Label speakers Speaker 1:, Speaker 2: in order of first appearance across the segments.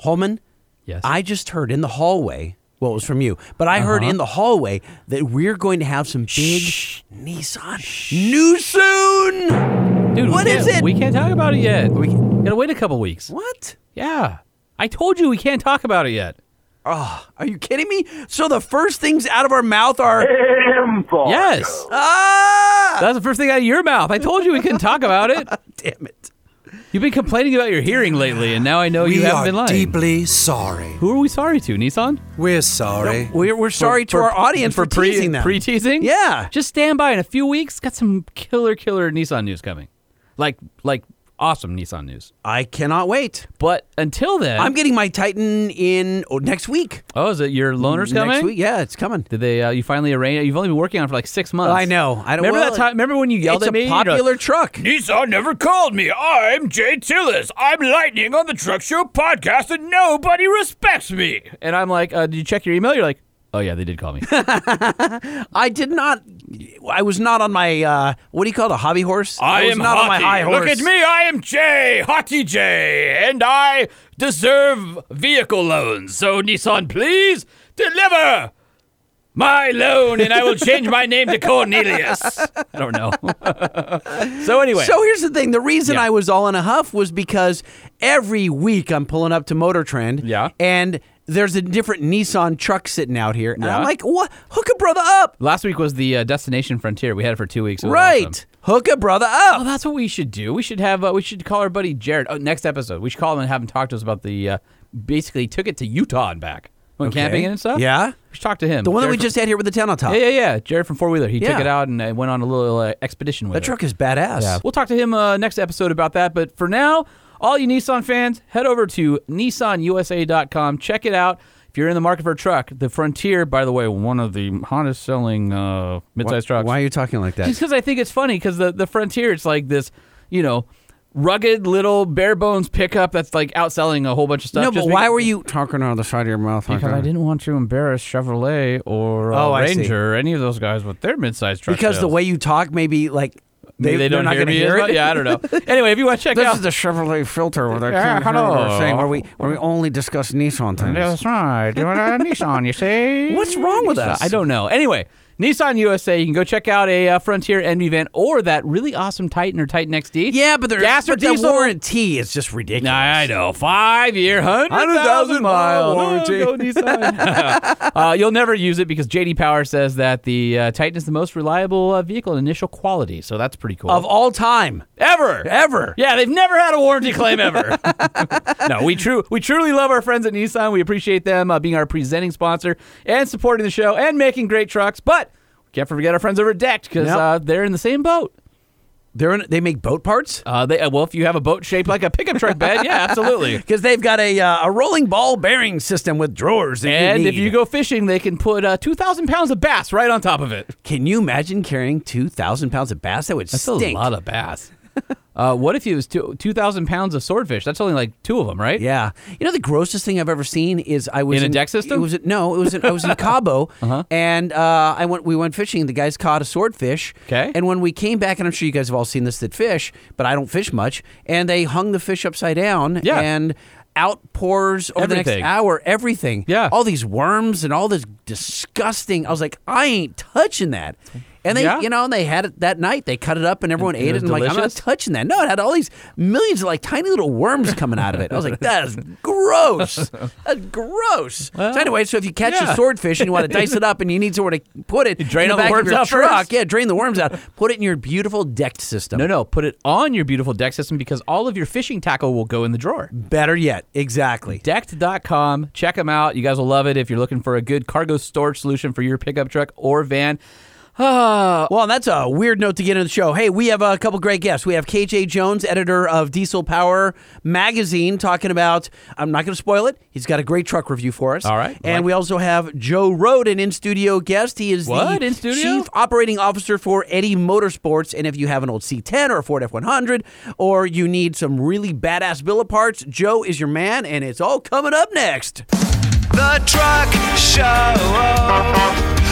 Speaker 1: Holman,
Speaker 2: Yes.
Speaker 1: I just heard in the hallway. Well, it was from you, but I
Speaker 2: Uh-huh.
Speaker 1: heard in the hallway that we're going to have some big Nissan news soon.
Speaker 2: Dude,
Speaker 1: What
Speaker 2: we
Speaker 1: is
Speaker 2: can't-
Speaker 1: it?
Speaker 2: We can't talk about it yet. We gotta wait a couple weeks.
Speaker 1: What?
Speaker 2: Yeah, I told you we can't talk about it yet.
Speaker 1: Oh, are you kidding me? So the first things out of our mouth are Oh,
Speaker 2: Yes,
Speaker 1: ah,
Speaker 2: that's the first thing out of your mouth. I told you we couldn't talk about it.
Speaker 1: damn it.
Speaker 2: You've been complaining about your hearing lately, and now I know Oh, you
Speaker 3: we
Speaker 2: haven't
Speaker 3: are
Speaker 2: been lying.
Speaker 3: deeply sorry.
Speaker 2: Who are we sorry to, Nissan?
Speaker 3: We're sorry.
Speaker 1: We're, we're sorry to
Speaker 2: For-
Speaker 1: our audience for,
Speaker 2: pre-
Speaker 1: teasing them.
Speaker 2: Pre-teasing?
Speaker 1: Yeah.
Speaker 2: Just stand by. In a few weeks, got some killer, killer Nissan news coming. Like, like awesome Nissan news.
Speaker 1: I cannot wait.
Speaker 2: But until then,
Speaker 1: I'm getting my Titan in oh, next week.
Speaker 2: oh, is it your loaners coming?
Speaker 1: Next week, yeah, it's coming.
Speaker 2: Did they? Uh, you finally arrange? You've only been working on it for like six months.
Speaker 1: I know. I don't
Speaker 2: remember
Speaker 1: well,
Speaker 2: that time. Remember when you yelled
Speaker 1: It's
Speaker 2: at me?
Speaker 1: a
Speaker 2: You know,
Speaker 1: popular truck.
Speaker 2: Nissan never called me. I'm Jay Tillis. I'm lightning on the Truck Show podcast, and nobody respects me. And I'm like, uh, did you check your email? You're like, oh yeah, they did call me.
Speaker 1: I did not. I was not on my uh, what do you call it? A hobby horse. I, was not on my high horse.
Speaker 2: I am Jay, Hottie Jay, and I deserve vehicle loans. So Nissan, please deliver my loan, and I will change my name to Cornelius. I don't know. so anyway,
Speaker 1: So here's the thing. The reason
Speaker 2: Yeah.
Speaker 1: I was all in a huff was because every week I'm pulling up to Motor Trend.
Speaker 2: Yeah.
Speaker 1: And there's a different Nissan truck sitting out here, and I'm
Speaker 2: Yeah.
Speaker 1: like, what? Hook a brother up,
Speaker 2: last week was the uh, Destination Frontier. We had it for two weeks. It was
Speaker 1: right?
Speaker 2: awesome.
Speaker 1: Hook a brother
Speaker 2: Oh,
Speaker 1: up.
Speaker 2: that's what we should do. We should have. Uh, we should call our buddy Jared. Oh, next episode, we should call him and have him talk to us about the. Uh, basically, took it to Utah and back. Went camping and stuff.
Speaker 1: Yeah.
Speaker 2: we should talk to him.
Speaker 1: The one that we
Speaker 2: Jared from-
Speaker 1: just had here with the town on top.
Speaker 2: Yeah, yeah, Ah. yeah. Jared from Four Wheeler. He
Speaker 1: Yeah.
Speaker 2: took it out and uh, went on a little uh, expedition with
Speaker 1: That
Speaker 2: it.
Speaker 1: truck is badass.
Speaker 2: Yeah. We'll talk to him uh, next episode about that. But for now, all you Nissan fans, head over to nissanusa.com. Check it out. If you're in the market for a truck, the Frontier, by the way, one of the hottest selling uh, midsize trucks.
Speaker 1: Why are you talking like that?
Speaker 2: Just because I think it's funny because the, the Frontier, it's like this, you know, rugged little bare bones pickup that's like outselling a whole bunch of stuff.
Speaker 1: no,
Speaker 2: just
Speaker 1: but why
Speaker 2: because-
Speaker 1: were you talking out of the side of your mouth? like
Speaker 2: Because I
Speaker 1: that?
Speaker 2: didn't want to embarrass Chevrolet or uh,
Speaker 1: Oh, I see.
Speaker 2: Ranger or any of those guys with their midsize trucks.
Speaker 1: Because the way you talk, maybe like they,
Speaker 2: Maybe
Speaker 1: they're
Speaker 2: don't
Speaker 1: not
Speaker 2: hear
Speaker 1: going to
Speaker 2: me
Speaker 1: hear
Speaker 2: as
Speaker 1: it.
Speaker 2: well. Yeah, I don't know. Anyway, if you want to check
Speaker 1: This
Speaker 2: out,
Speaker 1: is the Chevrolet filter where they
Speaker 2: Yeah,
Speaker 1: can't hear what
Speaker 2: hello.
Speaker 1: we're saying, where we where we only discuss Nissan things.
Speaker 2: right. Nissan, you see.
Speaker 1: What's wrong with us?
Speaker 2: I don't know. Anyway, Nissan USA. You can go check out a uh, Frontier Envy van or that really awesome Titan or Titan XD.
Speaker 1: Yeah, but there's
Speaker 2: gas or
Speaker 1: but the
Speaker 2: diesel.
Speaker 1: warranty is just ridiculous.
Speaker 2: Nah, I know. Five year, 100,000
Speaker 1: 100,000
Speaker 2: mile
Speaker 1: mile
Speaker 2: warranty. uh, you'll never use it because JD Power says that the uh, Titan is the most reliable uh, vehicle in initial quality. So that's pretty cool.
Speaker 1: Of all time,
Speaker 2: ever.
Speaker 1: ever.
Speaker 2: Yeah, they've never had a warranty claim ever. no, we true we truly love our friends at Nissan. We appreciate them uh, being our presenting sponsor and supporting the show and making great trucks. But we can't forget our friends over at Decked because
Speaker 1: Nope.
Speaker 2: uh, they're in the same boat.
Speaker 1: They're in, they make boat parts
Speaker 2: Uh, they, uh, well, if you have a boat shaped like a pickup truck bed, yeah, absolutely.
Speaker 1: because they've got a uh, a rolling ball bearing system with drawers. That
Speaker 2: And
Speaker 1: you
Speaker 2: if
Speaker 1: need.
Speaker 2: you go fishing, they can put uh, 2,000 pounds of bass right on top of it.
Speaker 1: can you imagine carrying two thousand pounds of bass? That would stink.
Speaker 2: of bass. uh, what if it was two- 2,000 pounds of swordfish? That's only like two of them, right?
Speaker 1: Yeah, you know the grossest thing I've ever seen is I was
Speaker 2: In a deck system? Uh-huh.
Speaker 1: It was at- no, it was in, I was in Cabo, and uh, I went. We went fishing. The guys caught a swordfish.
Speaker 2: 'Kay.
Speaker 1: And when we came back, and I'm sure you guys have all seen this that fish, but I don't fish much. And they hung the fish upside down.
Speaker 2: Yeah.
Speaker 1: And outpours over the
Speaker 2: Everything.
Speaker 1: next hour everything.
Speaker 2: Yeah.
Speaker 1: All these worms and all this disgusting. I was like, I ain't touching that. And they,
Speaker 2: Yeah.
Speaker 1: you know, and they had it that night. They cut it up, and everyone
Speaker 2: And it
Speaker 1: ate it.
Speaker 2: was
Speaker 1: And I'm like, I'm not
Speaker 2: delicious?
Speaker 1: touching that. No, it had all these millions of like tiny little worms coming out of it. I was like, that is gross. That's gross. so anyway, so if you catch
Speaker 2: yeah.
Speaker 1: a swordfish and you want to dice it up and you need somewhere to put it,
Speaker 2: drain
Speaker 1: in
Speaker 2: all
Speaker 1: the
Speaker 2: the
Speaker 1: back
Speaker 2: worms
Speaker 1: of your
Speaker 2: out
Speaker 1: truck.
Speaker 2: first.
Speaker 1: Yeah, drain the worms out. Put it in your beautiful decked system.
Speaker 2: No, no, put it on your beautiful deck system because all of your fishing tackle will go in the drawer.
Speaker 1: Better yet, exactly.
Speaker 2: Decked.com. Check them out. You guys will love it if you're looking for a good cargo storage solution for your pickup truck or van. Ah,
Speaker 1: Well, that's a weird note to get into the show. Hey, we have a couple great guests. We have KJ Jones, editor of Diesel Power Magazine, talking about, I'm not going to spoil it. He's got a great truck review for us.
Speaker 2: All right.
Speaker 1: And
Speaker 2: Like-
Speaker 1: we also have Joe Rode, an in studio guest. He is
Speaker 2: What?
Speaker 1: the
Speaker 2: In-studio?
Speaker 1: chief operating officer for Eddie Motorsports. And if you have an old C10 or a Ford F 100 or you need some really badass billet parts, Joe is your man. And it's all coming up next.
Speaker 4: The Truck Show.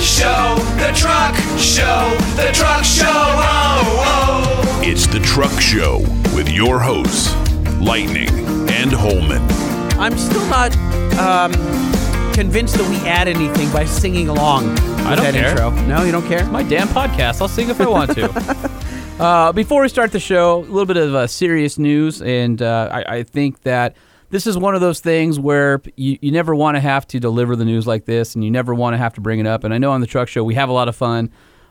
Speaker 4: show, the truck show, the truck show. Oh, oh.
Speaker 5: It's the Truck Show with your hosts, Lightning and Holman.
Speaker 1: I'm still not um, convinced that we add anything by singing along with
Speaker 2: don't
Speaker 1: that
Speaker 2: care.
Speaker 1: intro. No, you don't care?
Speaker 2: My damn podcast. I'll sing if I want to. uh, before we start the show, a little bit of uh, serious news, and uh, I, I think that this is one of those things where you, you never want to have to deliver the news like this, and you never want to have to bring it up. And I know on the truck show we have a lot of fun,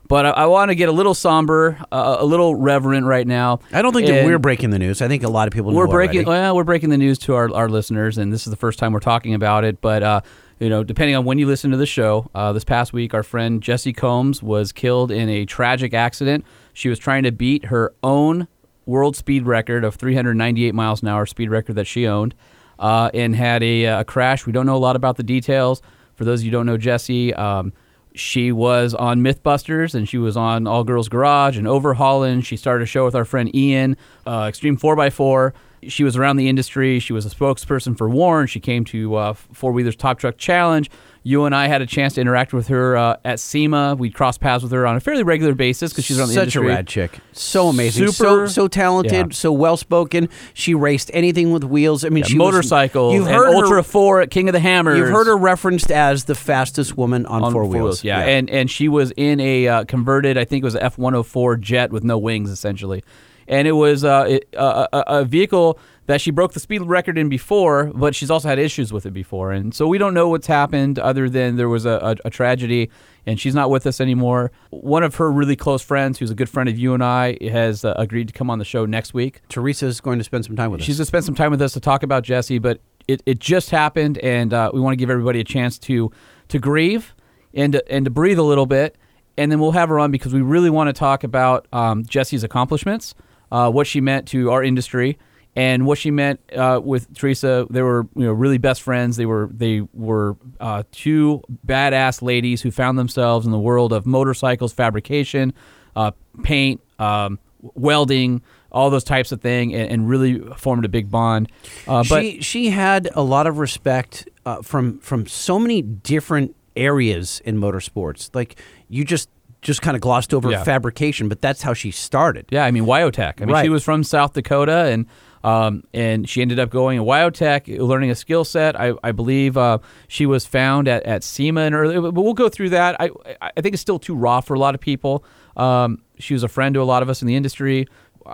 Speaker 2: but I, I want to get a little somber, uh, a little reverent right now.
Speaker 1: I don't think that
Speaker 2: And-
Speaker 1: we're breaking the news. I think a lot of people know
Speaker 2: we're breaking
Speaker 1: already.
Speaker 2: well, we're breaking the news to our, our listeners and this is the first time we're talking about it but uh, you know depending on when you listen to the show uh, this past week our friend jesse combs was killed in a tragic accident she was trying to beat her own world speed record of 398 miles an hour speed record that she owned uh, and had a, uh, a crash we don't know a lot about the details for those of you who don't know jesse um, she was on Mythbusters and she was on All Girls Garage and Overhauling. She started a show with our friend Ian, uh, Extreme 4x4. She was around the industry. She was a spokesperson for Warren. She came to uh, Four Wheelers Top Truck Challenge. You and I had a chance to interact with her uh, at SEMA. We crossed paths with her on a fairly regular basis because she's around the
Speaker 1: Such
Speaker 2: industry.
Speaker 1: a rad chick. So amazing. so
Speaker 2: Super-
Speaker 1: so talented,
Speaker 2: Yeah.
Speaker 1: so well spoken. She raced anything with wheels. I mean, she was-
Speaker 2: motorcycle.
Speaker 1: You've
Speaker 2: and
Speaker 1: heard
Speaker 2: Ultra
Speaker 1: her,
Speaker 2: Four at King of the Hammers.
Speaker 1: You've heard her referenced as the fastest woman on,
Speaker 2: on
Speaker 1: four, wheels.
Speaker 2: Yeah. and and she was in a uh, converted, I think it was an F one hundred four jet with no wings, essentially, and it was uh, it, uh, a, a vehicle that she broke the speed record in before, but she's also had issues with it before, and so we don't know what's happened other than there was a, a, a tragedy, and she's not with us anymore. One of her really close friends, who's a good friend of you and I, has uh, agreed to come on the show next week.
Speaker 1: Teresa's going to spend some time with
Speaker 2: She's
Speaker 1: us.
Speaker 2: going to spend some time with us to talk about Jesse, but it, it just happened, and uh, we want to give everybody a chance to to grieve and to, and to breathe a little bit, and then we'll have her on because we really want to talk about um, Jesse's accomplishments, uh, what she meant to our industry, and what she meant uh, with Teresa. They were you know really best friends. They were they were uh, two badass ladies who found themselves in the world of motorcycles fabrication, uh, paint. Um, welding, all those types of thing, and, and really formed a big bond. Uh, but
Speaker 1: she she had a lot of respect uh, from from so many different areas in motorsports. Like you just just kind of glossed over
Speaker 2: Yeah.
Speaker 1: fabrication, but that's how she started.
Speaker 2: yeah, I mean Wyotech. I mean,
Speaker 1: Right.
Speaker 2: she was from South Dakota, and um, and she ended up going to Wyotech, learning a skill set. I, I believe uh, she was found at at SEMA and early, but we'll go through that. I I I think it's still too raw for a lot of people. Um, she was a friend to a lot of us in the industry.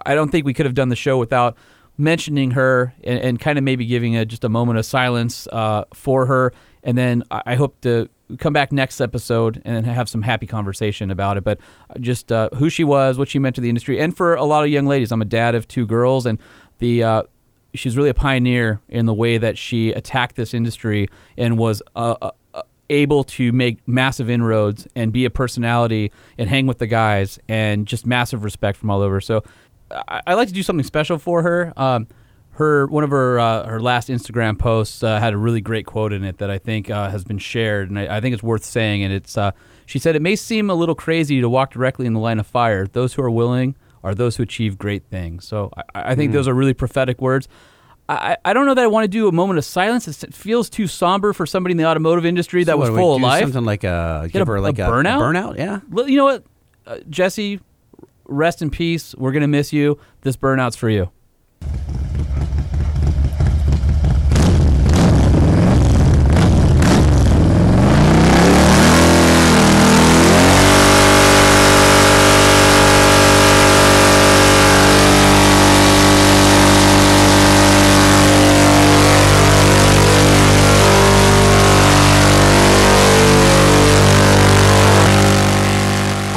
Speaker 2: I don't think we could have done the show without mentioning her and, and kind of maybe giving a, just a moment of silence uh, for her. And then I, I hope to come back next episode and have some happy conversation about it. But just uh, who she was, what she meant to the industry, and for a lot of young ladies. I'm a dad of two girls, and the uh, she's really a pioneer in the way that she attacked this industry and was. Uh, uh, uh, able to make massive inroads and be a personality and hang with the guys and just massive respect from all over. So I, I like to do something special for her. Um, her one of her uh, her last Instagram posts uh, had a really great quote in it that I think uh, has been shared and I, I think it's worth saying. And it's uh, she said it may seem a little crazy to walk directly in the line of fire. Those who are willing are those who achieve great things. So I, I
Speaker 1: Mm.
Speaker 2: think those are really prophetic words. I, I I don't know that I want to do a moment of silence. It feels too somber for somebody in the automotive industry that
Speaker 1: So
Speaker 2: was
Speaker 1: what do we
Speaker 2: full of
Speaker 1: do?
Speaker 2: life.
Speaker 1: Something like a give
Speaker 2: a-
Speaker 1: her
Speaker 2: a
Speaker 1: like
Speaker 2: burnout?
Speaker 1: burnout, yeah.
Speaker 2: L- You know what, uh, Jesse, rest in peace. We're gonna miss you. This burnout's for you.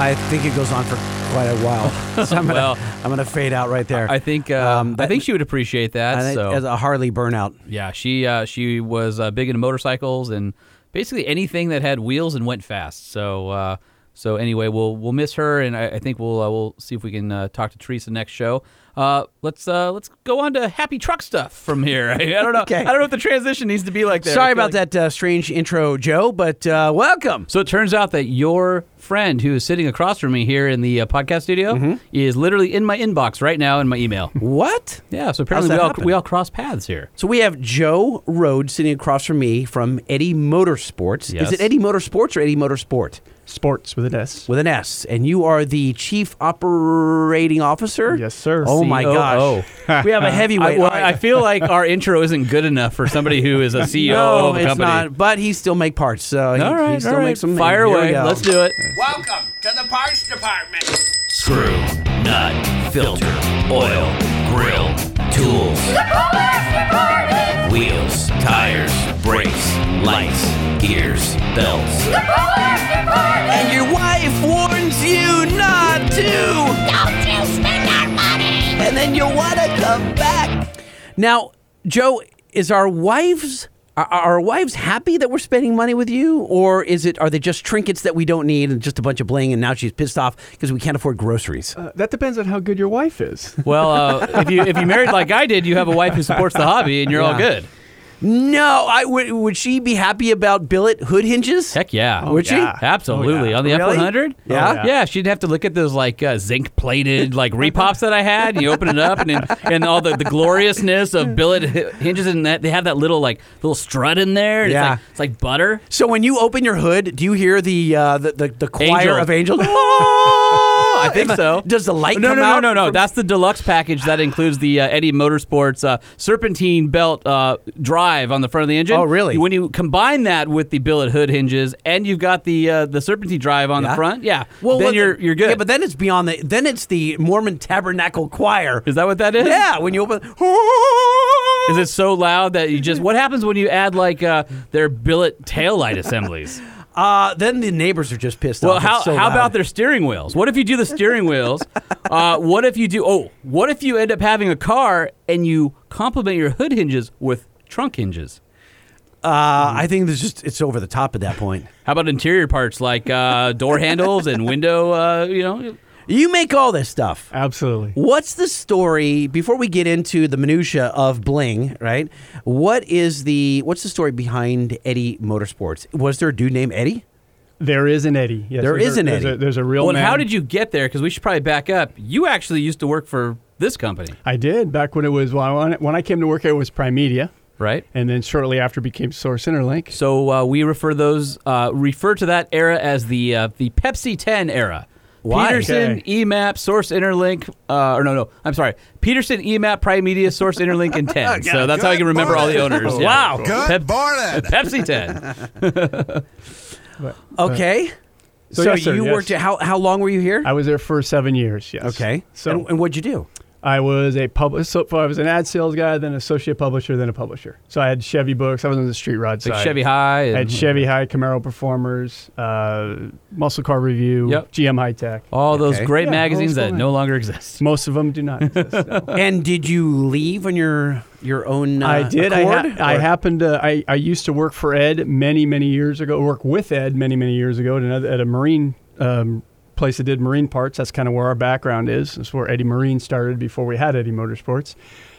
Speaker 1: I think it goes on for quite a while. So I'm gonna,
Speaker 2: Well,
Speaker 1: I'm gonna fade out right there.
Speaker 2: I think uh,
Speaker 1: Um,
Speaker 2: I
Speaker 1: that-
Speaker 2: think she would appreciate that.
Speaker 1: I think
Speaker 2: so
Speaker 1: as a Harley burnout.
Speaker 2: yeah, she uh, she was uh, big into motorcycles and basically anything that had wheels and went fast. So uh, so anyway, we'll we'll miss her, and I, I think we'll uh, we'll see if we can uh, talk to Teresa next show. Uh, let's uh, let's go on to happy truck stuff from here. I don't know.
Speaker 1: Okay.
Speaker 2: I don't know if the transition needs to be like that.
Speaker 1: Sorry about that uh, strange intro, Joe, but uh, welcome.
Speaker 2: So it turns out that your friend who is sitting across from me here in the uh, podcast studio
Speaker 1: Mm-hmm.
Speaker 2: is literally in my inbox right now in my email.
Speaker 1: What?
Speaker 2: yeah. So apparently we
Speaker 1: that
Speaker 2: all
Speaker 1: happen?
Speaker 2: we all cross paths here.
Speaker 1: So we have Joe Rhodes sitting across from me from Eddie Motorsports.
Speaker 2: Yes.
Speaker 1: Is it Eddie Motorsports or Eddie Motorsport?
Speaker 6: Sports with an S.
Speaker 1: With an S. And you are the chief operating officer?
Speaker 6: Yes, sir.
Speaker 1: Oh my gosh. we have a
Speaker 2: I,
Speaker 1: heavyweight.
Speaker 2: well,
Speaker 1: All right.
Speaker 2: I feel like our intro isn't good enough for somebody who is a CEO
Speaker 1: no,
Speaker 2: of a
Speaker 1: it's
Speaker 2: company.
Speaker 1: not. But he still make parts. So he,
Speaker 2: All
Speaker 1: he
Speaker 2: right,
Speaker 1: still
Speaker 2: all right.
Speaker 1: makes them.
Speaker 2: Fire
Speaker 1: Here we
Speaker 2: away.
Speaker 1: go.
Speaker 2: Let's do it.
Speaker 7: Welcome to the parts department.
Speaker 5: Screw, nut, filter, oil, grill, tools. Wheels, tires, brakes, lights, gears, belts.
Speaker 4: And your wife warns you not to.
Speaker 8: Don't you spend our money!
Speaker 4: And then you want to come back.
Speaker 1: Now, Joe, is our wives are, are our wives happy that we're spending money with you, or is it are they just trinkets that we don't need and just a bunch of bling? And now she's pissed off because we can't afford groceries.
Speaker 6: Uh, that depends on how good your wife is.
Speaker 2: Well, uh, if you if you married like I did, you have a wife who supports the hobby, and you're all good.
Speaker 1: no, I would. Would she be happy about billet hood hinges?
Speaker 2: Heck yeah,
Speaker 1: Would she? Oh, yeah.
Speaker 2: Absolutely on the F
Speaker 1: Really? Oh,
Speaker 2: one hundred.
Speaker 1: Yeah?
Speaker 2: yeah, She'd have to look at those like uh, zinc plated like repops that I had. And you open it up, and it- and all the, the gloriousness of billet hi- hinges, and that they have that little like little strut in there. and
Speaker 1: Yeah.
Speaker 2: it's like, it's like butter.
Speaker 1: So when you open your hood, do you hear the uh, the, the the choir
Speaker 2: Angel.
Speaker 1: of angels? I
Speaker 2: I think so.
Speaker 1: Does the light
Speaker 2: no,
Speaker 1: come
Speaker 2: no,
Speaker 1: out?
Speaker 2: No, no, no, no. That's the deluxe package that includes the uh, Eddie Motorsports uh, serpentine belt uh, drive on the front of the engine.
Speaker 1: Oh, really?
Speaker 2: When you combine that with the billet hood hinges, and you've got the uh, the serpentine drive on
Speaker 1: Yeah.
Speaker 2: the front, yeah. Well, then
Speaker 1: what the-
Speaker 2: you're you're good.
Speaker 1: Yeah, but then it's beyond the. Then it's the Mormon Tabernacle Choir.
Speaker 2: is that what that is?
Speaker 1: Yeah, when you open.
Speaker 2: Is it so loud that you just? What happens when you add like uh, their billet taillight assemblies?
Speaker 1: Uh, then the neighbors are just pissed
Speaker 2: Well,
Speaker 1: off.
Speaker 2: how,
Speaker 1: It's so
Speaker 2: how
Speaker 1: loud.
Speaker 2: about their steering wheels? What if you do the steering wheels? Uh, what if you do? Oh, what if you end up having a car and you complement your hood hinges with trunk hinges?
Speaker 1: Uh,
Speaker 2: Hmm.
Speaker 1: I think there's just it's over the top at that point.
Speaker 2: How about interior parts like uh, door handles and window? Uh, you know,
Speaker 1: You make all this stuff.
Speaker 6: Absolutely.
Speaker 1: What's the story before we get into the minutia of bling? Right. What is the what's the story behind Eddie Motorsports? Was there a dude named Eddie?
Speaker 6: There is an Eddie. Yes,
Speaker 1: There
Speaker 6: there's
Speaker 1: is
Speaker 6: a-
Speaker 1: an
Speaker 6: there's
Speaker 1: Eddie.
Speaker 6: A, there's a real
Speaker 2: well, and
Speaker 6: man.
Speaker 2: how did you get there? Because we should probably back up. You actually used to work for this company,
Speaker 6: I did back when it was when I, when I came to work. It was Prime Media,
Speaker 2: right?
Speaker 6: and then shortly after became Source Interlink.
Speaker 2: So uh, we refer those uh, refer to that era as the uh, the Pepsi 10 era.
Speaker 1: Why?
Speaker 2: Peterson,
Speaker 6: Okay.
Speaker 2: EMAP, Source Interlink, uh, or no, no, I'm sorry. Peterson, EMAP, Prime Media, Source Interlink, and 10. so that's how I can remember all the owners. Wow.
Speaker 9: Good
Speaker 2: Pep-
Speaker 9: morning.
Speaker 2: Pepsi 10.
Speaker 1: Okay.
Speaker 6: Uh, so yes, sir,
Speaker 1: you
Speaker 6: yes.
Speaker 1: worked. At, how how long were you here?
Speaker 6: I was there for seven years. Yes.
Speaker 1: okay.
Speaker 6: So
Speaker 1: and, and what'd you do?
Speaker 6: I was a public. So I was an ad sales guy, then associate publisher, then a publisher. So I had Chevy books. I was on the street rod
Speaker 2: Like
Speaker 6: side.
Speaker 2: Chevy High.
Speaker 6: I
Speaker 2: And
Speaker 6: had Chevy High Camaro Performers, uh, Muscle Car Review,
Speaker 2: Yep.
Speaker 6: GM High Tech.
Speaker 2: all those
Speaker 1: Okay.
Speaker 2: great
Speaker 6: Yeah,
Speaker 2: magazines
Speaker 6: well, it's
Speaker 2: that
Speaker 6: fine.
Speaker 2: no longer exist.
Speaker 6: Most of them do not exist. no.
Speaker 1: And did you leave on your your own? Uh,
Speaker 6: Uh. I did. I,
Speaker 1: Accord,
Speaker 6: ha- I
Speaker 1: Or-
Speaker 6: happened to. I, I used to work for Ed many many years ago. Work with Ed many many years ago at another at a marine um, place that did marine parts. That's kind of where our background is. That's where Eddie Marine started before we had Eddie Motorsports.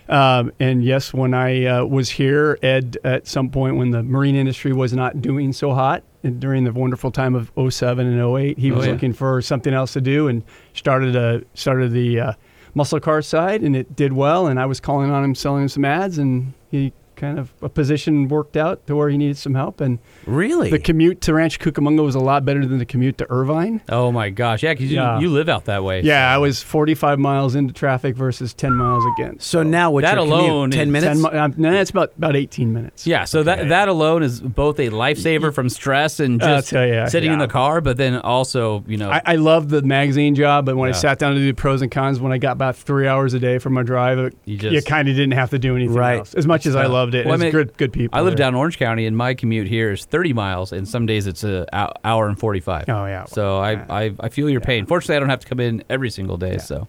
Speaker 6: Um, and yes, when I uh, was here, Ed at some point when the marine industry was not doing so hot and during the wonderful time of 07 and 08, he
Speaker 2: Oh,
Speaker 6: was
Speaker 2: yeah.
Speaker 6: looking for something else to do and started a started the uh, muscle car side and it did well and I was calling on him selling him some ads and he kind of a position worked out to where he needed some help and
Speaker 1: really.
Speaker 6: the commute to Ranch Cucamonga was a lot better than the commute to Irvine.
Speaker 2: Oh my gosh. Yeah, because you,
Speaker 6: Yeah.
Speaker 2: you live out that way.
Speaker 6: Yeah, I was 45 miles into traffic versus 10 miles against.
Speaker 1: so now what's
Speaker 2: That
Speaker 1: your commute?
Speaker 2: alone
Speaker 1: Ten
Speaker 2: is
Speaker 6: 10
Speaker 1: minutes.
Speaker 6: mi- um, no, that's about about 18 minutes.
Speaker 2: Yeah, so that that alone is both a lifesaver from stress and
Speaker 6: I'll
Speaker 2: just
Speaker 6: tell ya,
Speaker 2: sitting in
Speaker 6: yeah.
Speaker 2: the car, but then also, you know,
Speaker 6: I, I loved the magazine job, but when
Speaker 2: Yeah.
Speaker 6: I sat down to do the pros and cons, when I got about three hours a day for my drive, it-
Speaker 2: You
Speaker 6: you,
Speaker 2: just-
Speaker 6: kind of didn't have to do anything
Speaker 1: Right.
Speaker 6: else. As much as I
Speaker 2: Yeah.
Speaker 6: loved it,
Speaker 2: Uh, Well, I
Speaker 6: it was
Speaker 2: mean,
Speaker 6: good, good people.
Speaker 2: I live
Speaker 6: there.
Speaker 2: down Orange County, and my commute here is 30 miles, and some days it's a hou- hour and 45.
Speaker 6: Oh, yeah.
Speaker 2: So I I, I feel your pain. Fortunately, I don't have to come in every single day. So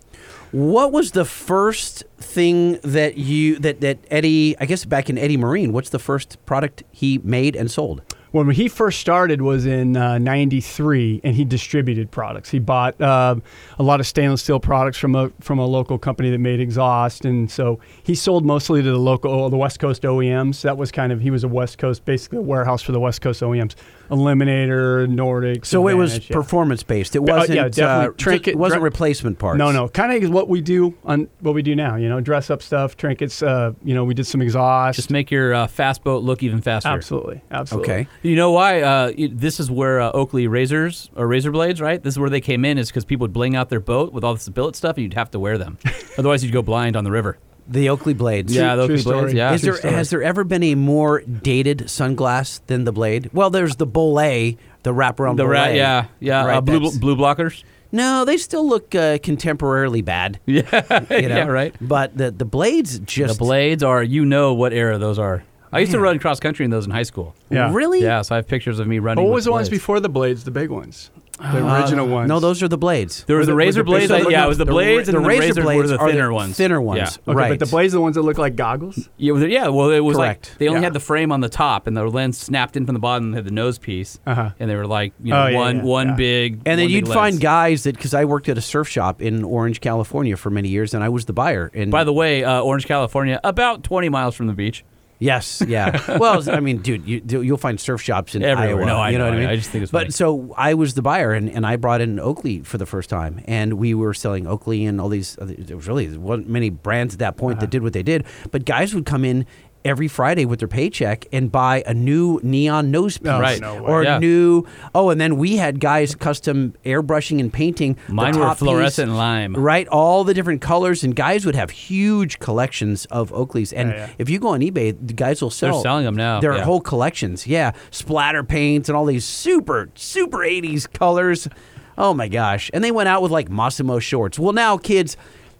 Speaker 1: What was the first thing that you that that Eddie? I guess back in Eddie Marine, what's the first product he made and sold?
Speaker 6: when he first started was in uh, 93 and he distributed products he bought uh, a lot of stainless steel products from a from a local company that made exhaust and so he sold mostly to the local oh, the west coast oems that was kind of he was a west coast basically a warehouse for the west coast oems eliminator nordic
Speaker 1: So it was
Speaker 6: Advantage, yeah.
Speaker 1: performance based. It wasn't
Speaker 6: yeah, definitely.
Speaker 1: uh, trinket.
Speaker 6: Trinket-
Speaker 1: It wasn't
Speaker 6: dra-
Speaker 1: replacement parts.
Speaker 6: No, no, kind of what we do on what we do now. You know, dress up stuff, trinkets. Uh, you know, we did some exhaust.
Speaker 2: Just make your uh, fast boat look even faster.
Speaker 6: absolutely, absolutely.
Speaker 1: Okay.
Speaker 2: You know why? Uh, y- this is where uh, Oakley razors or razor blades, right? This is where they came in, is because people would bling out their boat with all this billet stuff, and you'd have to wear them. Otherwise, you'd go blind on the river.
Speaker 1: The Oakley blades.
Speaker 2: yeah, the
Speaker 6: true
Speaker 2: Oakley blades.
Speaker 6: story.
Speaker 2: Yeah,
Speaker 1: Is there has there ever been a more dated sunglass than the Blade? Well, there's the Bolet, the wraparound.
Speaker 2: the rat?
Speaker 1: Bolet,
Speaker 2: Yeah, yeah.
Speaker 1: Right,
Speaker 2: uh, blue
Speaker 1: that's-
Speaker 2: blue blockers.
Speaker 1: No, they still look uh, contemporarily bad. Yeah,
Speaker 2: yeah, right.
Speaker 1: But the the blades
Speaker 2: The
Speaker 1: just
Speaker 2: blades are. You know what era those are? I used to run cross country in those in high school.
Speaker 6: Yeah.
Speaker 1: really.
Speaker 2: Yeah, so I have pictures of me running.
Speaker 6: What
Speaker 2: with
Speaker 6: was the ones
Speaker 2: blades.
Speaker 6: before the blades? Uh, The big ones, the original ones.
Speaker 1: No, those are the blades.
Speaker 2: There was
Speaker 6: Were
Speaker 2: the
Speaker 6: the-
Speaker 2: razor
Speaker 6: were the big-
Speaker 2: blades.
Speaker 6: so
Speaker 2: I-
Speaker 6: the-
Speaker 2: yeah,
Speaker 6: no,
Speaker 2: it was the
Speaker 1: ra-
Speaker 2: blades and the razor blades were the
Speaker 1: are
Speaker 2: thinner ones.
Speaker 1: Thinner
Speaker 2: Yeah.
Speaker 1: ones,
Speaker 6: Okay,
Speaker 1: right?
Speaker 6: but the blades are the ones that look like goggles.
Speaker 2: Yeah, well, yeah. Well, it was
Speaker 1: Correct.
Speaker 2: like they only
Speaker 6: Yeah.
Speaker 2: had the frame on the top, and the lens snapped in from the bottom. and had the nose piece,
Speaker 6: Uh-huh.
Speaker 2: and they were like you know,
Speaker 6: Oh, yeah,
Speaker 2: one
Speaker 6: yeah,
Speaker 2: one
Speaker 6: yeah.
Speaker 2: big.
Speaker 1: And
Speaker 2: one
Speaker 1: then
Speaker 2: big
Speaker 1: you'd
Speaker 2: lens.
Speaker 1: find guys that because I worked at a surf shop in Orange, California, for many years, and I was the buyer. And
Speaker 2: By the way, uh, Orange, California, about twenty miles from the beach.
Speaker 1: Yes, yeah. well, I mean, dude, you, do- you'll find surf shops in
Speaker 2: Everywhere.
Speaker 1: Iowa.
Speaker 2: No, I
Speaker 1: you know,
Speaker 2: know,
Speaker 1: what I
Speaker 2: I-
Speaker 1: mean.
Speaker 2: I just think it's
Speaker 1: but
Speaker 2: funny.
Speaker 1: so I was the buyer, and, and I brought in Oakley for the first time, and we were selling Oakley and all these. Other, there was really wasn't many brands at that point
Speaker 2: Uh-huh.
Speaker 1: that did what they did, but guys would come in. Every Friday with their paycheck and buy a new neon nose piece
Speaker 2: Right. no way.
Speaker 1: or
Speaker 2: Yeah.
Speaker 1: new oh and then we had guys custom airbrushing and painting the
Speaker 2: Mine were
Speaker 1: top piece,
Speaker 2: fluorescent lime.
Speaker 1: right all the different colors and guys would have huge collections of Oakleys and
Speaker 6: Yeah, yeah.
Speaker 1: if you go on eBay the guys will sell
Speaker 2: They're
Speaker 1: sell
Speaker 2: selling 'em now,
Speaker 1: Their
Speaker 2: yeah.
Speaker 1: whole collections, yeah. Splatter paints and all these super, super 80s colors. Oh my gosh. And they went out with like Massimo shorts. Well, now, kids,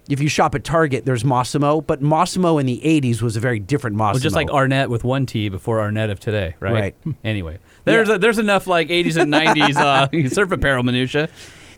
Speaker 1: if you shop at Target, there's Massimo, but Massimo in the 80s was a very different Massimo.
Speaker 2: Well, just like Arnett with one T before Arnett of today, right?
Speaker 1: Right.
Speaker 2: Anyway, there's there's enough like 80s and 90s uh, surf apparel minutia.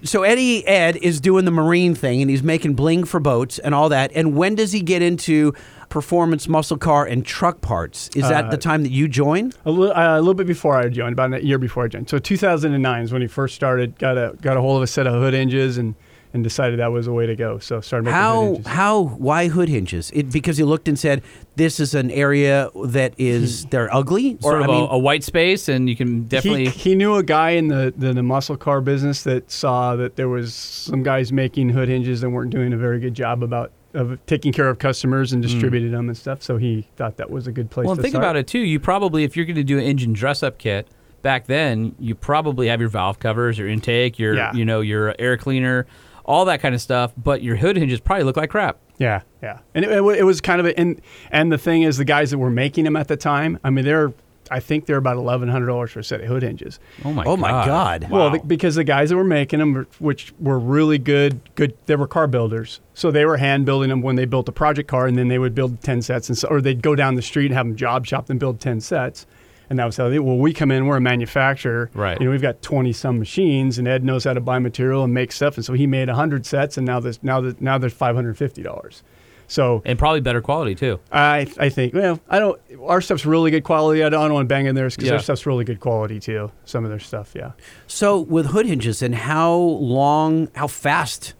Speaker 1: So Eddie Ed is doing the marine thing and he's making bling for boats and all that. And when does he get into performance muscle car and truck parts? Is that
Speaker 6: Uh,
Speaker 1: the time that you join?
Speaker 6: A little, uh, a little bit before I joined, about a year before I joined. So 2009 is when he first started. Got a got a hold of a set of hood hinges and and decided that was the way to go. So started making hood
Speaker 1: How
Speaker 6: hinges.
Speaker 1: how why hood hinges? It, because he looked and said, "This is an area that is they're ugly." Or
Speaker 2: Sort of
Speaker 1: I mean,
Speaker 2: a, a white space, and you can definitely.
Speaker 6: He, he knew a guy in the, the, the muscle car business that saw that there was some guys making hood hinges that weren't doing a very good job about of taking care of customers and distributed them and stuff. So he thought that was a good place.
Speaker 2: Hmm. well,
Speaker 6: to
Speaker 2: think
Speaker 6: start.
Speaker 2: about it too. You probably, if you're going to do an engine dress-up kit, back then you probably have your valve covers, your intake, your
Speaker 6: Yeah.
Speaker 2: you know your air cleaner, all that kind of stuff. But your hood hinges probably look like crap.
Speaker 6: Yeah, yeah, and it, it, wa- it was kind of a, and and the thing is the guys that were making them at the time. I mean, they're I think they're about eleven hundred dollars for a set of hood hinges.
Speaker 2: Oh my!
Speaker 1: oh my god!
Speaker 6: Well, the, because the guys that were making them, which were really good, good, they were car builders. So they were hand building them when they built a project car, and then they would build ten sets, and so, or they'd go down the street and have them job shop and build ten sets. And that was how they. Well, we come in, we're a manufacturer,
Speaker 2: Right.
Speaker 6: You know, we've got twenty some machines, and Ed knows how to buy material and make stuff, and so he made hundred sets, and now this, now that, now they're five hundred fifty dollars. So
Speaker 2: And probably better quality too.
Speaker 6: I, I think, well, I don't. Our stuff's really good quality. I don't, I don't want to bang in theirs because
Speaker 2: Yeah.
Speaker 6: their stuff's really good quality too. Some of their stuff, yeah.
Speaker 1: So with hood hinges and how long, how fast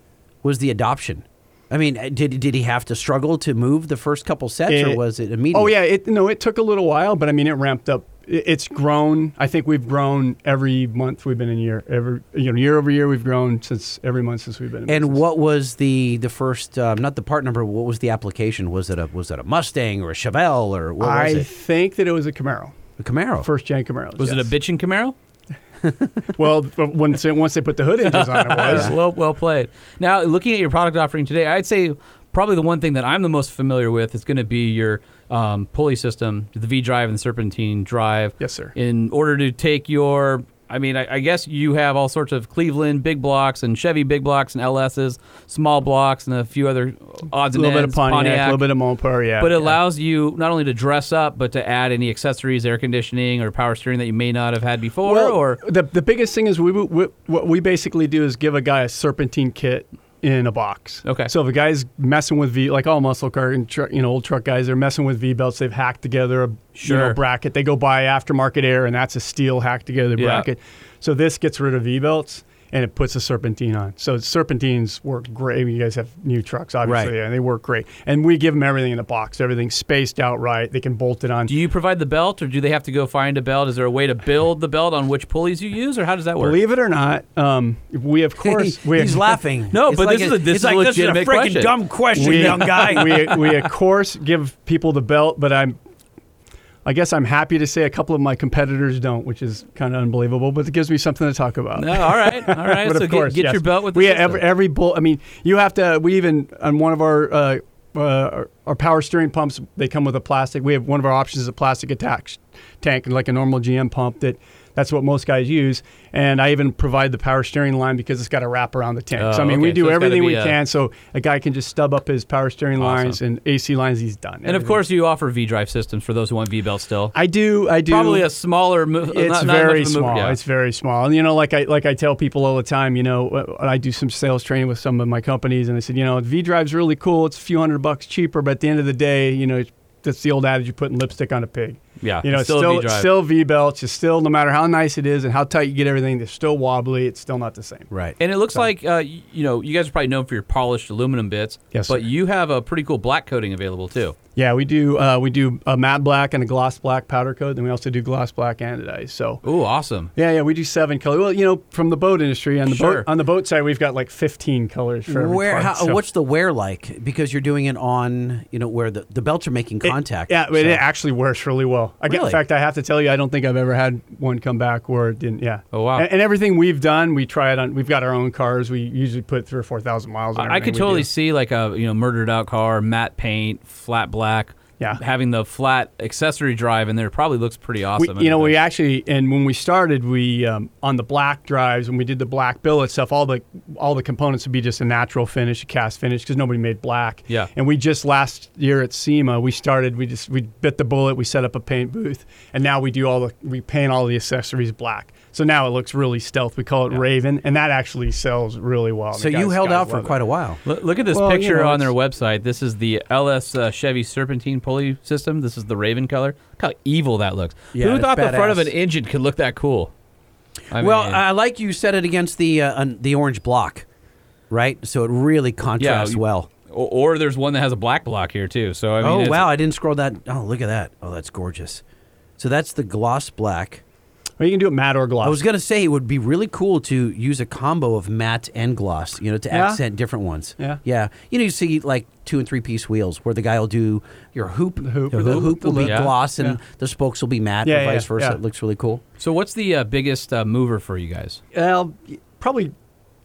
Speaker 1: was the adoption? I mean, did did he have to struggle to move the first couple sets, or
Speaker 6: It-
Speaker 1: was it immediate?
Speaker 6: Oh yeah, it no, it took a little while, but I mean, it ramped up. It- It's grown. I think we've grown every month we've been in year. Every you know, year over year, we've grown since every month since we've been. In
Speaker 1: And
Speaker 6: business.
Speaker 1: what was the the first? Um, not the part number. What was the application? Was it a was it a Mustang or a Chevelle or what
Speaker 6: I
Speaker 1: was it?
Speaker 6: think that it was a Camaro,
Speaker 1: A Camaro.
Speaker 6: first gen Camaro.
Speaker 2: Was it a bitchin' Camaro?
Speaker 6: Well, but once it, once they put the hood hinges on, it was.
Speaker 2: well, well played. Now, looking at your product offering today, I'd say probably the one thing that I'm the most familiar with is going to be your um, pulley system, the V drive and the serpentine drive.
Speaker 6: Yes, sir.
Speaker 2: In order to take your, I mean, I, I guess you have all sorts of Cleveland big blocks and Chevy big blocks and LSs, small blocks, and a few other odds
Speaker 6: A
Speaker 2: and
Speaker 6: little bit of
Speaker 2: ends,
Speaker 6: Pontiac, a little bit of Mopar, yeah.
Speaker 2: but it
Speaker 6: yeah.
Speaker 2: allows you not only to dress up, but to add any accessories, air conditioning, or power steering that you may not have had before.
Speaker 6: Well,
Speaker 2: or
Speaker 6: the the biggest thing is we, we what we basically do is give a guy a serpentine kit in a box.
Speaker 2: Okay.
Speaker 6: So if a guy's messing with V, like all muscle car and truck, you know, old truck guys, they're messing with V belts. They've hacked together a you know,
Speaker 2: Sure.
Speaker 6: bracket. They go buy aftermarket air, and that's a steel hacked together
Speaker 2: Yeah.
Speaker 6: bracket. So this gets rid of V belts and it puts a serpentine on. So serpentines work great. You guys have new trucks, obviously,
Speaker 2: Right.
Speaker 6: and they work great. And we give them everything in a box. Everything's spaced out right. They can bolt it on.
Speaker 2: Do you provide the belt, or do they have to go find a belt? Is there a way to build the belt on which pulleys you use, or how does that work?
Speaker 6: Believe it or not, um, we of course we
Speaker 1: He's laughing.
Speaker 2: No,
Speaker 1: It's
Speaker 2: but
Speaker 1: like
Speaker 2: this is a- this
Speaker 1: it's
Speaker 2: is a
Speaker 1: like, this is a freaking
Speaker 2: legitimate question.
Speaker 1: dumb question,
Speaker 6: we,
Speaker 1: young guy.
Speaker 6: we, we of course give people the belt, but I'm, I guess I'm happy to say a couple of my competitors don't, which is kind of unbelievable. But it gives me something to talk about.
Speaker 2: no, all right, all right.
Speaker 6: but
Speaker 2: so
Speaker 6: of course,
Speaker 2: get, get
Speaker 6: yes.
Speaker 2: your belt with. The
Speaker 6: we
Speaker 2: system.
Speaker 6: every, every bull. I mean, you have to. We even on one of our. Uh, uh, our- our power steering pumps they come with a plastic we have one of our options is a plastic attach tank like a normal gm pump that that's what most guys use and i even provide the power steering line because it's got a wrap around the tank so i
Speaker 2: Oh,
Speaker 6: mean we
Speaker 2: okay.
Speaker 6: do
Speaker 2: So it's gotta
Speaker 6: everything
Speaker 2: be
Speaker 6: we
Speaker 2: a-
Speaker 6: can so a guy can just stub up his power steering lines and ac lines he's done
Speaker 2: and of
Speaker 6: Everything.
Speaker 2: course, you offer V drive systems for those who want V belts still.
Speaker 6: i do i do
Speaker 2: Probably a smaller. Mo-
Speaker 6: it's
Speaker 2: Uh, not, not
Speaker 6: very
Speaker 2: much of a mo-
Speaker 6: small.
Speaker 2: yeah.
Speaker 6: It's very small. And you know, like I like I tell people all the time, you know, uh, I do some sales training with some of my companies, and I said, you know, V Drive's really cool. It's a few hundred bucks cheaper, but at the end of the day, you know, it's- that's the old adage: you're putting lipstick on a pig.
Speaker 2: Yeah,
Speaker 6: you know,
Speaker 2: it's still a
Speaker 6: still
Speaker 2: V-Drive.
Speaker 6: still V belts. It's still no matter how nice it is and how tight you get everything, they're still wobbly. It's still not the same.
Speaker 1: right.
Speaker 2: And it looks like uh, y- you know you guys are probably known for your polished aluminum bits.
Speaker 6: Yes,
Speaker 2: But
Speaker 6: sir.
Speaker 2: you have a pretty cool black coating available too.
Speaker 6: Yeah, we do uh, we do a matte black and a gloss black powder coat, and we also do gloss black anodized. So
Speaker 2: Ooh, awesome.
Speaker 6: Yeah, yeah, we do seven colors. Well, you know, from the boat industry on the
Speaker 2: Sure.
Speaker 6: boat on the boat side, we've got like fifteen colors for every
Speaker 1: Where?
Speaker 6: part,
Speaker 1: How,
Speaker 6: so-
Speaker 1: What's the wear like? Because you're doing it on, you know, where the, the belts are making
Speaker 6: It-
Speaker 1: contact.
Speaker 6: yeah, but
Speaker 1: so-
Speaker 6: it actually works really well. I get-
Speaker 1: Really?
Speaker 6: in fact, I have to tell you, I don't think I've ever had one come back where it didn't. Yeah.
Speaker 2: Oh, wow.
Speaker 6: And, and everything we've done, we try it on. We've got our own cars. We usually put three or four thousand miles. on
Speaker 2: I I could
Speaker 6: everything we
Speaker 2: totally
Speaker 6: do.
Speaker 2: see like a you know murdered out car, matte paint, flat black.
Speaker 6: Yeah.
Speaker 2: Having the flat accessory drive in there probably looks pretty
Speaker 6: We,
Speaker 2: awesome.
Speaker 6: you know, we
Speaker 2: Yeah.
Speaker 6: actually, and when we started, we um, on the black drives when we did the black billet stuff, all the all the components would be just a natural finish, a cast finish, because nobody made black.
Speaker 2: Yeah.
Speaker 6: And we just last year at SEMA, we started, we just we bit the bullet, we set up a paint booth, and now we do all the we paint all the accessories black. So now it looks really stealth. We call it Raven, and that actually sells really well.
Speaker 1: So you held out for quite a while.
Speaker 2: Lo- Look at this
Speaker 6: Well, you
Speaker 2: picture
Speaker 6: know,
Speaker 2: on their
Speaker 6: it's-
Speaker 2: website. This is the LS uh, Chevy Serpentine pulley system. This is the Raven color. Look how evil that looks.
Speaker 1: Yeah,
Speaker 2: Who
Speaker 1: it's
Speaker 2: thought the front of an
Speaker 1: badass.
Speaker 2: engine could look that cool? I
Speaker 1: well,
Speaker 2: mean-
Speaker 1: I like you said it against the uh, un- the orange block, right? So it really contrasts
Speaker 2: you-
Speaker 1: well.
Speaker 2: or, or there's one that has a black block here too. So I mean,
Speaker 1: oh
Speaker 2: it's-
Speaker 1: wow! I didn't scroll that. Oh look at that! Oh that's gorgeous. So that's the gloss black.
Speaker 6: Or you can do it matte or gloss.
Speaker 1: I was gonna say it would be really cool to use a combo of matte and gloss, you know, to
Speaker 6: Yeah.
Speaker 1: accent different ones.
Speaker 6: Yeah.
Speaker 1: yeah. You know, you see like two and three piece wheels where the guy will do your hoop, the
Speaker 6: hoop,
Speaker 1: the
Speaker 6: the
Speaker 1: hoop
Speaker 6: loop,
Speaker 1: will be
Speaker 6: the loop.
Speaker 1: gloss, and
Speaker 6: Yeah.
Speaker 1: the spokes will be matte,
Speaker 6: Yeah,
Speaker 1: or
Speaker 6: yeah,
Speaker 1: vice
Speaker 6: yeah.
Speaker 1: versa.
Speaker 6: Yeah.
Speaker 1: It looks really cool.
Speaker 2: So what's the uh, biggest uh, mover for you guys?
Speaker 6: well, probably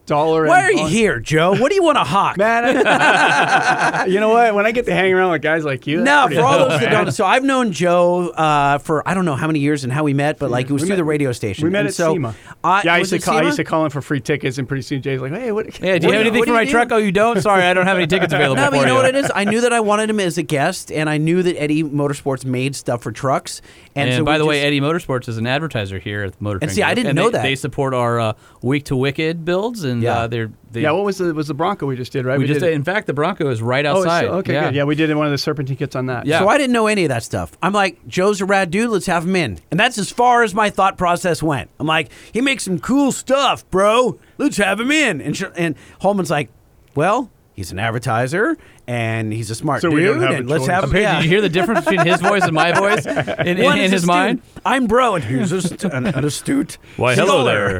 Speaker 6: dollar.
Speaker 1: uh, Why
Speaker 6: and
Speaker 1: are you
Speaker 6: bond-
Speaker 1: here, Joe? What do you want to hawk?
Speaker 6: Man, I- you know what? When I get to hang around with guys like you,
Speaker 1: No,
Speaker 6: that's
Speaker 1: for all
Speaker 6: pretty
Speaker 1: those that
Speaker 6: cool, man.
Speaker 1: don't. So I've known Joe uh, for I don't know how many years and how we met, but like it was
Speaker 6: We
Speaker 1: through
Speaker 6: met-
Speaker 1: the radio station.
Speaker 6: We met
Speaker 1: And
Speaker 6: at
Speaker 1: so
Speaker 6: SEMA.
Speaker 1: I,
Speaker 6: yeah, I
Speaker 1: was
Speaker 6: used, to
Speaker 1: it
Speaker 6: call, I
Speaker 1: SEMA?
Speaker 6: used to call in for free tickets, and pretty soon Jay's like, "Hey, what?
Speaker 2: Yeah, do you
Speaker 6: what
Speaker 2: have anything
Speaker 1: what do
Speaker 2: for my
Speaker 1: you do?
Speaker 2: truck? Oh, you don't. Sorry, I don't have any tickets available.
Speaker 1: No,
Speaker 2: for
Speaker 1: but you know what it is? I knew that I wanted him as a guest, and I knew that Eddie Motorsports made stuff for trucks. And,
Speaker 2: And,
Speaker 1: so
Speaker 2: by
Speaker 1: we
Speaker 2: the way,
Speaker 1: just-
Speaker 2: Eddie Motorsports is an advertiser here at the Motor.
Speaker 1: And
Speaker 2: Trend
Speaker 1: see, I
Speaker 2: Group.
Speaker 1: didn't
Speaker 2: And
Speaker 1: know
Speaker 2: they-
Speaker 1: that.
Speaker 2: They support our uh, week to wicked builds, and
Speaker 1: Yeah.
Speaker 2: uh, they're they,
Speaker 6: Yeah, what was the was the Bronco we just did? Right,
Speaker 2: we, just
Speaker 6: did,
Speaker 2: in fact the Bronco is right
Speaker 6: oh, it's-
Speaker 2: outside.
Speaker 6: okay,
Speaker 2: yeah.
Speaker 6: good. Yeah, we did one of the serpentine kits on that.
Speaker 2: Yeah.
Speaker 1: so I didn't know any of that stuff. I'm like, Joe's a rad dude. Let's have him in, and that's as far as my thought process went. I'm like, he makes some cool stuff, bro. Let's have him in. And sh- and Holman's like, well. He's an advertiser, and he's a smart
Speaker 6: So
Speaker 1: dude.
Speaker 6: we don't have a
Speaker 1: and let's
Speaker 6: choice.
Speaker 1: have him.
Speaker 2: Apparently,
Speaker 1: Yeah.
Speaker 2: Did you hear the difference between his voice and my voice in, in,
Speaker 1: One
Speaker 2: in
Speaker 1: is
Speaker 2: his
Speaker 1: astute.
Speaker 2: mind?
Speaker 1: I'm bro, and who's ast- an, an astute? scholar.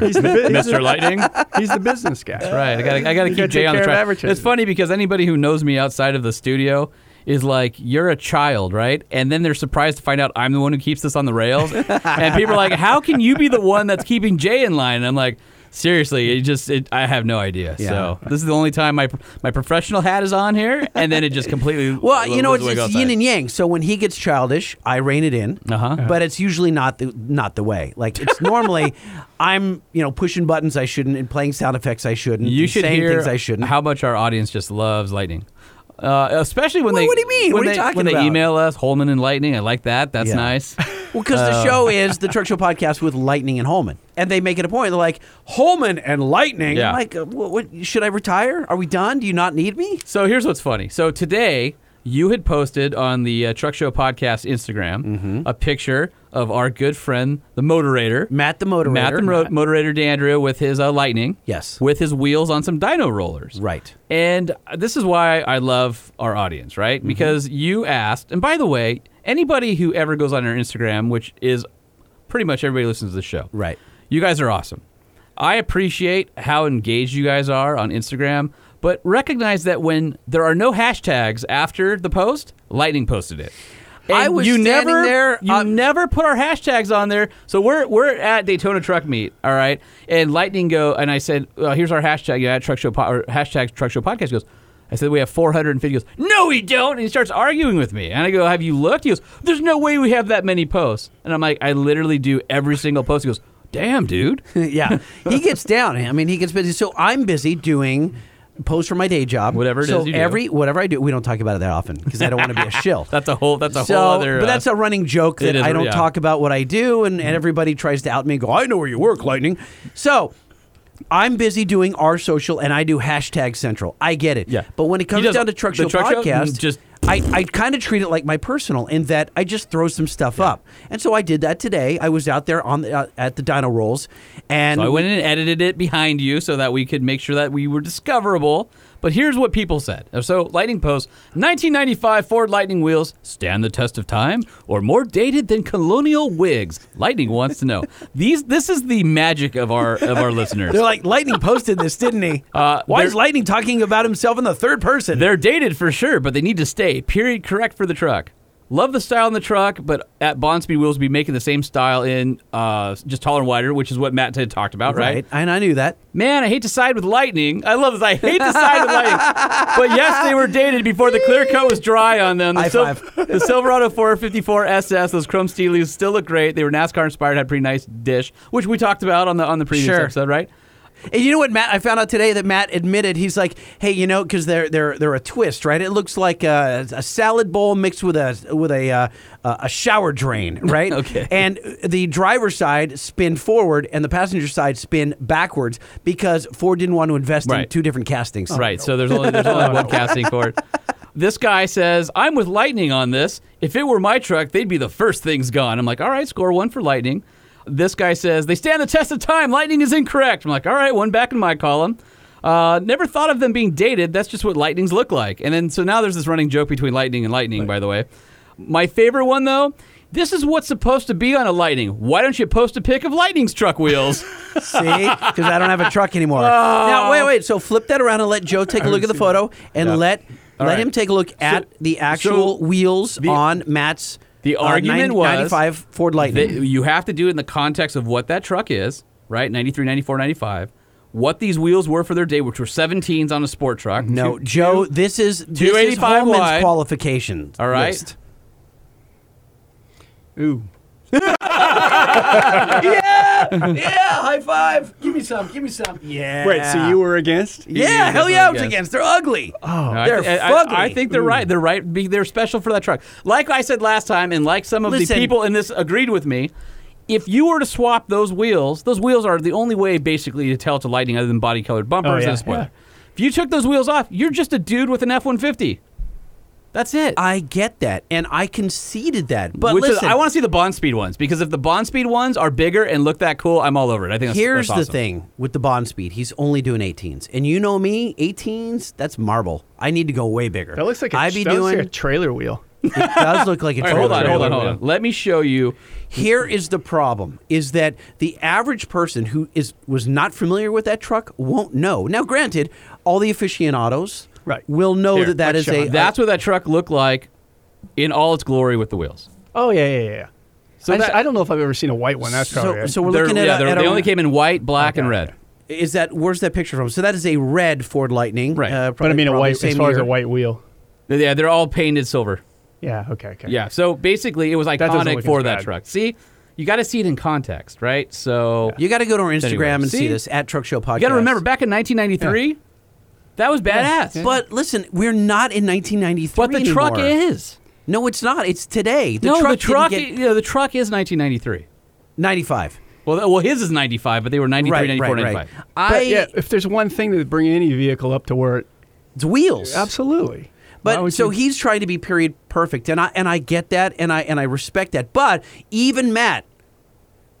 Speaker 6: He's the, bu- he's, the,
Speaker 2: Lightning.
Speaker 6: he's the business guy.
Speaker 2: Right. I gotta, I gotta
Speaker 6: You
Speaker 2: keep
Speaker 6: gotta
Speaker 2: Jay
Speaker 6: take
Speaker 2: on the
Speaker 6: care of
Speaker 2: track.
Speaker 6: advertising.
Speaker 2: It's funny because anybody who knows me outside of the studio is like, you're a child, right? And then they're surprised to find out I'm the one who keeps this on the rails. and people are like, how can you be the one that's keeping Jay in line? And I'm like, seriously, it just, it, I have no idea. So this is the only time my my professional hat is on here, and then it just completely.
Speaker 1: Well, you
Speaker 2: goes
Speaker 1: know, it's,
Speaker 2: away
Speaker 1: it's
Speaker 2: outside.
Speaker 1: yin and yang. So when he gets childish, I rein it in.
Speaker 2: Uh-huh.
Speaker 1: But it's usually not the not the way. Like it's normally, I'm you know pushing buttons I shouldn't and playing sound effects I shouldn't.
Speaker 2: You
Speaker 1: and
Speaker 2: should
Speaker 1: saying
Speaker 2: hear
Speaker 1: things I shouldn't.
Speaker 2: how much our audience just loves lightning. Uh, especially when
Speaker 1: Well,
Speaker 2: they
Speaker 1: what do you
Speaker 2: When
Speaker 1: mean? What are you
Speaker 2: they,
Speaker 1: talking
Speaker 2: when they
Speaker 1: about?
Speaker 2: email us Holman and Lightning, I like that. That's
Speaker 1: Yeah.
Speaker 2: nice.
Speaker 1: Well, because
Speaker 2: Oh.
Speaker 1: the show is the Truck Show podcast with Lightning and Holman, and they make it a point. They're like Holman and Lightning.
Speaker 2: Yeah.
Speaker 1: I'm like, uh, what, what, should I retire? Are we done? Do you not need me?
Speaker 2: So here's what's funny. So today you had posted on the uh, Truck Show Podcast Instagram
Speaker 1: Mm-hmm.
Speaker 2: a picture of our good friend, the Motorator,
Speaker 1: Matt the moderator.
Speaker 2: Matt the Mo- Motorator D'Andrea, with his uh, Lightning.
Speaker 1: Yes.
Speaker 2: With his wheels on some dyno rollers.
Speaker 1: Right.
Speaker 2: And this is why I love our audience, right?
Speaker 1: Mm-hmm.
Speaker 2: Because you asked, and by the way, anybody who ever goes on our Instagram, which is pretty much everybody who listens to the show,
Speaker 1: Right.
Speaker 2: You guys are awesome. I appreciate how engaged you guys are on Instagram, but recognize that when there are no hashtags after the post, Lightning posted it.
Speaker 1: I
Speaker 2: And
Speaker 1: was
Speaker 2: you
Speaker 1: standing
Speaker 2: never,
Speaker 1: there,
Speaker 2: You
Speaker 1: um,
Speaker 2: never put our hashtags on there. So we're we're at Daytona Truck Meet, all right. And Lightning go and I said, well, "Here's our hashtag. Yeah, Truck Show po- or hashtag Truck Show Podcast." He goes. I said we have 450. He goes, no, we don't. And he starts arguing with me. And I go, have you looked? He goes, there's no way we have that many posts. And I'm like, I literally do every single post. He goes, damn, dude.
Speaker 1: yeah, he gets down. I mean, he gets busy. So I'm busy doing posts for my day job.
Speaker 2: Whatever it
Speaker 1: so
Speaker 2: is you do.
Speaker 1: every whatever I do, we don't talk about it that often because I don't want to be a shill.
Speaker 2: That's a whole. That's a
Speaker 1: so,
Speaker 2: whole other.
Speaker 1: but
Speaker 2: uh,
Speaker 1: that's a running joke that
Speaker 2: it is,
Speaker 1: I don't
Speaker 2: yeah. Mm-hmm.
Speaker 1: talk about what I do, and, and everybody tries to out me and go, I know where you work, Lightning. So I'm busy doing our social, and I do hashtag Central. I get it.
Speaker 2: Yeah.
Speaker 1: But when it
Speaker 2: He
Speaker 1: comes
Speaker 2: does
Speaker 1: down to Truck
Speaker 2: the
Speaker 1: Show
Speaker 2: Truck Show,
Speaker 1: podcast,
Speaker 2: mm, just-
Speaker 1: I, I kind of treat it like my personal in that I just throw some stuff up. And so I did that today. I was out there on the, uh, at the Dino Rolls, and
Speaker 2: So I went in and edited it behind you so that we could make sure that we were discoverable. But here's what people said. Uh, So, Lightning Post 1995 Ford Lightning wheels stand the test of time or more dated than colonial wigs. Lightning wants to know. These this is the magic of our of our listeners.
Speaker 1: they're like, Lightning posted this, didn't he?
Speaker 2: Uh,
Speaker 1: Why
Speaker 2: they're-
Speaker 1: is Lightning talking about himself in the third person?
Speaker 2: They're dated for sure, but they need to stay. Period correct for the truck. Love the style in the truck, but at Bond Speed Wheels be making the same style in uh, just taller and wider, which is what Matt had talked about, right?
Speaker 1: And I knew that.
Speaker 2: Man, I hate to side with lightning. I love this. I hate to side with lightning. But yes, they were dated before the clear coat was dry on them. The,
Speaker 1: High
Speaker 2: Sil-
Speaker 1: five.
Speaker 2: the Silverado 454 SS, those chrome steelies still look great. They were NASCAR inspired, had a pretty nice dish, which we talked about on the on the previous
Speaker 1: Sure.
Speaker 2: episode, right?
Speaker 1: And you know what, Matt? I found out today that Matt admitted he's like, hey, you know, because they're they're they're a twist, right? It looks like a, a salad bowl mixed with a with a uh, a shower drain, right?
Speaker 2: Okay.
Speaker 1: And the driver's side spin forward, and the passenger side spin backwards because Ford didn't want to invest in
Speaker 2: Right.
Speaker 1: two different castings.
Speaker 2: Right. So there's only there's only one casting for it. This guy says, "I'm with Lightning on this. If it were my truck, they'd be the first things gone." I'm like, "All right, score one for Lightning." This guy says, "They stand the test of time. Lightning is incorrect." I'm like, "All right, one back in my column." Uh, never thought of them being dated. That's just what lightnings look like. And then so now there's this running joke between lightning and lightning. By the way, my favorite one though. This is what's supposed to be on a lightning. Why don't you post a pic of lightning's truck wheels?
Speaker 1: See, because I don't have a truck anymore.
Speaker 2: Oh.
Speaker 1: Now wait, wait. So flip that around and let Joe take a look at the photo, and let let
Speaker 2: right.
Speaker 1: him take a look at the actual wheels on Matt's.
Speaker 2: the
Speaker 1: uh,
Speaker 2: argument
Speaker 1: 90-
Speaker 2: was
Speaker 1: 95 Ford Lightning.
Speaker 2: They- you have to do it in the context of what that truck is, right? 93, 94, 95. What these wheels were for their day, which were 17s on a sport truck.
Speaker 1: No,
Speaker 2: Two-
Speaker 1: Joe, this is this is
Speaker 2: 285
Speaker 1: Holman's
Speaker 2: wide.
Speaker 1: qualification.
Speaker 2: All right.
Speaker 1: list.
Speaker 6: Ooh.
Speaker 1: Yeah, high five. Give me some. Give me some. Yeah.
Speaker 6: Wait, so you were against?
Speaker 1: Yeah, hell yeah, I was
Speaker 2: Yes.
Speaker 1: against. They're ugly. Oh,
Speaker 2: I-
Speaker 1: they're
Speaker 2: I,
Speaker 1: fugly.
Speaker 2: I, I think they're right. They're right. be- They're special for that truck. Like I said last time, and like some of
Speaker 1: Listen.
Speaker 2: the people in this agreed with me, if you were to swap those wheels, those wheels are the only way basically to tell to lightning other than body colored bumpers
Speaker 6: Oh, yeah,
Speaker 2: and a spoiler. If you took those wheels off, you're just a dude with an F 150. That's it.
Speaker 1: I get that, and I conceded that. But
Speaker 2: Which is-
Speaker 1: listen,
Speaker 2: I want to see the Bond Speed ones because if the Bond Speed ones are bigger and look that cool, I'm all over it. I think that's,
Speaker 1: Here's
Speaker 2: that's
Speaker 1: the
Speaker 2: awesome.
Speaker 1: thing with the bond speed. He's only doing 18s, and you know me, 18s. That's marble. I need to go way bigger.
Speaker 6: That looks like a,
Speaker 1: I'd be
Speaker 6: that looks
Speaker 1: doing.
Speaker 6: like a trailer wheel.
Speaker 1: it does look like a
Speaker 2: All right, hold on,
Speaker 1: trailer.
Speaker 2: hold on, hold on. Let me show you.
Speaker 1: Here is the problem: is that the average person who is was not familiar with that truck won't know. Now, granted, all the aficionados
Speaker 6: Right.
Speaker 1: will know
Speaker 6: Here,
Speaker 1: that that
Speaker 6: let's
Speaker 1: is
Speaker 6: show
Speaker 1: a
Speaker 6: it.
Speaker 2: That's what that truck looked like in all its glory with the wheels.
Speaker 6: Oh yeah, yeah, yeah, yeah.
Speaker 2: So
Speaker 6: I, just-
Speaker 2: that-
Speaker 6: I don't know if I've ever seen a white one. That's probably
Speaker 1: so,
Speaker 6: it.
Speaker 1: so we're
Speaker 2: They're-
Speaker 1: looking at,
Speaker 2: yeah,
Speaker 1: a,
Speaker 2: they're-
Speaker 1: at a-
Speaker 2: they only came in white, black, and red.
Speaker 1: is that where's that picture from? So that is a red Ford Lightning,
Speaker 2: Right. But I
Speaker 6: but I
Speaker 1: probably-
Speaker 6: mean a
Speaker 1: probably
Speaker 6: white as
Speaker 1: same
Speaker 6: far as
Speaker 1: year.
Speaker 6: a white wheel.
Speaker 2: Yeah, they're all painted silver.
Speaker 6: Yeah. Okay. Okay.
Speaker 2: Yeah. So basically, it was
Speaker 6: doesn't
Speaker 2: iconic
Speaker 6: look
Speaker 2: for
Speaker 6: as
Speaker 2: that
Speaker 6: bad.
Speaker 2: truck. See, you got to see it in context, right? So
Speaker 1: You got to go to our Instagram
Speaker 2: Anyway,
Speaker 1: and see,
Speaker 2: see?
Speaker 1: this at Truck Show Podcast.
Speaker 2: you got to remember back in 1993, that was badass.
Speaker 1: But listen, we're not in 1993.
Speaker 2: But the truck
Speaker 1: anymore.
Speaker 2: is.
Speaker 1: No, it's not. It's today. The
Speaker 2: no,
Speaker 1: truck
Speaker 2: the truck.
Speaker 1: didn't get-
Speaker 2: yeah, the truck is 1993.
Speaker 1: 95.
Speaker 2: Well, th- well, his is 95, but they were 93,
Speaker 1: Right,
Speaker 2: 94,
Speaker 1: right,
Speaker 2: 95.
Speaker 1: right. I
Speaker 6: But yeah, if there's one thing that would bring any vehicle up to where it
Speaker 1: it's wheels.
Speaker 6: absolutely. Why
Speaker 1: But
Speaker 6: would
Speaker 1: so
Speaker 6: you-
Speaker 1: he's trying to be period perfect, and I and I get that, and I and I respect that. But even Matt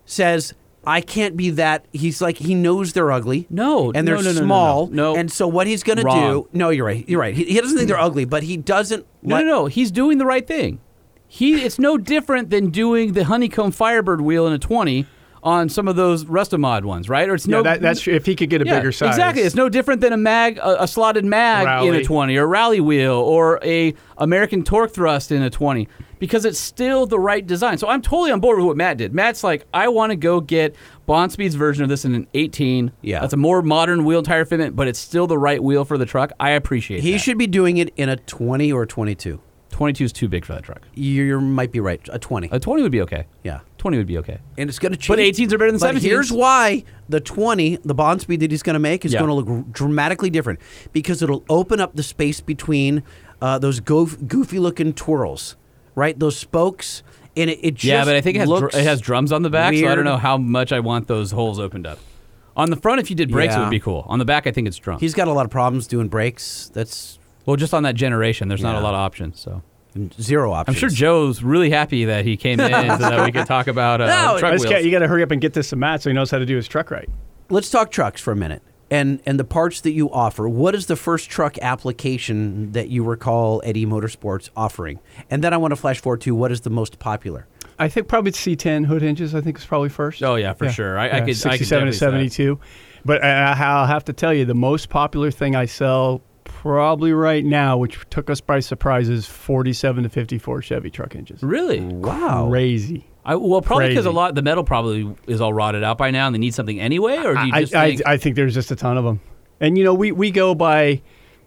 Speaker 1: says I can't be that. He's like he knows they're ugly.
Speaker 2: No,
Speaker 1: and they're
Speaker 2: no, no, no, no,
Speaker 1: small.
Speaker 2: no. No.
Speaker 1: and so what he's gonna
Speaker 2: Wrong.
Speaker 1: do? No, you're right. You're right. He, he doesn't think they're ugly, but he doesn't.
Speaker 2: No,
Speaker 1: like-
Speaker 2: no, no. He's doing the right thing. He it's no different than doing the honeycomb firebird wheel in a 20 on some of those Restamod ones, right? Or it's
Speaker 6: Yeah,
Speaker 2: no
Speaker 6: that, that's if he could get a
Speaker 2: yeah,
Speaker 6: bigger size.
Speaker 2: Exactly. It's no different than a mag a, a slotted mag in a
Speaker 6: Rally.
Speaker 2: 20 or a rally wheel or a American torque thrust in a 20 because it's still the right design. So I'm totally on board with what Matt did. Matt's like I want to go get Bond Speed's version of this in an 18.
Speaker 1: Yeah.
Speaker 2: That's a more modern wheel and tire fitment, but it's still the right wheel for the truck. I appreciate
Speaker 1: He
Speaker 2: that.
Speaker 1: should be doing it in a 20 or 22.
Speaker 2: 22 is too big for that truck.
Speaker 1: You you might be right. A 20.
Speaker 2: A 20 would be okay.
Speaker 1: yeah.
Speaker 2: 20 would be okay.
Speaker 1: and it's going to change.
Speaker 2: But 18s are better than
Speaker 1: But
Speaker 2: 17s.
Speaker 1: Here's why the 20, the bond speed that he's going to make is
Speaker 2: Yeah.
Speaker 1: going to look dramatically different because it'll open up the space between uh, those goof, goofy looking twirls, right? Those spokes, and it, it just
Speaker 2: yeah, but I think it has, dr-
Speaker 1: looks
Speaker 2: it has drums on the back, so I
Speaker 1: weird.
Speaker 2: don't know how much I want those holes opened up. On the front, if you did brakes, it
Speaker 1: Yeah.
Speaker 2: would be cool. On the back, I think it's drums.
Speaker 1: He's got a lot of problems doing brakes. That's
Speaker 2: well, just on that generation, there's not a
Speaker 1: Yeah.
Speaker 2: lot of options. So
Speaker 1: zero
Speaker 2: I'm
Speaker 1: options.
Speaker 2: sure Joe's really happy that he came in so that we could talk about uh,
Speaker 1: No,
Speaker 2: truck
Speaker 6: I just
Speaker 2: wheels.
Speaker 6: can't- you got to hurry up and get this to Matt so he knows how to do his truck right.
Speaker 1: Let's talk trucks for a minute. And, and the parts that you offer, what is the first truck application that you recall Eddie Motorsports offering? And then I want to flash forward to what is the most popular?
Speaker 6: I think probably C10 hood hinges. I think is probably first.
Speaker 2: Oh, yeah, for sure. I- I could- I could
Speaker 6: 67 to
Speaker 2: definitely see that.
Speaker 6: 72. But I, I'll have to tell you, the most popular thing I sell probably right now, which took us by surprise, is 47 to 54 Chevy truck hinges.
Speaker 2: Really?
Speaker 1: Wow.
Speaker 6: Crazy.
Speaker 2: I, well, probably because a
Speaker 6: Crazy.
Speaker 2: lot the metal probably is all rotted out by now, and they need something anyway. Or do you
Speaker 6: I,
Speaker 2: just
Speaker 6: I,
Speaker 2: think,
Speaker 6: I think there's just a ton of them. And you know, we we go by,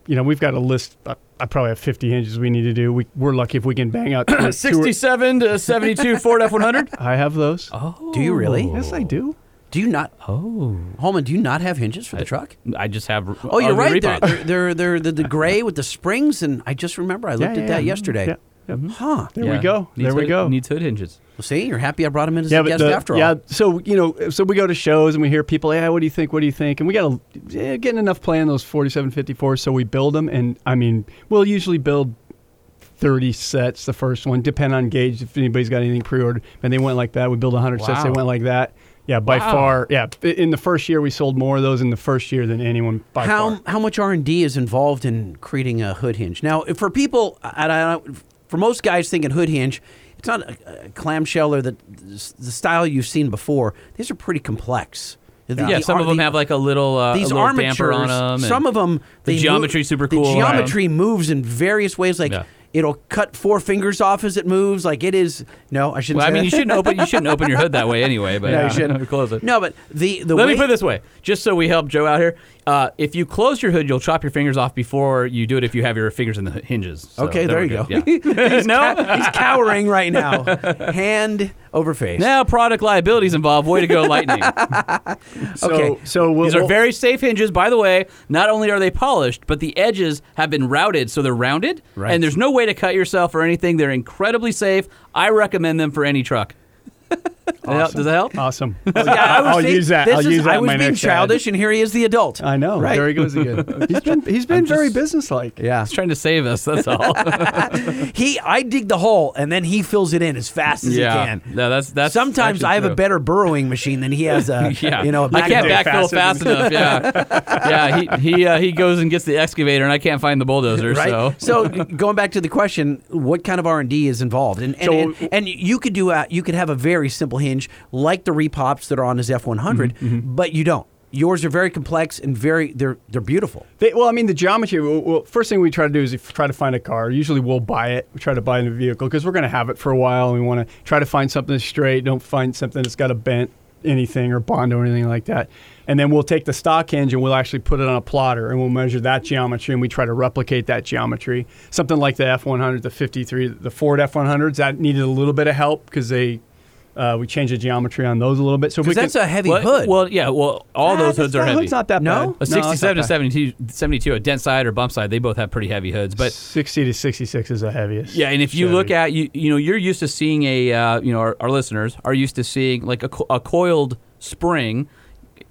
Speaker 6: you know, we've got a list. I, I probably have 50 hinges we need to do. We we're lucky if we can bang out two or- two or-
Speaker 2: 67 to 72 Ford F100?
Speaker 6: I have those.
Speaker 2: Oh,
Speaker 1: Do you really?
Speaker 6: Yes, I do.
Speaker 1: Do you not? Oh, Holman, do you not have hinges for the truck?
Speaker 2: I just have.
Speaker 1: Oh, you're right. They're,
Speaker 2: Reebok.
Speaker 1: they're, they're, they're the, the gray with the springs, and I just remember I looked
Speaker 6: Yeah,
Speaker 1: at
Speaker 6: yeah, yeah.
Speaker 1: that yesterday.
Speaker 6: Yeah, yeah. mm-hmm.
Speaker 1: Huh?
Speaker 6: There
Speaker 2: Yeah.
Speaker 6: we go.
Speaker 2: Needs
Speaker 6: there we
Speaker 2: hood-
Speaker 6: go.
Speaker 2: Needs hood hinges.
Speaker 1: See, you're happy I brought him in as a guest
Speaker 6: the-
Speaker 1: after all.
Speaker 6: yeah. So you know, so we go to shows and we hear people, yeah, what do you think? What do you think? And we got to yeah, getting enough play on those forty-seven fifty-four, so we build them. And I mean, we'll usually build thirty sets. The first one, depend on gauge if anybody's got anything pre-ordered. And they went like that. We build hundred sets. They
Speaker 2: Wow.
Speaker 6: went like that. Yeah, by
Speaker 2: Wow.
Speaker 6: far. Yeah, i- in the first year we sold more of those in the first year than anyone by
Speaker 1: How
Speaker 6: far.
Speaker 1: how much R and D is involved in creating a hood hinge? Now, if for people, and I, for most guys thinking hood hinge, it's not a, a clamshell or the the style you've seen before. These are pretty complex. The-
Speaker 2: yeah,
Speaker 1: the
Speaker 2: some
Speaker 1: ar-
Speaker 2: of them
Speaker 1: the-
Speaker 2: have like a little uh,
Speaker 1: these
Speaker 2: a little damper
Speaker 1: armatures,
Speaker 2: on them.
Speaker 1: some of them,
Speaker 2: the geometry's super cool
Speaker 1: The
Speaker 2: on
Speaker 1: geometry moves in various ways. Like
Speaker 2: Yeah.
Speaker 1: it'll cut four fingers off as it moves. Like it is. No, I shouldn't.
Speaker 2: Well,
Speaker 1: say
Speaker 2: I mean,
Speaker 1: that.
Speaker 2: you shouldn't open you shouldn't open your hood that way anyway. But
Speaker 1: No, you shouldn't
Speaker 2: close it.
Speaker 1: No, but the the
Speaker 2: Let
Speaker 1: way,
Speaker 2: me put it this way, just so we help Joe out here. Uh, if you close your hood, you'll chop your fingers off before you do it. If you have your fingers in the hinges. So
Speaker 1: Okay, there
Speaker 2: we're
Speaker 1: you
Speaker 2: good.
Speaker 1: go.
Speaker 2: Yeah.
Speaker 1: no, he's cowering right now, hand over face.
Speaker 2: now product liability is involved. Way to go, Lightning!
Speaker 6: So,
Speaker 1: okay.
Speaker 6: so we'll,
Speaker 2: These are
Speaker 6: we'll-
Speaker 2: very safe hinges. By the way, not only are they polished, but the edges have been routed, so they're rounded.
Speaker 1: Right.
Speaker 2: And there's no way to cut yourself or anything. They're incredibly safe. I recommend them for any truck. Does that help?
Speaker 6: awesome.
Speaker 1: Yeah, I was
Speaker 6: I'll
Speaker 1: saying-
Speaker 6: use that.
Speaker 1: This
Speaker 6: I'll
Speaker 1: is,
Speaker 6: use that.
Speaker 1: I
Speaker 6: in
Speaker 1: was
Speaker 6: my
Speaker 1: being
Speaker 6: next ad.
Speaker 1: childish, and here he is, the adult.
Speaker 6: I know.
Speaker 1: Right.
Speaker 6: There he goes again. he's been he's been very businesslike.
Speaker 1: yeah,
Speaker 2: He's trying to save us. That's all.
Speaker 1: he. I dig the hole, and then he fills it in as fast as
Speaker 2: yeah.
Speaker 1: he can.
Speaker 2: No, that's that's.
Speaker 1: Sometimes
Speaker 2: actually
Speaker 1: I have a
Speaker 2: true.
Speaker 1: better burrowing machine than he has. A,
Speaker 2: Yeah.
Speaker 1: you know, a
Speaker 2: I can't
Speaker 1: magnet.
Speaker 2: backfill fast enough. Yeah. yeah. He he uh, he goes and gets the excavator, and I can't find the bulldozer. So.
Speaker 1: right? So. going back to the question, what kind of R and D is involved? And and,
Speaker 6: So-
Speaker 1: and and you could do a, you could have a very simple hinge like the repops that are on his F one hundred,
Speaker 2: Mm-hmm,
Speaker 1: but you don't. Yours are very complex and very they're they're beautiful.
Speaker 6: They, well, I mean, the geometry. Well, well, first thing we try to do is if- try to find a car. Usually, we'll buy it. We try to buy a new vehicle because we're going to have it for a while, and we want to try to find something that's straight. Don't find something that's got a bent anything or bond or anything like that. And then we'll take the stock hinge and we'll actually put it on a plotter and we'll measure that geometry and we try to replicate that geometry. Something like the F100, the 53, the Ford F100s that needed a little bit of help because they Uh, we changed the geometry on those a little bit. So we
Speaker 1: Because that's
Speaker 6: can,
Speaker 1: a heavy
Speaker 2: Well,
Speaker 1: hood.
Speaker 2: Well, yeah. Well, all
Speaker 6: Ah,
Speaker 2: those
Speaker 6: that's-
Speaker 2: hoods are
Speaker 6: that
Speaker 2: heavy.
Speaker 6: hood's not that
Speaker 1: No?
Speaker 6: bad.
Speaker 2: A
Speaker 6: that's not
Speaker 2: 67 to
Speaker 6: bad.
Speaker 2: 72, 72, a dent side or bump side, they both have pretty heavy hoods. But
Speaker 6: 60 to 66 is the heaviest.
Speaker 2: Yeah, and if you
Speaker 6: Chevy.
Speaker 2: look at you, you know, you're used to seeing a, uh, you know, our, our listeners are used to seeing like a, co- a coiled spring,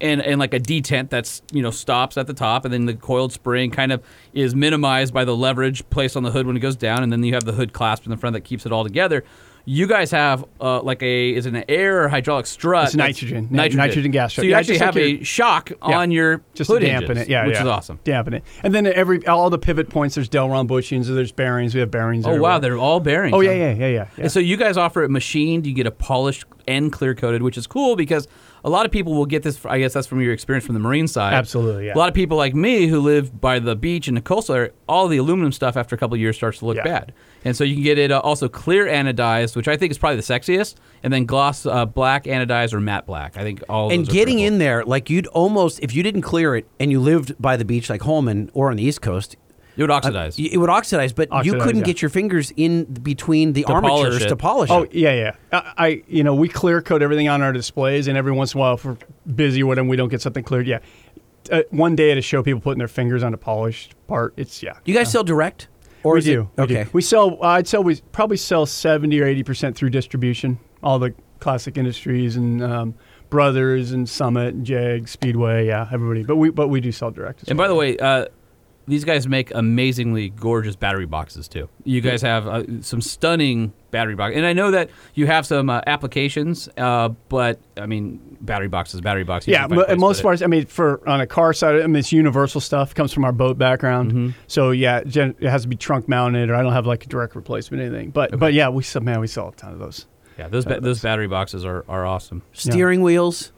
Speaker 2: and and like a detent that's you know stops at the top, and then the coiled spring kind of is minimized by the leverage placed on the hood when it goes down, and then you have the hood clasp in the front that keeps it all together. You guys have uh, like a is it an air or hydraulic strut?
Speaker 6: It's
Speaker 2: that's-
Speaker 6: nitrogen. Yeah, nitrogen gas
Speaker 2: So
Speaker 6: strut.
Speaker 2: you
Speaker 6: Yeah,
Speaker 2: actually
Speaker 6: just
Speaker 2: have
Speaker 6: like
Speaker 2: a
Speaker 6: your-
Speaker 2: shock
Speaker 6: Yeah.
Speaker 2: on your
Speaker 6: just
Speaker 2: hood
Speaker 6: to dampen
Speaker 2: hinges,
Speaker 6: it, yeah,
Speaker 2: which
Speaker 6: yeah.
Speaker 2: is awesome.
Speaker 6: Dampen it, and then every all the pivot points. There's Delron bushings, there's bearings. We have bearings.
Speaker 2: Oh wow, they're all bearings.
Speaker 6: oh yeah,
Speaker 2: huh?
Speaker 6: yeah, yeah, yeah. yeah.
Speaker 2: And so you guys offer it machined. You get a polished and clear coated, which is cool because a lot of people will get this. I guess that's from your experience from the marine side.
Speaker 6: Absolutely, yeah.
Speaker 2: A lot of people like me who live by the beach and the coastal area, all the aluminum stuff after a couple of years starts to look
Speaker 6: Yeah.
Speaker 2: bad. And so you can get it uh, also clear anodized, which I think is probably the sexiest, and then gloss uh, black anodized or matte black. I think all. of
Speaker 1: and
Speaker 2: those are
Speaker 1: getting
Speaker 2: pretty cool.
Speaker 1: in there, like you'd almost, if you didn't clear it and you lived by the beach like Holman or on the East Coast,
Speaker 2: it would
Speaker 1: uh,
Speaker 2: oxidize.
Speaker 1: it would oxidize, but you
Speaker 6: Oxidize,
Speaker 1: couldn't
Speaker 6: yeah.
Speaker 1: get your fingers in between the armatures
Speaker 2: polish it.
Speaker 1: to polish
Speaker 6: Oh
Speaker 1: it.
Speaker 6: yeah, yeah. I, I you know we clear coat everything on our displays, and every once in a while, if we're busy or whatever, we don't get something cleared. Yeah, uh, one day at a show, people putting their fingers on a polished part. It's yeah.
Speaker 1: You guys sell direct? Or
Speaker 6: we
Speaker 1: is it-
Speaker 6: do. we do.
Speaker 1: okay.
Speaker 6: We sell. I'd sell. We probably sell seventy or eighty percent through distribution. All the classic industries and um, brothers and Summit, and Jag, Speedway. Yeah, everybody. But we but we do sell direct. As
Speaker 2: And by
Speaker 6: well.
Speaker 2: the way, uh, these guys make amazingly gorgeous battery boxes too. You guys have uh, some stunning battery box, and I know that you have some uh, applications, uh, but I mean, battery boxes, battery boxes.
Speaker 6: Yeah, mo- and most parts. I mean, for on a car side, I mean, it's universal stuff. Comes from our boat background, so yeah, gen- it has to be trunk mounted, or I don't have like a direct replacement or anything. But but yeah, we sell man, we sell a ton of those.
Speaker 2: yeah, those ba- those battery boxes are, are awesome.
Speaker 1: Steering wheels.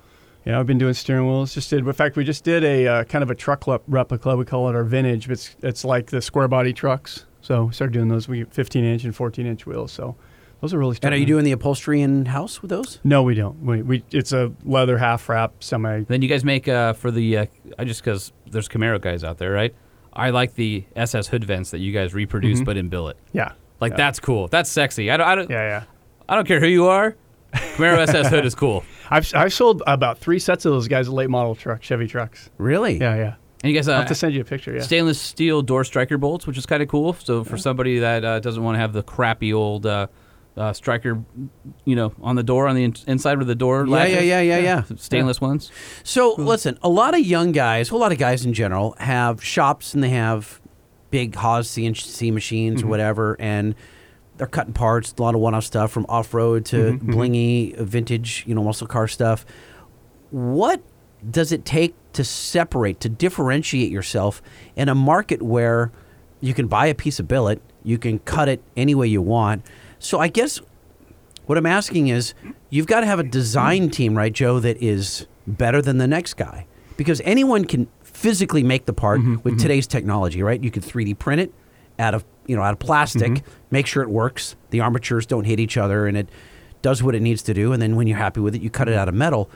Speaker 6: Yeah, I've been doing steering wheels. Just did. In fact, we just did a uh, kind of a truck le- replica. We call it our vintage. But it's it's like the square body trucks. So we started doing those. We get 15 inch and 14 inch wheels. So those are really.
Speaker 1: And are
Speaker 6: starting
Speaker 1: you
Speaker 6: to-
Speaker 1: doing the upholstery in house with those?
Speaker 6: No, we don't. We, we it's a leather half wrap semi.
Speaker 2: Then you guys make uh, for the uh, I just because there's Camaro guys out there, right? I like the SS hood vents that you guys reproduce, but in billet.
Speaker 6: Yeah,
Speaker 2: Like
Speaker 6: Mm-hmm. yeah.
Speaker 2: that's cool. That's sexy. I don't. I don't,
Speaker 6: Yeah, yeah.
Speaker 2: I don't care who you are. Camaro SS hood is cool.
Speaker 6: I've I've sold about three sets of those guys late model truck Chevy trucks.
Speaker 1: Really?
Speaker 6: Yeah, yeah.
Speaker 2: And you guys
Speaker 6: I'll
Speaker 2: uh,
Speaker 6: have to send you a picture. Yeah.
Speaker 2: stainless steel door striker bolts, which is kind of cool. So for somebody that uh, doesn't want to have the crappy old uh, uh, striker, you know, on the door on the in- inside of the door.
Speaker 1: Yeah, yeah, yeah, yeah, yeah.
Speaker 2: Stainless ones.
Speaker 1: So listen, a lot of young guys, a lot of guys in general, have shops and they have big Haas CNC machines or whatever, and they're cutting parts, a lot of one-off stuff from off-road to blingy vintage, you know, muscle car stuff. What does it take to separate, to differentiate yourself in a market where you can buy a piece of billet, you can cut it any way you want? So I guess what I'm asking is, you've got to have a design team, right, Joe, that is better than the next guy. Because anyone can physically make the part with today's technology, right? You can 3D print it out of you know out of plastic, make sure it works. The armatures don't hit each other, and it does what it needs to do. And then when you're happy with it, you cut it out of metal.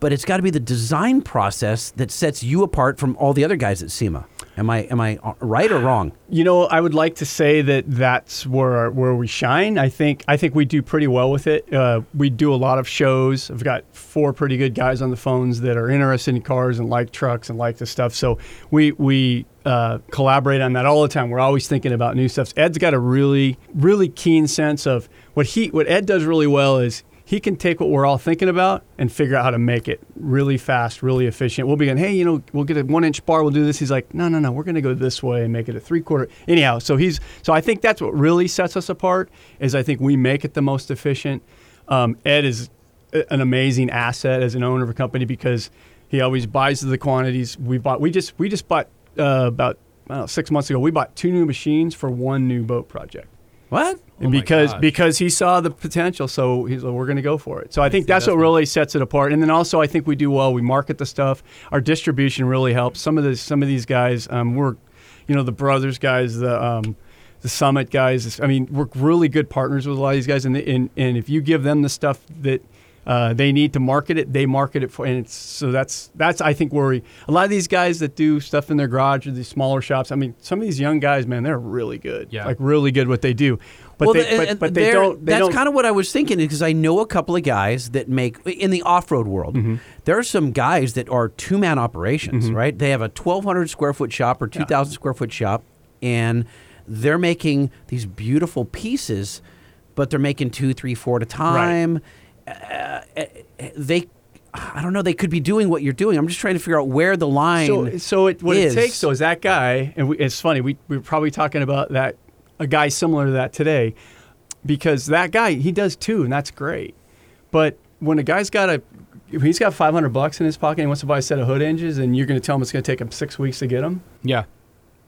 Speaker 1: But it's got to be the design process that sets you apart from all the other guys at SEMA. Am I am I uh, right or wrong?
Speaker 6: You know, I would like to say that that's where where we shine. I think I think we do pretty well with it. Uh, we do a lot of shows. I've got four pretty good guys on the phones that are interested in cars and like trucks and like the stuff. So we we uh, collaborate on that all the time. We're always thinking about new stuff. Ed's got a really really keen sense of what he what Ed does really well is he can take what we're all thinking about and figure out how to make it really fast, really efficient. We'll be going, hey, you know, we'll get a one inch bar, we'll do this. He's like, no, no, no, we're going to go this way and make it a three quarter. Anyhow, so he's, so I think that's what really sets us apart is I think we make it the most efficient. Um, Ed is a- an amazing asset as an owner of a company because he always buys the quantities we bought. We just, we just bought uh, about I don't know, six months ago, we bought two new machines for one new boat project
Speaker 1: What?
Speaker 6: and
Speaker 2: my
Speaker 6: because
Speaker 2: gosh.
Speaker 6: because he saw the potential, so he's like, we're going to go for it. So I think that's what really sets it apart. And then also, I think we do well. We market the stuff. Our distribution really helps. Some of the some of these guys, um, we're, you know, the brothers guys, the um, the summit guys. I mean, we're really good partners with a lot of these guys. And and, and if you give them the stuff that Uh, they need to market it. They market it for, and it's, so that's that's I think where we, a lot of these guys that do stuff in their garage or these smaller shops. I mean, some of these young guys, man, they're really good.
Speaker 10: Yeah.
Speaker 6: like really good what they do. But
Speaker 1: well,
Speaker 6: they,
Speaker 1: th-
Speaker 6: but,
Speaker 1: and
Speaker 6: but they
Speaker 1: there-
Speaker 6: don't. They
Speaker 1: that's
Speaker 6: don't,
Speaker 1: kind of what I was thinking because I know a couple of guys that make in the off-road world.
Speaker 6: Mm-hmm.
Speaker 1: There are some guys that are two-man operations, right? They have a 1,200 square foot shop or 2,000 square foot shop, and they're making these beautiful pieces, but they're making two, three, four at a time. Uh, uh, they, I don't know. They could be doing what you're doing. I'm just trying to figure out where the line.
Speaker 6: So, so it, what
Speaker 1: is.
Speaker 6: it takes though is that guy, and we, it's funny. We, we were probably talking about that a guy similar to that today, because that guy he does too, and that's great. But when a guy's got a, if he's got five hundred bucks in his pocket and he wants to buy a set of hood hinges, and you're going to tell him it's going to take him six weeks to get them.
Speaker 10: Yeah.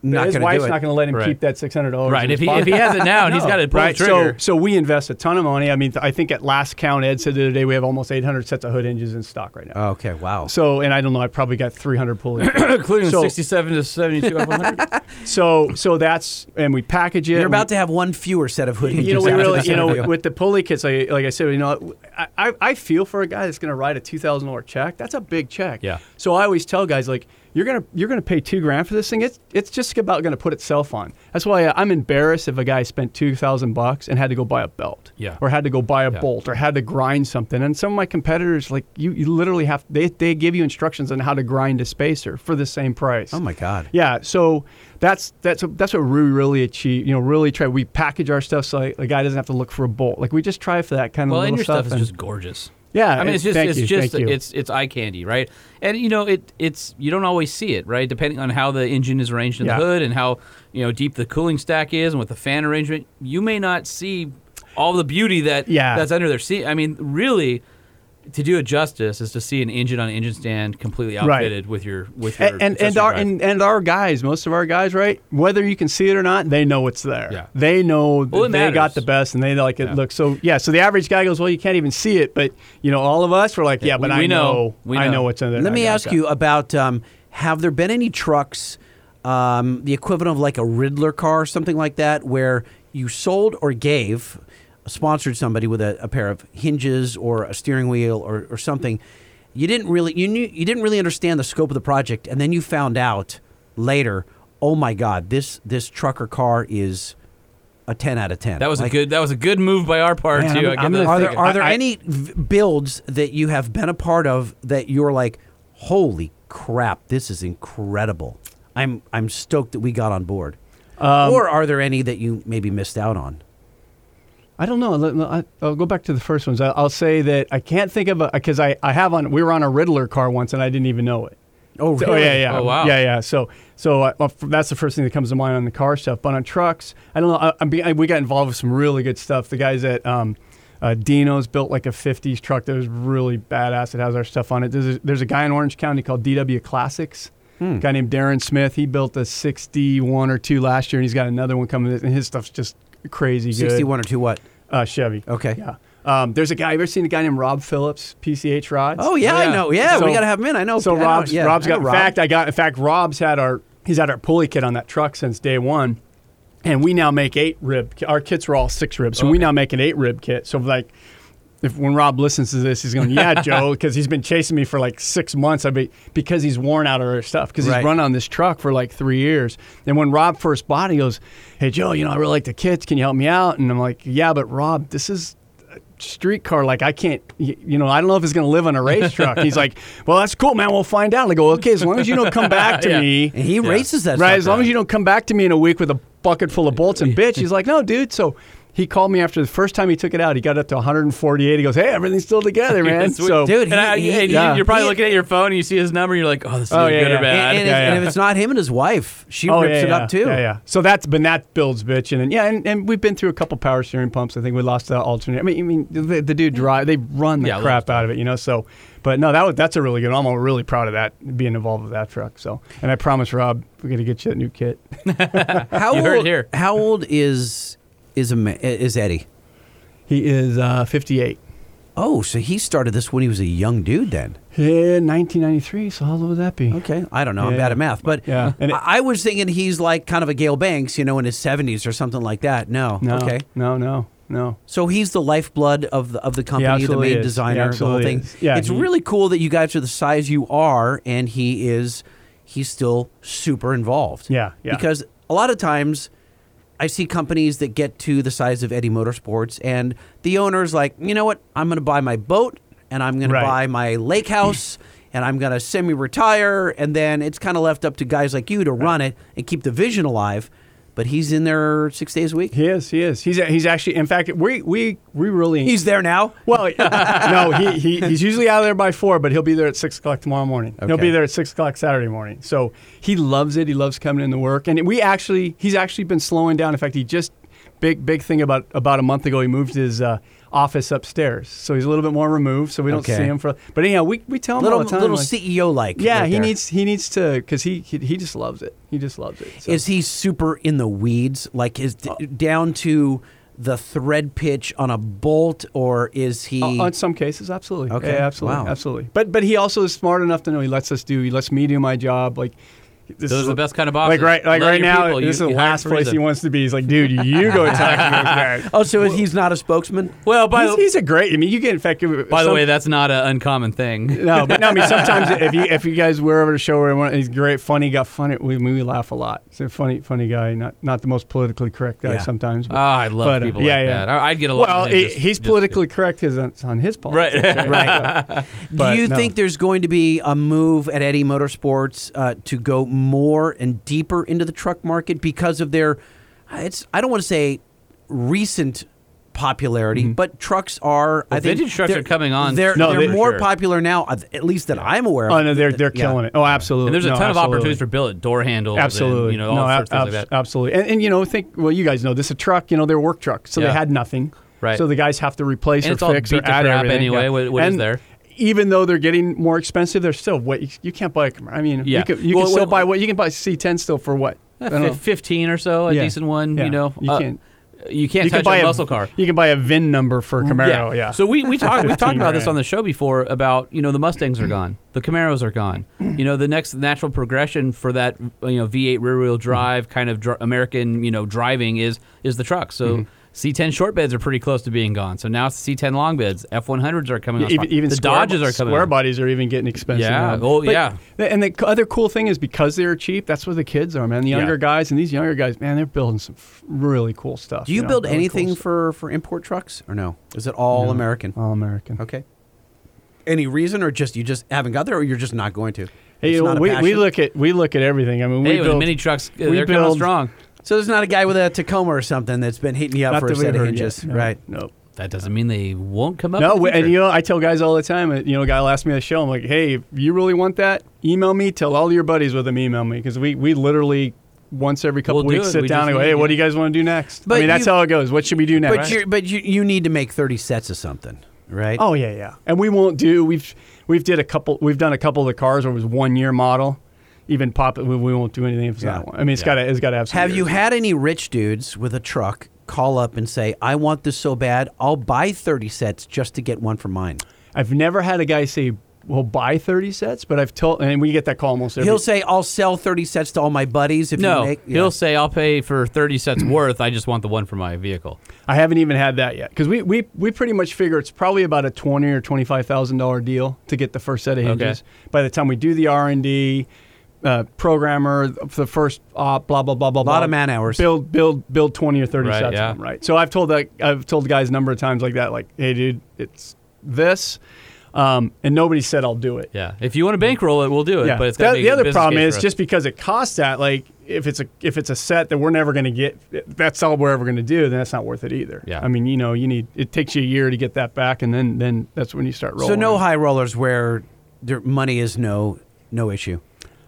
Speaker 1: not
Speaker 6: his
Speaker 1: gonna do
Speaker 6: wife's
Speaker 1: it.
Speaker 6: not going to let him
Speaker 10: Right.
Speaker 6: keep that six hundred dollars.
Speaker 10: Right.
Speaker 6: in
Speaker 10: If
Speaker 6: his
Speaker 10: he, if he
Speaker 6: pocket.
Speaker 10: has it now and he's
Speaker 6: No.
Speaker 10: got it pull
Speaker 6: right.
Speaker 10: the trigger.
Speaker 6: So, so we invest a ton of money. I mean, I think at last count, Ed said the other day we have almost 800 sets of hood hinges in stock right now.
Speaker 1: Okay. Wow.
Speaker 6: So, and I don't know, I probably got 300 pulleys.
Speaker 10: including
Speaker 6: so-
Speaker 10: 67 to 72 F100.
Speaker 6: So so that's and we package it.
Speaker 1: you're
Speaker 6: and we-
Speaker 1: about to have one fewer set of hood hinges.
Speaker 6: you know, we
Speaker 1: after
Speaker 6: really,
Speaker 1: this
Speaker 6: you know,
Speaker 1: interview.
Speaker 6: with the pulley kits, I, like I said, you know, I, I, I feel for a guy that's going to write a two thousand dollar check. That's a big check.
Speaker 10: Yeah.
Speaker 6: So I always tell guys like, you're gonna you're gonna pay two grand for this thing. It's it's just about going to put itself on. That's why I'm embarrassed if a guy spent two thousand bucks and had to go buy a belt.
Speaker 10: Yeah.
Speaker 6: Or had to go buy a
Speaker 10: Yeah.
Speaker 6: bolt or had to grind something. And some of my competitors, like you, you literally have they they give you instructions on how to grind a spacer for the same price.
Speaker 1: oh my God.
Speaker 6: Yeah, so that's that's that's what we really achieve. You know, really try. We package our stuff so like, the guy doesn't have to look for a bolt. Like we just try for that kind of
Speaker 10: well,
Speaker 6: little
Speaker 10: and your stuff,
Speaker 6: and-
Speaker 10: is just gorgeous.
Speaker 6: Yeah,
Speaker 10: I mean,
Speaker 6: it-
Speaker 10: it's just,
Speaker 6: thank
Speaker 10: it's
Speaker 6: you,
Speaker 10: just,
Speaker 6: thank you.
Speaker 10: it's, it's eye candy, right? And you know, it, it's, you don't always see it, right? Depending on how the engine is arranged in
Speaker 6: Yeah.
Speaker 10: the hood and how, you know, deep the cooling stack is and what the fan arrangement, you may not see all the beauty that,
Speaker 6: Yeah.
Speaker 10: that's under there. See, I mean, really, to do it justice is to see an engine on an engine stand completely
Speaker 6: Right.
Speaker 10: outfitted with your, with your,
Speaker 6: and and, and
Speaker 10: accessory
Speaker 6: our
Speaker 10: drive.
Speaker 6: and, and our guys, most of our guys, right? Whether you can see it or not, they know it's there.
Speaker 10: Yeah.
Speaker 6: They know
Speaker 10: Well, it
Speaker 6: that they
Speaker 10: matters.
Speaker 6: got the best, and they like it
Speaker 10: Yeah.
Speaker 6: looks so. Yeah, so the average guy goes, "Well, you can't even see it," but you know, all of us were like, "Yeah, but
Speaker 10: we-
Speaker 6: I
Speaker 10: we know. We
Speaker 6: I
Speaker 10: know.
Speaker 6: know what's in there."
Speaker 1: Let
Speaker 6: I
Speaker 1: me
Speaker 6: got
Speaker 1: ask
Speaker 6: that."
Speaker 1: you about um, have there been any trucks, um, the equivalent of like a Riddler car or something like that, where you sold or gave, sponsored somebody with a, a pair of hinges or a steering wheel or, or something? You didn't really you knew you didn't really understand the scope of the project, and then you found out later, oh my God, this this trucker car is a ten out of ten.
Speaker 10: that was a
Speaker 1: Like,
Speaker 10: good, that was a good move by our part
Speaker 6: Man,
Speaker 10: too.
Speaker 6: I'm-
Speaker 10: I get
Speaker 6: I'm
Speaker 10: that.
Speaker 6: gonna
Speaker 1: Are there
Speaker 6: think-
Speaker 1: are there
Speaker 6: I- I-
Speaker 1: any v- builds that you have been a part of that you're like, holy crap, this is incredible. I'm I'm stoked that we got on board.
Speaker 6: Um,
Speaker 1: or are there any that you maybe missed out on?
Speaker 6: I don't know. Let- let- I- I'll go back to the first ones. I- I'll say that I can't think of a because I, I have on. We were on a Riddler car once, and I didn't even know it.
Speaker 1: Oh,
Speaker 6: So-
Speaker 1: really?
Speaker 6: yeah, yeah,
Speaker 10: Oh, wow.
Speaker 6: yeah, yeah. So, so uh, well, f- that's the first thing that comes to mind on the car stuff. But on trucks, I don't know. I, I'm be, I, we got involved with some really good stuff. The guys at um, uh, Dino's built like a '50s truck that was really badass. It has our stuff on it. There's a, there's a guy in Orange County called DW Classics.
Speaker 1: Hmm.
Speaker 6: A guy named Darren Smith. He built a '61 or two last year, and he's got another one coming. And his stuff's just crazy good.
Speaker 1: Sixty one or two what?
Speaker 6: Uh, Chevy.
Speaker 1: Okay.
Speaker 6: Yeah. Um, there's a guy. You ever seen a guy named Rob Phillips, PCH Rods?
Speaker 1: Oh yeah, I
Speaker 10: yeah.
Speaker 1: know. Yeah, we
Speaker 6: So-
Speaker 1: gotta have them in. I know.
Speaker 6: So
Speaker 1: I know-
Speaker 6: Rob's
Speaker 1: yeah,
Speaker 6: Rob's
Speaker 1: I know
Speaker 6: got. In
Speaker 1: Rob.
Speaker 6: fact, I got. In fact, Rob's had our. He's had our pulley kit on that truck since day one, and we now make eight rib. ki- Our kits were all six ribs, so we now make an eight rib kit. So like, if when Rob listens to this, he's going, "Yeah, Joe," because he's been chasing me for like six months. I be because he's worn out of our stuff because
Speaker 1: Right.
Speaker 6: he's run on this truck for like three years. And when Rob first bought, it, he goes, "Hey, Joe, you know I really like the kits. Can you help me out?" And I'm like, "Yeah, but Rob, this is." a Street car, like I can't, y- you know, I don't know if it's going to live on a race truck. He's like, "Well, that's cool, man. We'll find out." And I go, "Okay, as long as you don't come back to
Speaker 10: Yeah.
Speaker 6: me,
Speaker 1: and he races that
Speaker 6: Right,
Speaker 1: sucker.
Speaker 6: as long as you don't come back to me in a week with a bucket full of bolts and bitch. He's like, no, dude. So he called me after the first time he took it out. He got up to 148. He goes, hey, everything's still together, man.
Speaker 10: Sweet.
Speaker 6: so,
Speaker 1: Dude,
Speaker 10: and I,
Speaker 1: he-
Speaker 10: and
Speaker 1: he-
Speaker 10: you-
Speaker 6: yeah.
Speaker 10: you're probably looking at your phone and you see his number. You're like, oh, this is
Speaker 6: Oh,
Speaker 10: either
Speaker 6: yeah,
Speaker 10: good
Speaker 6: yeah.
Speaker 10: or bad.
Speaker 1: and, and,
Speaker 6: Yeah,
Speaker 1: if, and
Speaker 6: yeah.
Speaker 1: if it's not him and his wife, she rips it up too.
Speaker 6: Oh, Yeah, yeah. So that's been that builds bitch, and then, yeah, and, and we've been through a couple power steering pumps. I think we lost the alternator. I mean, I mean, the, the dude drive, they run the
Speaker 10: Yeah,
Speaker 6: crap out of it, you know. So, but no, that was that's a really good. one. I'm really proud of that being involved with that truck. So, and I promise Rob, we're gonna get you that new kit.
Speaker 1: How
Speaker 10: You
Speaker 1: old?
Speaker 10: heard it here.
Speaker 1: How old is is a ma- is Eddie?
Speaker 6: He is uh, 58.
Speaker 1: Oh, so he started this when he was a young dude then.
Speaker 6: Yeah, 1993. So how old would that be?
Speaker 1: Okay, I don't know. I'm
Speaker 6: Yeah.
Speaker 1: bad at math, but
Speaker 6: Yeah. And it-
Speaker 1: I, I was thinking he's like kind of a Gail Banks, you know, in his 70s or something like that. No,
Speaker 6: No,
Speaker 1: okay,
Speaker 6: no, no. no.
Speaker 1: So he's the lifeblood of the of the company, the
Speaker 6: absolutely
Speaker 1: main
Speaker 6: is. He
Speaker 1: designer, the whole
Speaker 6: absolutely
Speaker 1: thing.
Speaker 6: is. Yeah,
Speaker 1: it's
Speaker 6: he-
Speaker 1: really cool that you guys are the size you are, and he is he's still super involved.
Speaker 6: Yeah, yeah.
Speaker 1: Because a lot of times, I see companies that get to the size of Eddie Motorsports, and the owner's like, you know what, I'm going to buy my boat, and I'm going
Speaker 6: Right.
Speaker 1: to buy my lake house. And I'm gonna semi-retire, and then it's kind of left up to guys like you to run it and keep the vision alive. But he's in there six days a week.
Speaker 6: He is. He is. He's he's actually. In fact, we we we really.
Speaker 1: He's there now.
Speaker 6: well. no, he, he he's usually out of there by four, but he'll be there at six o'clock tomorrow morning. He'll
Speaker 1: Okay.
Speaker 6: be there at six o'clock Saturday morning. So he loves it. He loves coming into work, and we actually he's actually been slowing down. In fact, he just big big thing about about a month ago. He moved his. Uh, Office upstairs, so he's a little bit more removed, so we don't
Speaker 1: Okay.
Speaker 6: see him for. But anyhow, we, we tell him
Speaker 1: little
Speaker 6: all the time.
Speaker 1: little E
Speaker 6: like-
Speaker 1: CEO like.
Speaker 6: yeah, he needs he needs to because he, he he just loves it. He just loves it. So.
Speaker 1: Is he super in the weeds? Like is
Speaker 6: Uh,
Speaker 1: d- down to the thread pitch on a bolt, or is he?
Speaker 6: Uh, on some cases, absolutely.
Speaker 1: Okay.
Speaker 6: Yeah, absolutely,
Speaker 1: Wow.
Speaker 6: absolutely. But but he also is smart enough to know he lets us do. He lets me do my job. Like this
Speaker 2: Those
Speaker 6: is
Speaker 2: are the
Speaker 6: a-
Speaker 2: best kind of bosses.
Speaker 6: Like right, like
Speaker 2: Let
Speaker 6: right
Speaker 2: your
Speaker 6: now,
Speaker 2: people- you-
Speaker 6: this is the
Speaker 2: you hire
Speaker 6: last
Speaker 2: for a
Speaker 6: place he
Speaker 2: reason.
Speaker 6: wants to be. He's like, dude, you go talk to those guys.
Speaker 1: oh, so he's not a spokesman.
Speaker 2: Well, by
Speaker 6: He's,
Speaker 2: the,
Speaker 6: he's a great. I mean, you get in fact.
Speaker 2: by the way, that's not an uncommon thing.
Speaker 6: no, but no. I mean, sometimes if you if you guys were ever to show where one- he's great, funny, got funny. We, we laugh a lot. He's a funny, funny guy. Not not the most politically correct guy
Speaker 1: Yeah.
Speaker 6: sometimes. But,
Speaker 2: Ah, I love
Speaker 6: but, uh,
Speaker 2: people
Speaker 6: yeah,
Speaker 2: like
Speaker 6: yeah.
Speaker 2: that. I- I'd get a lot.
Speaker 6: well,
Speaker 2: of them
Speaker 6: he-
Speaker 2: just-
Speaker 6: he's
Speaker 2: just-
Speaker 6: politically correct because it's on his politics. Right, right.
Speaker 1: Do
Speaker 6: But
Speaker 1: you
Speaker 6: no.
Speaker 1: think there's going to be a move at Eddie Motorsports uh, to go more and deeper into the truck market because of their? It's I don't want to say recent popularity, but trucks are. I think
Speaker 2: vintage trucks
Speaker 1: they're-
Speaker 2: are coming on
Speaker 1: They're,
Speaker 6: Mm-hmm. No,
Speaker 1: they're
Speaker 6: they-
Speaker 1: more
Speaker 2: for sure.
Speaker 1: popular now, at least that I'm aware of.
Speaker 6: Oh no, they're they're
Speaker 1: Yeah.
Speaker 6: killing it. Oh, absolutely.
Speaker 2: And there's a
Speaker 6: No,
Speaker 2: ton of
Speaker 6: absolutely.
Speaker 2: opportunities for billet door handles. and,
Speaker 6: Absolutely,
Speaker 2: you know all
Speaker 6: no,
Speaker 2: sorts of things
Speaker 6: ab-
Speaker 2: like that.
Speaker 6: Absolutely, and, and you know, think well, you guys know this is a truck. You know, they're work trucks, so
Speaker 2: Yeah.
Speaker 6: they had nothing.
Speaker 2: Right.
Speaker 6: So the guys have to replace
Speaker 2: And
Speaker 6: or
Speaker 2: it's all
Speaker 6: fix
Speaker 2: beat
Speaker 6: or
Speaker 2: to
Speaker 6: add
Speaker 2: crap
Speaker 6: everything.
Speaker 2: anyway, what- what is
Speaker 6: And
Speaker 2: there?
Speaker 6: Even though they're getting more expensive, they're still what you, you can't buy. a com- I mean,
Speaker 2: Yeah.
Speaker 6: you can, you
Speaker 2: Well,
Speaker 6: can still
Speaker 2: well-
Speaker 6: buy what you can buy C10 still for what? I don't know.
Speaker 2: Fif- Fifteen or so, a
Speaker 6: Yeah.
Speaker 2: decent one.
Speaker 6: Yeah.
Speaker 2: You know,
Speaker 6: You
Speaker 2: Uh,
Speaker 6: can't-
Speaker 2: you can't
Speaker 6: You
Speaker 2: touch
Speaker 6: can buy
Speaker 2: a
Speaker 6: a
Speaker 2: muscle car. Mm,
Speaker 6: You can buy a VIN number for a Camaro. Yeah.
Speaker 2: So we we talked we talked
Speaker 6: 15
Speaker 2: about this
Speaker 6: grand.
Speaker 2: on the show before about you know the Mustangs are gone, the Camaros are gone. You know the next natural progression for that you know V8 rear wheel drive kind of dr- American you know driving is is the truck. So.
Speaker 6: Mm-hmm.
Speaker 2: C10 short beds are pretty close to being gone. So now it's C10 long beds. F100s are coming. on
Speaker 6: even,
Speaker 2: strong.
Speaker 6: E-, even
Speaker 2: the
Speaker 6: square
Speaker 2: Dodges
Speaker 6: bo-
Speaker 2: are coming.
Speaker 6: Square
Speaker 2: on.
Speaker 6: bodies are even getting expensive.
Speaker 2: Yeah.
Speaker 6: Now.
Speaker 2: Oh, yeah.
Speaker 6: th- And the c- other cool thing is because they're cheap, that's where the kids are, man. The younger guys and these younger guys, man, they're building some f- really cool stuff.
Speaker 1: Do you
Speaker 6: know,
Speaker 1: build
Speaker 6: really cool
Speaker 1: anything
Speaker 6: stuff. Uh,
Speaker 1: for, for import trucks or no? Is it all American?
Speaker 6: all American?
Speaker 1: Okay. Any reason or just you just haven't got there or you're just not going to?
Speaker 6: Hey,
Speaker 1: It's not a
Speaker 6: we, we
Speaker 1: passion?
Speaker 6: look at we look at everything. I mean, we
Speaker 2: Hey, with the
Speaker 6: build
Speaker 2: mini trucks, uh,
Speaker 6: we
Speaker 2: they're coming on
Speaker 6: build-
Speaker 2: strong.
Speaker 1: So there's not a guy with a Tacoma or something that's been hitting you up
Speaker 6: not
Speaker 1: for a
Speaker 6: that we've
Speaker 1: set of
Speaker 6: heard yet.
Speaker 1: hinges,
Speaker 6: No,
Speaker 1: right?
Speaker 6: No.
Speaker 2: That doesn't mean they won't come up.
Speaker 6: No,
Speaker 2: in the
Speaker 6: we- and
Speaker 2: future.
Speaker 6: you know, I tell guys all the time. uh, You know, a guy will ask me on the show. I'm like, hey, if you really want that? Email me. Tell all your buddies with them. Email me because we we literally once every couple
Speaker 2: We'll do
Speaker 6: weeks
Speaker 2: it.
Speaker 6: sit
Speaker 2: We
Speaker 6: down
Speaker 2: just
Speaker 6: and go,
Speaker 2: need
Speaker 6: hey,
Speaker 2: to-
Speaker 6: what do you guys want to do next?
Speaker 1: But
Speaker 6: I mean, that's
Speaker 1: you-
Speaker 6: how it goes. What should we do next?
Speaker 1: But you but you you need to make 30 sets of something, right?
Speaker 6: Oh yeah, yeah. And we won't do. We've we've did a couple. We've done a couple of the cars where it was one year model. Even pop it. We, we won't do anything if it's
Speaker 1: Yeah.
Speaker 6: not one. I mean, it's got to it's got to have. Some
Speaker 1: Have
Speaker 6: years.
Speaker 1: you had any rich dudes with a truck call up and say, "I want this so bad, I'll buy 30 sets just to get one for mine."
Speaker 6: I've never had a guy say, "Well, buy thirty sets," but I've told, and we get that call almost every.
Speaker 1: He'll say, "I'll sell 30 sets to all my buddies if
Speaker 2: No,
Speaker 1: you make." yeah.
Speaker 2: he'll say I'll pay for thirty cents worth. I just want the one for my vehicle.
Speaker 6: I haven't even had that yet because we, we we pretty much figure it's probably about a twenty or twenty five thousand dollar deal to get the first set of hinges. By the time we do the R and D. Uh, programmer for the first op, blah blah blah blah. blah.
Speaker 1: of man hours.
Speaker 6: Build build build twenty or thirty
Speaker 2: Right,
Speaker 6: sets.
Speaker 2: yeah.
Speaker 6: Of them, right. So I've told that I've told guys a number of times like that. Like, hey, dude, it's this, um, and nobody said I'll do it.
Speaker 2: Yeah, if you want to bankroll it, we'll do it. But it's got
Speaker 6: That-
Speaker 2: to be
Speaker 6: the
Speaker 2: a good
Speaker 6: other
Speaker 2: business
Speaker 6: problem
Speaker 2: case
Speaker 6: is
Speaker 2: for us.
Speaker 6: just because it costs that. Like if it's a if it's a set that we're never going to get, that's all we're ever going to do. Then that's not worth it either.
Speaker 2: Yeah.
Speaker 6: I mean, you know, you need it takes you a year to get that back, and then then that's when you start rolling.
Speaker 1: So no high rollers where their money is no no issue.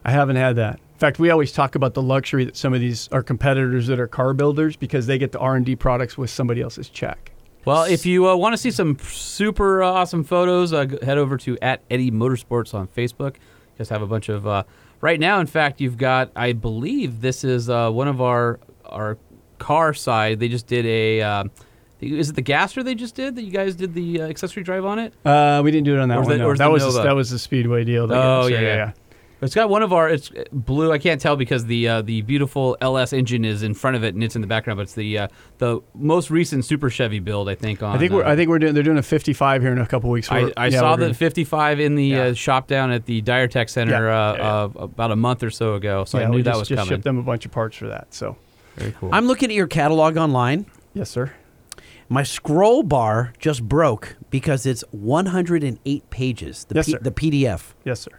Speaker 6: I haven't had that. In fact, we always talk about the luxury that some of these are competitors that are car builders because they get the R and D products with somebody else's check.
Speaker 2: well. If you uh, want to see some super uh, awesome photos, uh, g- head over to at Eddie Motorsports on Facebook. You guys have a bunch of uh, right now. In fact, you've got I believe this is uh, one of our our car side. They just did a. Um, is it the Gaster they just did that you guys did the uh, accessory drive on it?
Speaker 6: Uh, we didn't do it on that
Speaker 2: Or is
Speaker 6: one.
Speaker 2: that-
Speaker 6: no.
Speaker 2: or is
Speaker 6: that
Speaker 2: the
Speaker 6: was a,
Speaker 2: Nova?
Speaker 6: that was the Speedway deal. that
Speaker 2: Oh,
Speaker 6: got us,
Speaker 2: yeah, yeah. It's got one of our. It's uh, blue. I can't tell because the uh, the beautiful LS engine is in front of it and it's in the background. But it's the uh, the most recent Super Chevy build. I think on.
Speaker 6: I think
Speaker 2: uh,
Speaker 6: we're I think we're doing they're doing a 55 here in a couple weeks.
Speaker 2: I,
Speaker 6: We're-
Speaker 2: I
Speaker 6: yeah,
Speaker 2: saw
Speaker 6: we're
Speaker 2: the
Speaker 6: gonna-
Speaker 2: 55 in the
Speaker 6: Yeah.
Speaker 2: uh, shop down at the Dyer Tech Center
Speaker 6: Yeah.
Speaker 2: Uh,
Speaker 6: Yeah.
Speaker 2: Uh, about a month or so ago, so
Speaker 6: yeah,
Speaker 2: I knew
Speaker 6: we
Speaker 2: that
Speaker 6: just,
Speaker 2: was
Speaker 6: just
Speaker 2: coming.
Speaker 6: shipped them a bunch of parts for that. So
Speaker 2: Very cool.
Speaker 1: I'm looking at your catalog online.
Speaker 6: yes, sir.
Speaker 1: My scroll bar just broke because it's 108 pages. The,
Speaker 6: Yes, sir.
Speaker 1: the PDF.
Speaker 6: Yes, sir.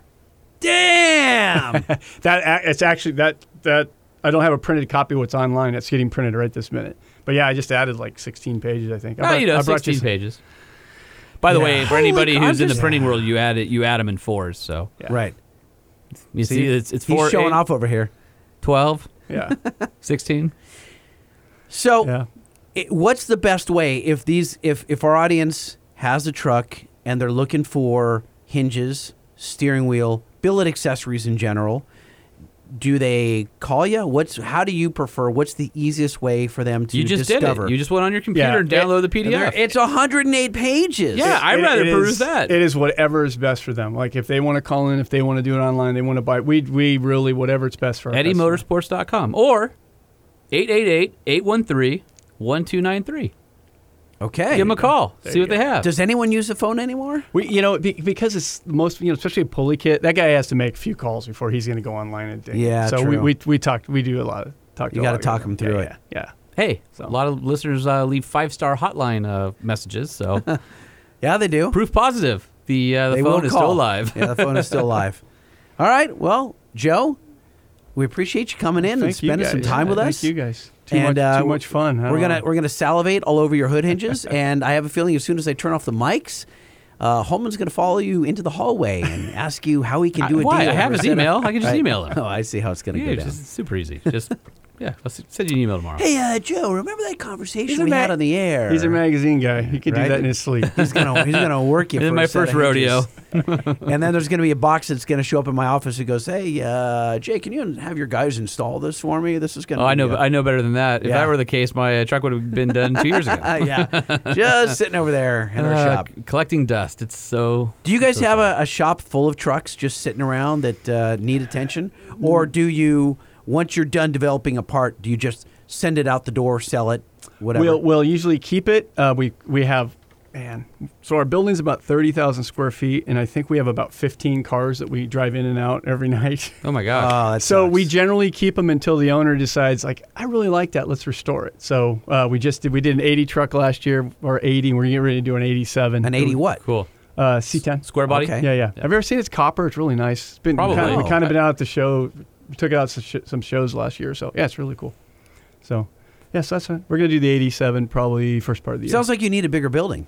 Speaker 1: Damn!
Speaker 6: That a- it's actually that that I don't have a printed copy of what's online. It's getting printed right this minute. But yeah, I just added like 16 pages. I think. I
Speaker 2: Ah,
Speaker 6: brought-
Speaker 2: you know,
Speaker 6: I brought
Speaker 2: 16
Speaker 6: some-
Speaker 2: pages. By the
Speaker 6: Yeah.
Speaker 2: way, for
Speaker 1: Holy
Speaker 2: anybody
Speaker 1: cow,
Speaker 2: who's in the
Speaker 1: just-
Speaker 2: printing world, you add it, you add them in fours. So
Speaker 6: Yeah.
Speaker 1: right.
Speaker 2: you see, it's it's
Speaker 1: He's
Speaker 2: four,
Speaker 1: showing
Speaker 2: eight,
Speaker 1: off over here.
Speaker 2: 12,
Speaker 6: Yeah,
Speaker 2: 16.
Speaker 1: So,
Speaker 6: yeah.
Speaker 1: it, what's the best way if these if if our audience has a truck and they're looking for hinges, steering wheel, billet accessories in general? Do they call you? What's how do you prefer? What's the easiest way for them to
Speaker 2: You just
Speaker 1: discover?
Speaker 2: did it. You just went on your computer
Speaker 6: Yeah.
Speaker 2: and downloaded the
Speaker 1: And there-
Speaker 2: PDF.
Speaker 1: It's 108 pages.
Speaker 2: yeah, I'd
Speaker 6: It-
Speaker 2: rather
Speaker 6: it
Speaker 2: peruse
Speaker 6: is-
Speaker 2: that.
Speaker 6: It is whatever is best for them. Like if they want to call in, if they want to do it online, they want to buy. We we really whatever it's best for. our customer.
Speaker 2: EddieMotorsports.com or 888-813-1293.
Speaker 1: Okay.
Speaker 2: Give them a call.
Speaker 6: There
Speaker 2: see
Speaker 6: you
Speaker 2: what they
Speaker 6: go.
Speaker 2: have.
Speaker 1: Does anyone use the phone anymore?
Speaker 6: We, you know, be, because it's the most, you know, especially a pulley kit. That guy has to make a few calls before he's going to go online and dig.
Speaker 1: Yeah,
Speaker 6: So we,
Speaker 1: true.
Speaker 6: we we talked. We do a lot of talk.
Speaker 1: You
Speaker 6: got
Speaker 1: gotta
Speaker 6: to a lot of
Speaker 1: talk
Speaker 6: guys.
Speaker 1: 'em through
Speaker 6: yeah,
Speaker 1: it.
Speaker 6: Yeah.
Speaker 2: hey,
Speaker 6: So-
Speaker 2: a lot of listeners uh, leave five-star hotline uh, messages, so
Speaker 1: Yeah, they do.
Speaker 2: proof positive. The, uh, the
Speaker 1: they
Speaker 2: phone
Speaker 1: will
Speaker 2: is
Speaker 1: call.
Speaker 2: still alive.
Speaker 1: yeah, the phone is still live. All right. Well, Joe, we appreciate you coming in and
Speaker 6: Thank you
Speaker 1: spending some
Speaker 6: guys.
Speaker 1: time
Speaker 6: Yeah,
Speaker 1: with
Speaker 6: thank
Speaker 1: us.
Speaker 6: you guys. Too
Speaker 1: and
Speaker 6: much.
Speaker 1: uh,
Speaker 6: too much fun. I
Speaker 1: We're
Speaker 6: don't
Speaker 1: gonna
Speaker 6: know.
Speaker 1: we're gonna salivate all over your hood hinges, and I have a feeling as soon as I turn off the mics, uh, Holman's gonna follow you into the hallway and ask you how he can do a
Speaker 2: Why?
Speaker 1: deal.
Speaker 2: I have his
Speaker 1: Instead of-
Speaker 2: email. I can just
Speaker 1: Right.
Speaker 2: email him.
Speaker 1: Oh, I see how it's gonna
Speaker 2: Yeah,
Speaker 1: go
Speaker 2: it's
Speaker 1: down.
Speaker 2: just super easy. Just yeah, I'll s- send you an email tomorrow.
Speaker 1: Hey, uh, Joe, remember that conversation
Speaker 6: a
Speaker 1: we
Speaker 6: ma-
Speaker 1: had on the air?
Speaker 6: He's a magazine guy. He could
Speaker 1: Right?
Speaker 6: do that in his sleep.
Speaker 1: He's gonna he's gonna work you.
Speaker 2: This is
Speaker 1: for
Speaker 2: my
Speaker 1: a set
Speaker 2: first
Speaker 1: of
Speaker 2: rodeo.
Speaker 1: hinges. and then there's gonna be a box that's gonna show up in my office that goes, "Hey, uh, Jay, can you have your guys install this for me? This is gonna."
Speaker 2: Oh, I
Speaker 1: be uh,
Speaker 2: know.
Speaker 1: a-
Speaker 2: I know better than that. If
Speaker 1: Yeah.
Speaker 2: that were the case, my uh, truck would have been done two years ago.
Speaker 1: Uh, yeah, just sitting over there in our
Speaker 2: Uh,
Speaker 1: shop.
Speaker 2: c- collecting dust. It's so.
Speaker 1: Do you guys
Speaker 2: so
Speaker 1: have
Speaker 2: sad.
Speaker 1: a, a shop full of trucks just sitting around that uh, need attention, or
Speaker 6: Mm.
Speaker 1: do you, once you're done developing a part, do you just send it out the door, sell it, whatever?
Speaker 6: We'll, we'll usually keep it. Uh, we we have man. So our building's about thirty thousand square feet, and I think we have about fifteen cars that we drive in and out every night.
Speaker 2: Oh my gosh.
Speaker 1: Oh, that
Speaker 6: so we
Speaker 1: sucks.
Speaker 6: generally keep them until the owner decides, like, I really like that. Let's restore it. So uh, we just did. We did an eighty truck last year, or eighty. We're getting ready to do an eighty-seven.
Speaker 1: an eighty what?
Speaker 2: cool.
Speaker 6: Uh, C10.
Speaker 2: Square body.
Speaker 1: Okay.
Speaker 6: Yeah, yeah, Have you ever seen its copper? It's really nice. It's been
Speaker 2: Eh, Probably.
Speaker 6: Kind of, we
Speaker 1: Oh.
Speaker 6: kind of been out at the show. We took it out to sh- some shows last year, so yeah, it's really cool. So, yeah, so that's fine. We're gonna do the eighty-seven probably first part of the year.
Speaker 1: Sounds like you need a bigger building.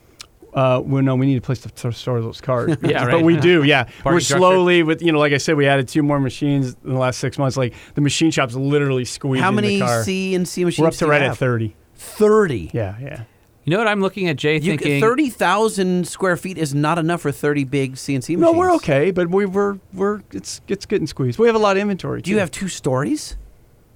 Speaker 6: Uh, well, no, we need a place to th- store those cars.
Speaker 2: Yeah,
Speaker 6: But
Speaker 2: right.
Speaker 6: we do, yeah. We're
Speaker 2: structure.
Speaker 6: slowly with, you know, like I said, we added two more machines in the last six months. Like the machine shop's literally squeezing
Speaker 1: How many
Speaker 6: the car.
Speaker 1: C and C machines?
Speaker 6: We're up to
Speaker 1: do you
Speaker 6: right at
Speaker 1: have?
Speaker 6: thirty.
Speaker 1: thirty.
Speaker 6: Yeah, yeah.
Speaker 2: You know what I'm looking at, Jay?
Speaker 1: You
Speaker 2: thinking
Speaker 1: thirty thousand square feet is not enough for thirty big CNC machines.
Speaker 6: No, we're okay, but we we're we're it's it's getting squeezed. We have a lot of inventory.
Speaker 1: Do you
Speaker 6: too.
Speaker 1: have two stories?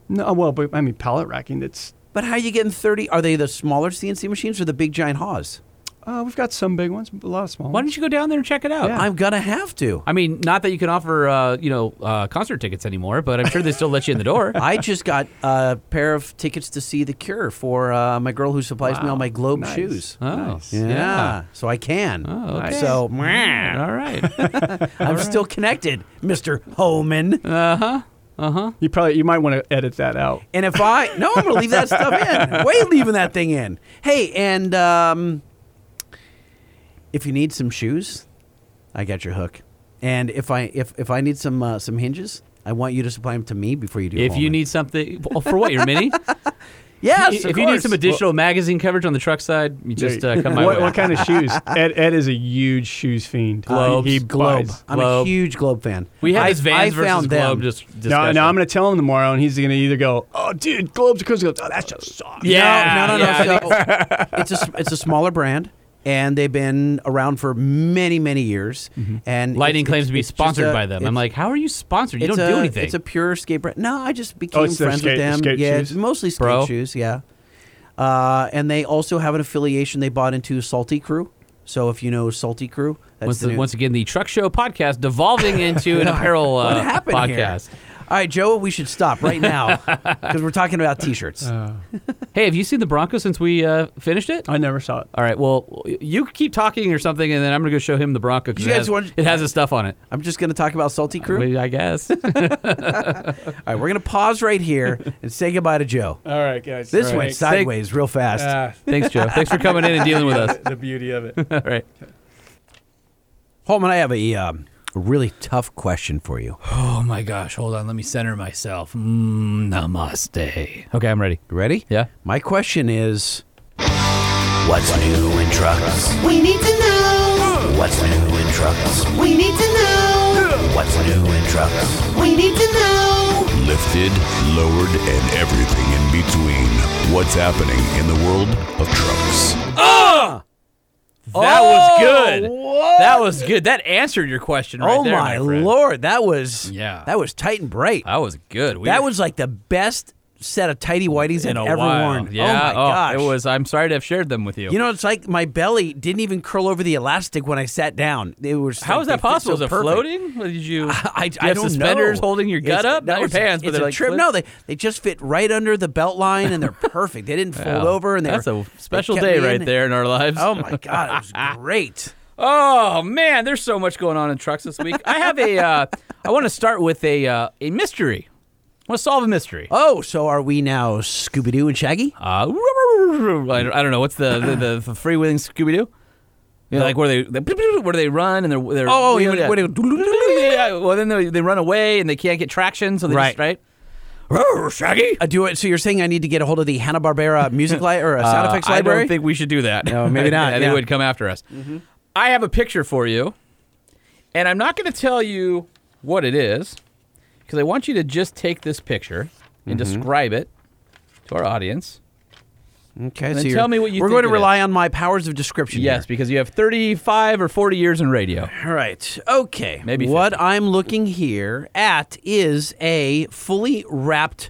Speaker 6: no? Well, but I mean pallet racking. That's
Speaker 1: But how are you getting thirty? Are they the smaller CNC machines or the big giant haws?
Speaker 6: uh, we've got some big ones, a lot of small
Speaker 2: Why
Speaker 6: ones.
Speaker 2: don't you go down there and check it out?
Speaker 6: Yeah.
Speaker 1: I'm gonna have to.
Speaker 2: I mean, not that you can offer, uh, you know, uh, concert tickets anymore, but I'm sure they still let you in the door.
Speaker 1: I just got a pair of tickets to see The Cure for uh, my girl who supplies me all my Globe
Speaker 6: Nice.
Speaker 1: shoes.
Speaker 2: Oh,
Speaker 6: Nice.
Speaker 1: Yeah. so I can.
Speaker 2: Oh, okay.
Speaker 1: So
Speaker 2: All right.
Speaker 1: I'm still connected, Mister Homan.
Speaker 6: You probably you might want to edit that out.
Speaker 1: and if I no, I'm gonna leave that stuff in. Why are you leaving that thing in? Hey, and um, if you need some shoes, I got your hook. And if I if if I need some uh, some hinges, I want you to supply them to me before you do.
Speaker 2: if you
Speaker 1: Homan.
Speaker 2: need something well, for what your mini,
Speaker 1: yes,
Speaker 2: if
Speaker 1: of
Speaker 2: you need some
Speaker 1: course.
Speaker 2: additional magazine coverage on the truck side, you just uh, come my
Speaker 6: what,
Speaker 2: way.
Speaker 6: what kind of shoes? Ed, Ed is a huge shoes fiend.
Speaker 2: Globes.
Speaker 6: He
Speaker 1: Globe.
Speaker 6: buys-
Speaker 1: Uh, I'm
Speaker 2: Globe.
Speaker 1: a huge Globe fan.
Speaker 2: we had
Speaker 1: I-
Speaker 2: this Vans
Speaker 1: I
Speaker 2: versus
Speaker 1: found them.
Speaker 2: Globe just
Speaker 6: No,
Speaker 2: discussion.
Speaker 6: no, I'm going to tell him tomorrow, and he's going to either go, "Oh, dude, Globes are crazy." He goes, "Oh, that's just soft."
Speaker 2: Yeah,
Speaker 1: No, no, no.
Speaker 2: yeah, I
Speaker 1: no. So it's a s- it's a smaller brand, and they've been around for many many years. And
Speaker 2: Mm-hmm. Lightning
Speaker 1: it's-
Speaker 2: claims
Speaker 1: it's-
Speaker 2: to be
Speaker 1: it's just
Speaker 2: sponsored
Speaker 1: a-
Speaker 2: by them.
Speaker 1: it's-
Speaker 2: I'm like, how are you sponsored? You
Speaker 1: it's
Speaker 2: don't
Speaker 1: a-
Speaker 2: do anything.
Speaker 1: It's a pure skate brand. No, I just became
Speaker 6: Oh, it's their
Speaker 1: friends
Speaker 6: skate-
Speaker 1: with them.
Speaker 6: skate
Speaker 1: yeah,
Speaker 6: shoes?
Speaker 1: mostly skate
Speaker 2: Bro.
Speaker 1: shoes. Yeah, uh, and they also have an affiliation. They bought into Salty Crew. So if you know Salty Crew, That's
Speaker 2: once,
Speaker 1: the new-
Speaker 2: once again, the Truck Show podcast devolving into an apparel uh,
Speaker 1: what happened
Speaker 2: podcast.
Speaker 1: Here? All right, Joe, we should stop right now because we're talking about T-shirts.
Speaker 2: Uh. Hey, have you seen the Broncos since we uh, finished it?
Speaker 6: I never saw it.
Speaker 2: All right. Well, you keep talking or something, and then I'm gonna go show him the Bronco because
Speaker 1: You
Speaker 2: it,
Speaker 1: guys
Speaker 2: has-
Speaker 1: want-
Speaker 2: it has his stuff on it.
Speaker 1: I'm just going to talk about Salty Crew.
Speaker 2: Well, I guess.
Speaker 1: All right, we're going to pause right here and say goodbye to Joe.
Speaker 6: All right, guys.
Speaker 1: This
Speaker 6: All
Speaker 1: went
Speaker 6: right.
Speaker 1: sideways real fast.
Speaker 6: Ah,
Speaker 2: Thanks, Joe. Thanks for coming in and dealing with us.
Speaker 6: the beauty of it.
Speaker 2: All right.
Speaker 1: Holman, I have a um, really tough question for you.
Speaker 10: Oh my gosh, hold on, let me center myself. Mm, namaste.
Speaker 2: Okay, I'm ready.
Speaker 1: You Ready?
Speaker 2: Yeah.
Speaker 1: My question is,
Speaker 4: What's new in trucks? We need to know. What's new in trucks? We need to know. What's new in trucks? We need to know.
Speaker 5: Lifted, lowered, and everything in between. What's happening in the world of trucks?
Speaker 2: That was good. That was good. That answered your question right
Speaker 1: oh
Speaker 2: there,
Speaker 1: my
Speaker 2: friend.
Speaker 1: lord, that was
Speaker 10: Yeah.
Speaker 1: that was tight and bright.
Speaker 2: That was good. We
Speaker 1: that was like the best set of tighty whities
Speaker 2: in
Speaker 1: I've
Speaker 2: a
Speaker 1: ever
Speaker 2: while.
Speaker 1: worn.
Speaker 2: Yeah.
Speaker 1: oh my gosh,
Speaker 2: It was. I'm sorry to have shared them with you.
Speaker 1: You know, it's like my belly didn't even curl over the elastic when I sat down. It was
Speaker 2: How
Speaker 1: like,
Speaker 2: is
Speaker 1: they
Speaker 2: that
Speaker 1: fit
Speaker 2: possible?
Speaker 1: So
Speaker 2: is it
Speaker 1: perfect.
Speaker 2: floating? Did you?
Speaker 1: I,
Speaker 2: do you
Speaker 1: I
Speaker 2: have
Speaker 1: don't
Speaker 2: suspenders
Speaker 1: know.
Speaker 2: holding your gut
Speaker 1: It's-
Speaker 2: up,
Speaker 1: no,
Speaker 2: not your
Speaker 1: it's-
Speaker 2: pants, but
Speaker 1: it's
Speaker 2: they're
Speaker 1: a
Speaker 2: like
Speaker 1: trip.
Speaker 2: flipped?
Speaker 1: No, they they just fit right under the belt line and they're perfect. They didn't fold over and they
Speaker 2: That's
Speaker 1: were,
Speaker 2: a
Speaker 1: they
Speaker 2: special
Speaker 1: kept
Speaker 2: day
Speaker 1: me
Speaker 2: right
Speaker 1: in.
Speaker 2: there in our lives.
Speaker 1: Oh my god, it was great.
Speaker 2: Oh man, there's so much going on in trucks this week. I have a. Uh, I want to start with a uh, a mystery. I want to solve a mystery.
Speaker 1: Oh, so are we now Scooby Doo and Shaggy?
Speaker 2: Uh, I don't Uh, I don't know what's the the, the, the freewheeling Scooby Doo. You know, like where they, they where they run and they're they're
Speaker 1: Oh,
Speaker 2: you
Speaker 1: you
Speaker 2: know,
Speaker 1: mean where they-
Speaker 2: yeah, yeah, well then they, they run away and they can't get traction so they just
Speaker 1: Right.
Speaker 2: right Roar, Shaggy
Speaker 1: I Uh, do it. So you're saying I need to get a hold of the Hanna Barbera music li- or a sound
Speaker 2: Uh,
Speaker 1: effects
Speaker 2: I
Speaker 1: library?
Speaker 2: don't think we should do that.
Speaker 1: No, maybe
Speaker 2: I
Speaker 1: not,
Speaker 2: think
Speaker 1: yeah. Mm-hmm.
Speaker 2: it would come after us. I have a picture for you, and I'm not going to tell you what it is because I want you to just take this picture
Speaker 1: Mm-hmm.
Speaker 2: and describe it to our audience.
Speaker 1: okay, so
Speaker 2: Then
Speaker 1: you're-
Speaker 2: tell me what you
Speaker 1: We're
Speaker 2: think
Speaker 1: going to
Speaker 2: it is.
Speaker 1: rely on my powers of description.
Speaker 2: Yes,
Speaker 1: here.
Speaker 2: because you have 35 or 40 years in radio.
Speaker 1: All right. Okay.
Speaker 2: Maybe
Speaker 1: what I'm looking here at is a fully wrapped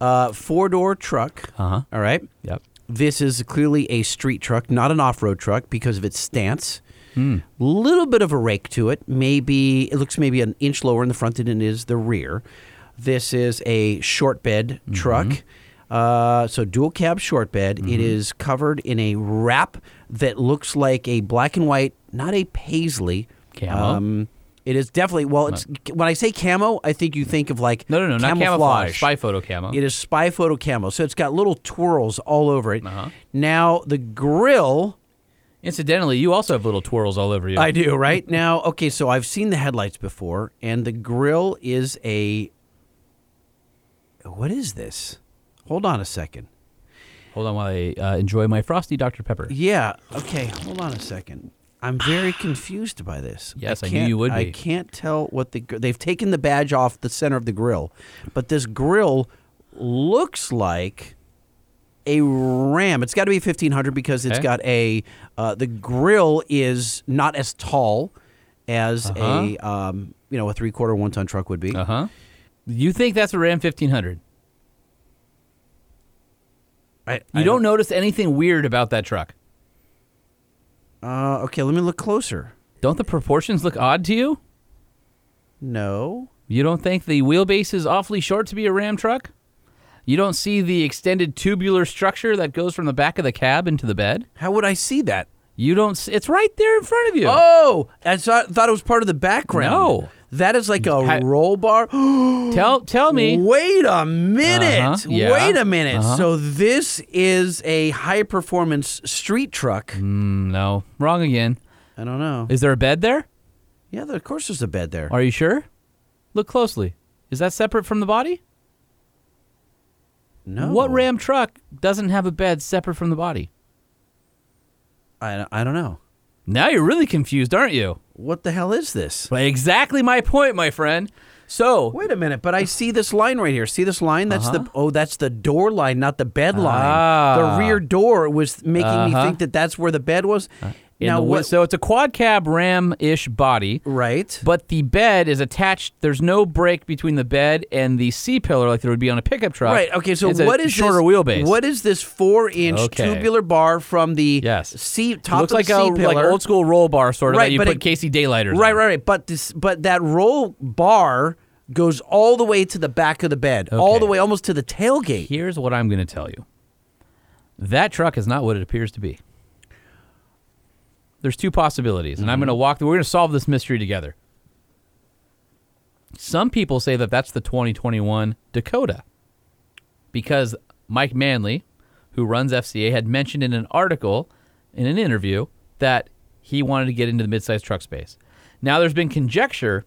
Speaker 1: uh, four door truck.
Speaker 2: Uh-huh.
Speaker 1: All right.
Speaker 2: Yep.
Speaker 1: This is clearly a street truck, not an off road truck because of its stance.
Speaker 2: Hmm.
Speaker 1: Little bit of a rake to it. Maybe it looks maybe an inch lower in the front than it is the rear. This is a short bed
Speaker 2: Mm-hmm.
Speaker 1: truck. Uh, so dual cab short bed.
Speaker 2: Mm-hmm.
Speaker 1: It is covered in a wrap that looks like a black and white, not a paisley. Um,
Speaker 2: Camo?
Speaker 1: it is definitely well. It's when I say camo, I think you think of like
Speaker 2: No, no, no, not camouflage. Spy photo camo.
Speaker 1: it is spy photo camo, so it's got little twirls all over it. Now the grill,
Speaker 2: Incidentally, you also have little twirls all over you.
Speaker 1: I do right now. Okay, so I've seen the headlights before, and the grill is a. What is this? Hold on a second.
Speaker 2: Hold on while I uh, enjoy my frosty Dr. Pepper.
Speaker 1: Yeah. Okay. Hold on a second. I'm very confused by this.
Speaker 2: Yes, I knew
Speaker 1: can't-
Speaker 2: you would
Speaker 1: I
Speaker 2: be.
Speaker 1: can't tell what the gr- they've taken the badge off the center of the grill, but this grill looks like a ram. It's got to be 1500 because it's
Speaker 2: Okay.
Speaker 1: got a uh, the grill is not as tall as a um, you know a three quarter one ton truck would be.
Speaker 2: Uh-huh. Uh huh. You think that's a Ram 1500?
Speaker 1: I,
Speaker 2: You
Speaker 1: I
Speaker 2: don't notice anything weird about that truck.
Speaker 1: Uh, okay, let me look closer.
Speaker 2: Don't the proportions look odd to you?
Speaker 1: No.
Speaker 2: You don't think the wheelbase is awfully short to be a Ram truck? You don't see the extended tubular structure that goes from the back of the cab into the bed?
Speaker 1: How would I see that?
Speaker 2: You don't. s- It's right there in front of you.
Speaker 1: Oh, I saw, thought it was part of the background.
Speaker 2: No.
Speaker 1: That is like a
Speaker 2: Ha-
Speaker 1: roll bar.
Speaker 2: Tell tell me.
Speaker 1: Wait a minute.
Speaker 2: Uh-huh, yeah.
Speaker 1: Wait a minute.
Speaker 2: Uh-huh.
Speaker 1: So this is a high performance street truck.
Speaker 2: Mm, no, wrong again.
Speaker 1: I don't know.
Speaker 2: Is there a bed there?
Speaker 1: yeah, there- of course there's a bed there.
Speaker 2: Are you sure? Look closely. Is that separate from the body?
Speaker 1: no.
Speaker 2: What Ram truck doesn't have a bed separate from the body?
Speaker 1: I, I don't know.
Speaker 2: Now you're really confused, aren't you?
Speaker 1: What the hell is this?
Speaker 2: But exactly my point, my friend. So
Speaker 1: Wait a minute, but I see this line right here. See this line? That's the oh, that's the door line, not the bed line.
Speaker 2: Uh-huh. Ah.
Speaker 1: The rear door was making me
Speaker 2: Uh-huh. Uh,
Speaker 1: think that that's where the bed was.
Speaker 2: in
Speaker 1: Now
Speaker 2: the wood.
Speaker 1: what-
Speaker 2: So it's a quad cab ram ish body.
Speaker 1: Right.
Speaker 2: But the bed is attached. There's no break between the bed and the C pillar like there would be on a pickup truck.
Speaker 1: Right. Okay. So
Speaker 2: it's
Speaker 1: what
Speaker 2: a
Speaker 1: is
Speaker 2: shorter
Speaker 1: this,
Speaker 2: wheelbase?
Speaker 1: What is this four-inch
Speaker 2: Okay.
Speaker 1: tubular bar from the
Speaker 2: Yes.
Speaker 1: C
Speaker 2: It
Speaker 1: top
Speaker 2: looks
Speaker 1: of
Speaker 2: like
Speaker 1: the
Speaker 2: a
Speaker 1: C pillar?
Speaker 2: like old school roll bar sort of
Speaker 1: Right,
Speaker 2: that you
Speaker 1: but
Speaker 2: put
Speaker 1: it-
Speaker 2: Casey Daylighters.
Speaker 1: Right,
Speaker 2: on.
Speaker 1: right, right. But this, but that roll bar goes all the way to the back of the bed, all
Speaker 2: Okay.
Speaker 1: the way almost to the tailgate.
Speaker 2: Here's what I'm going to tell you. That truck is not what it appears to be. There's two possibilities, and I'm going to walk. We're going to solve this mystery together. Some people say that that's the 2021 Dakota, because Mike Manley, who runs FCA, had mentioned in an article, in an interview, that he wanted to get into the midsize truck space. Now, there's been conjecture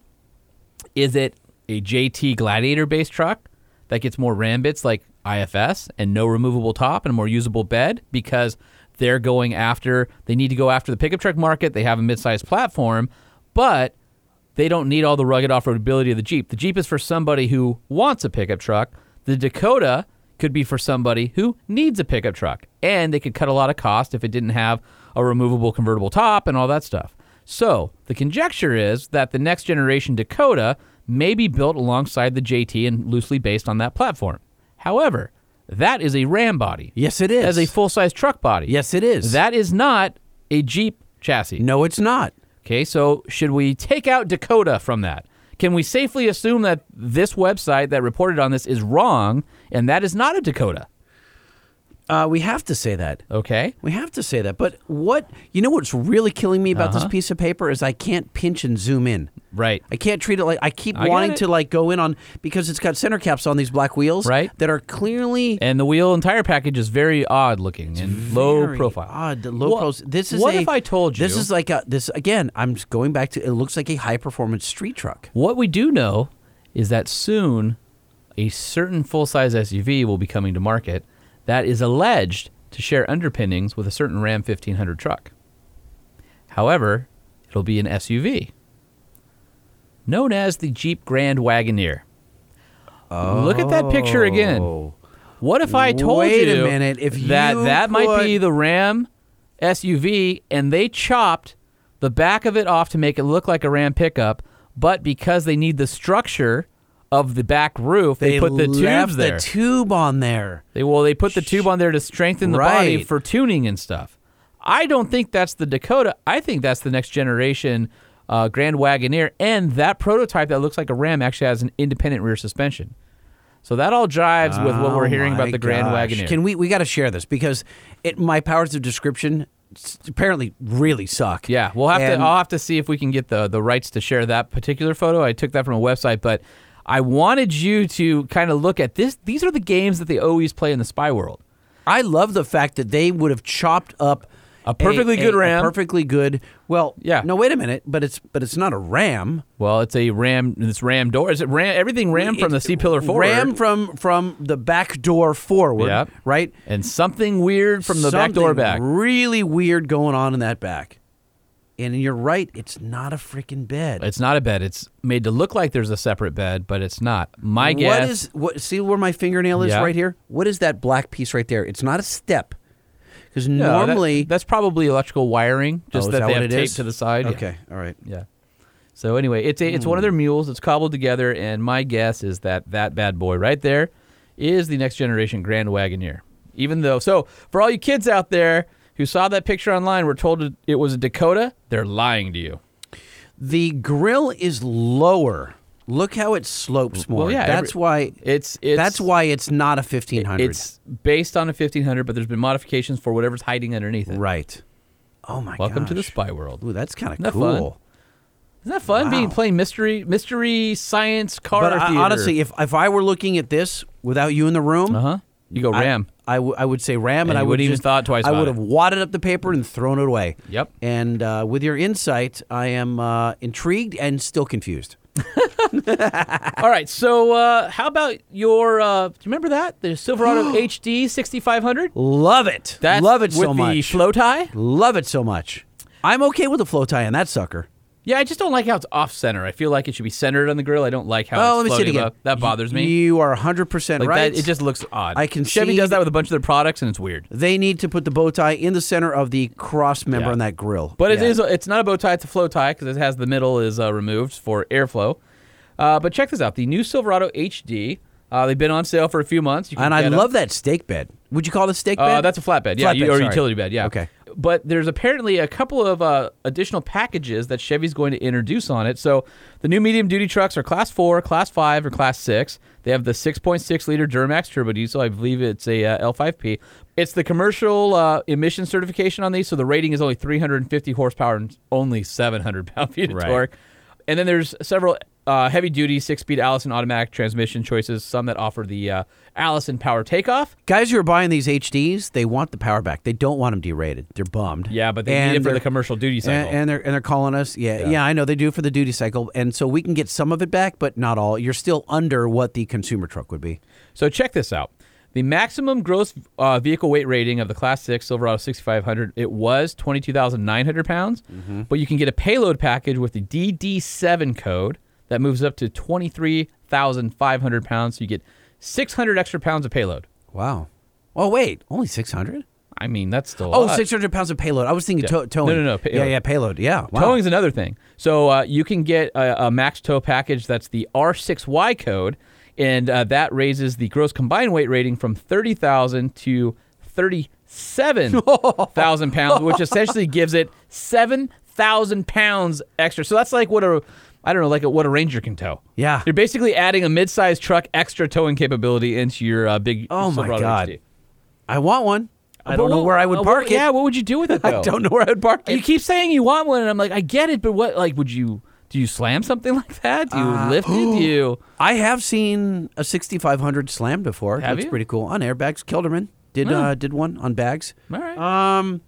Speaker 2: is it a JT Gladiator based truck that gets more ram bits like IFS and no removable top and a more usable bed because they're going after they need to go after the pickup truck market. They have a midsize platform, but they don't need all the rugged off-road ability of the Jeep. The Jeep is for somebody who wants a pickup truck. The Dakota could be for somebody who needs a pickup truck, and they could cut a lot of cost if it didn't have a removable convertible top and all that stuff. So the conjecture is that the next generation Dakota may be built alongside the JT and loosely based on that platform. However, that is a ram body.
Speaker 1: Yes, it is.
Speaker 2: As a full-size truck body.
Speaker 1: Yes, it is.
Speaker 2: That is not a Jeep chassis.
Speaker 1: no, it's not.
Speaker 2: Okay, so should we take out Dakota from that? Can we safely assume that this website that reported on this is wrong and that is not a Dakota?
Speaker 1: Uh, we have to say that.
Speaker 2: Okay.
Speaker 1: We have to say that. But what you know what's really killing me about
Speaker 2: Uh-huh.
Speaker 1: this piece of paper is I can't pinch and zoom in.
Speaker 2: Right.
Speaker 1: I can't treat it like I keep
Speaker 2: I got
Speaker 1: wanting
Speaker 2: it.
Speaker 1: to like go in on because it's got center caps on these black wheels
Speaker 2: Right.
Speaker 1: that are clearly
Speaker 2: And the wheel and tire package is very odd looking and low
Speaker 1: very
Speaker 2: profile.
Speaker 1: Odd, low
Speaker 2: What-
Speaker 1: profile. This is
Speaker 2: What
Speaker 1: a-
Speaker 2: if I told you
Speaker 1: This is like a this again. I'm just going back to. It looks like a high performance street truck.
Speaker 2: What we do know is that soon a certain full size SUV will be coming to market that is alleged to share underpinnings with a certain Ram 1500 truck. However, it'll be an SUV known as the Jeep Grand Wagoneer. Look at that picture
Speaker 1: Oh.
Speaker 2: again. What if I told
Speaker 1: Wait a
Speaker 2: you
Speaker 1: minute, if
Speaker 2: that
Speaker 1: you
Speaker 2: that might be
Speaker 1: put-
Speaker 2: the Ram SUV and they chopped the back of it off to make it look like a Ram pickup, but because they need the structure of the back roof, they, put the
Speaker 1: left
Speaker 2: tubes there.
Speaker 1: the tube on there.
Speaker 2: they well, they put the tube on there to strengthen the body
Speaker 1: Right.
Speaker 2: for tuning and stuff. I don't think that's the Dakota. I think that's the next generation uh, Grand Wagoneer, and that prototype that looks like a Ram actually has an independent rear suspension. So that all jives with what we're
Speaker 1: Oh
Speaker 2: hearing
Speaker 1: my
Speaker 2: about the Grand
Speaker 1: gosh.
Speaker 2: Wagoneer.
Speaker 1: Can we? We got to share this because it. My powers of description s- apparently really suck.
Speaker 2: Yeah, we'll have
Speaker 1: And-
Speaker 2: to. I'll have to see if we can get the the rights to share that particular photo. I took that from a website, but I wanted you to kind of look at this. These are the games that they always play in the spy world.
Speaker 1: I love the fact that they would have chopped up
Speaker 2: A perfectly good
Speaker 1: a
Speaker 2: Ram.
Speaker 1: perfectly good. Well,
Speaker 2: Yeah.
Speaker 1: No, wait a minute, but it's but it's not a Ram.
Speaker 2: Well, it's a ram. It's ram door. Is it ram? Everything ram from the
Speaker 1: It-
Speaker 2: C pillar forward.
Speaker 1: Ram from from the back door forward.
Speaker 2: Yep.
Speaker 1: Right.
Speaker 2: and something weird from the back door
Speaker 1: Something
Speaker 2: back.
Speaker 1: Really weird going on in that back. And you're right, it's not a freaking bed.
Speaker 2: It's not a bed. It's made to look like there's a separate bed, but it's not. My guess.
Speaker 1: What is what? See where my fingernail is
Speaker 2: Yeah.
Speaker 1: right here. What is that black piece right there? It's not a step, because
Speaker 2: No, that-
Speaker 1: normally Oh,
Speaker 2: that's probably electrical wiring. Just
Speaker 1: is
Speaker 2: that,
Speaker 1: that
Speaker 2: they
Speaker 1: what
Speaker 2: have
Speaker 1: it
Speaker 2: taped
Speaker 1: is?
Speaker 2: to the side. Yeah.
Speaker 1: Okay, all right.
Speaker 2: Yeah. So anyway, it's a, it's one of
Speaker 1: Hmm.
Speaker 2: their mules. It's cobbled together, and my guess is that that bad boy right there is the next generation Grand Wagoneer. Even though, so for all you kids out there who saw that picture online, were told it- it was a Dakota. They're lying to you.
Speaker 1: The grill is lower. Look how it slopes more.
Speaker 2: yeah,
Speaker 1: that's
Speaker 2: every-
Speaker 1: why
Speaker 2: It's it's
Speaker 1: that's why it's not a fifteen hundred.
Speaker 2: it's based on a 1500, but there's been modifications for whatever's hiding underneath it.
Speaker 1: right. Oh my god.
Speaker 2: Welcome to the spy world.
Speaker 1: Ooh, that's kind
Speaker 2: Isn't
Speaker 1: of
Speaker 2: that fun?
Speaker 1: cool.
Speaker 2: Isn't that fun? Being
Speaker 1: Wow.
Speaker 2: playing mystery mystery science car
Speaker 1: But I-
Speaker 2: theater.
Speaker 1: honestly, if if I were looking at this without you in the room,
Speaker 2: uh huh, you go
Speaker 1: I-
Speaker 2: ram.
Speaker 1: I, w- I would say Ram, and,
Speaker 2: And
Speaker 1: I
Speaker 2: you
Speaker 1: would
Speaker 2: wouldn't even
Speaker 1: just-
Speaker 2: thought twice
Speaker 1: I
Speaker 2: about
Speaker 1: would
Speaker 2: it.
Speaker 1: have wadded up the paper and thrown it away.
Speaker 2: Yep.
Speaker 1: And uh, with your insight, I am uh, intrigued and still confused.
Speaker 2: All right, so uh, how about your? Uh, do you remember that the Silverado HD 6500?
Speaker 1: Love it.
Speaker 2: That's
Speaker 1: Love it
Speaker 2: with
Speaker 1: so
Speaker 2: the
Speaker 1: much.
Speaker 2: flow tie.
Speaker 1: Love it so much. I'm okay with a flow tie in that sucker.
Speaker 2: Yeah, I just don't like how it's off center. I feel like it should be centered on the grill. I don't like how
Speaker 1: Oh, let
Speaker 2: it's
Speaker 1: me see it
Speaker 2: floating
Speaker 1: again.
Speaker 2: up. That bothers me.
Speaker 1: You are 100%
Speaker 2: like
Speaker 1: right.
Speaker 2: that, it just looks odd.
Speaker 1: I can
Speaker 2: Chevy
Speaker 1: see
Speaker 2: does that with a bunch of their products, and it's weird.
Speaker 1: they need to put the bow tie in the center of the cross member
Speaker 2: Yeah.
Speaker 1: on that grill.
Speaker 2: But it
Speaker 1: Yeah.
Speaker 2: is it's not a bow tie; it's a flow tie because it has the middle is uh, removed for airflow. Uh, but check this out: the new Silverado HD. Uh, they've been on sale for a few months. You can
Speaker 1: And I
Speaker 2: get 'em.
Speaker 1: love that steak bed. Would you call it a steak bed?
Speaker 2: Uh, that's a flatbed, yeah,
Speaker 1: Flatbed,
Speaker 2: or
Speaker 1: sorry.
Speaker 2: utility bed, yeah.
Speaker 1: Okay.
Speaker 2: But there's apparently a couple of uh, additional packages that Chevy's going to introduce on it. So the new medium duty trucks are Class Four, Class Five, or Class Six. They have the 6.6 liter Duramax turbo diesel. I believe it's a uh, L5P. It's the commercial uh, emission certification on these, so the rating is only 350 horsepower and only 700 pound feet of torque. And then there's several uh, heavy duty six speed Allison automatic transmission choices, some that offer the uh, Allison power takeoff.
Speaker 1: Guys who are buying these HDs, they want the power back. They don't want them derated. They're bummed.
Speaker 2: Yeah, but they need it for
Speaker 1: they're-
Speaker 2: the commercial duty cycle.
Speaker 1: And, and they're and they're calling us. Yeah, yeah, I know they do for the duty cycle, and so we can get some of it back, but not all. You're still under what the consumer truck would be.
Speaker 2: So check this out. The maximum gross uh, vehicle weight rating of the Class 6 Silverado 6500, it was 22,900 pounds,
Speaker 1: Mm-hmm.
Speaker 2: but you can get a payload package with the DD7 code that moves up to 23,500 pounds. So you get 600 extra pounds of payload.
Speaker 1: Wow. Oh wait, only six hundred.
Speaker 2: I mean, that's still a
Speaker 1: Oh,
Speaker 2: lot.
Speaker 1: 600 pounds of payload. I was thinking
Speaker 2: Yeah.
Speaker 1: to- towing.
Speaker 2: No, no, no,
Speaker 1: Yeah,
Speaker 2: payload.
Speaker 1: yeah, payload. Yeah. Wow.
Speaker 2: Towing's another thing. So uh, you can get a, a max tow package that's the R6Y code, and uh, that raises the gross combined weight rating from 30,000 to 37,000 pounds, which essentially gives it 7,000 pounds extra. So that's like what a, I don't know, like a, what a Ranger can tow.
Speaker 1: Yeah.
Speaker 2: You're basically adding a mid-sized truck extra towing capability into your uh, big
Speaker 1: Oh, my
Speaker 2: Silverado
Speaker 1: God.
Speaker 2: HD.
Speaker 1: I want one. I
Speaker 2: But
Speaker 1: don't know
Speaker 2: what-
Speaker 1: where I would
Speaker 2: uh, what-
Speaker 1: park it.
Speaker 2: Yeah, what would you do with it, though?
Speaker 1: I don't know where I would park it.
Speaker 2: You keep saying you want one, and I'm like, I get it, but what? Like, would you? Do you slam something like that? Do you lift it? Do you?
Speaker 1: I have seen a 6500 slam before.
Speaker 2: Have
Speaker 1: That's
Speaker 2: you?
Speaker 1: pretty cool on airbags. Kilderman did uh, did one on bags.
Speaker 2: All right.
Speaker 1: Um,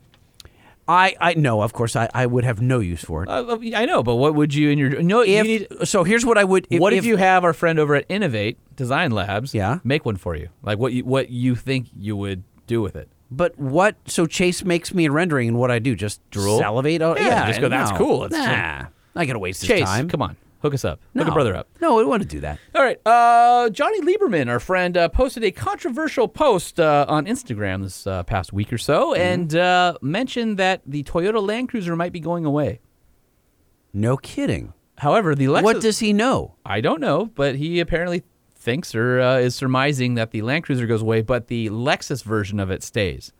Speaker 1: I I no, of course I, I would have no use for it.
Speaker 2: Uh, I know, but what would you in your? No, you
Speaker 1: if
Speaker 2: need.
Speaker 1: so, here's what I would. If,
Speaker 2: what if, you have our friend over at Innovate Design Labs?
Speaker 1: Yeah.
Speaker 2: make one for you. Like what you what you think you would do with it?
Speaker 1: But what? So Chase makes me in rendering, and what I do just
Speaker 2: Drool?
Speaker 1: salivate. Oh,
Speaker 2: Yeah,
Speaker 1: yeah,
Speaker 2: just go, "That's
Speaker 1: no.
Speaker 2: cool. It's-
Speaker 1: nah, not gonna waste his
Speaker 2: Chase,
Speaker 1: time.
Speaker 2: come on, hook us up.
Speaker 1: no.
Speaker 2: Hook a brother up.
Speaker 1: No, I want to do that.
Speaker 2: All right, uh, Johnny Lieberman, our friend, uh, posted a controversial post uh, on Instagram this uh, past week or so, and uh, mentioned that the Toyota Land Cruiser might be going away.
Speaker 1: No kidding.
Speaker 2: However, the Lexus,
Speaker 1: what does he know?
Speaker 2: I don't know, but he apparently thinks or uh, is surmising that the Land Cruiser goes away, but the Lexus version of it stays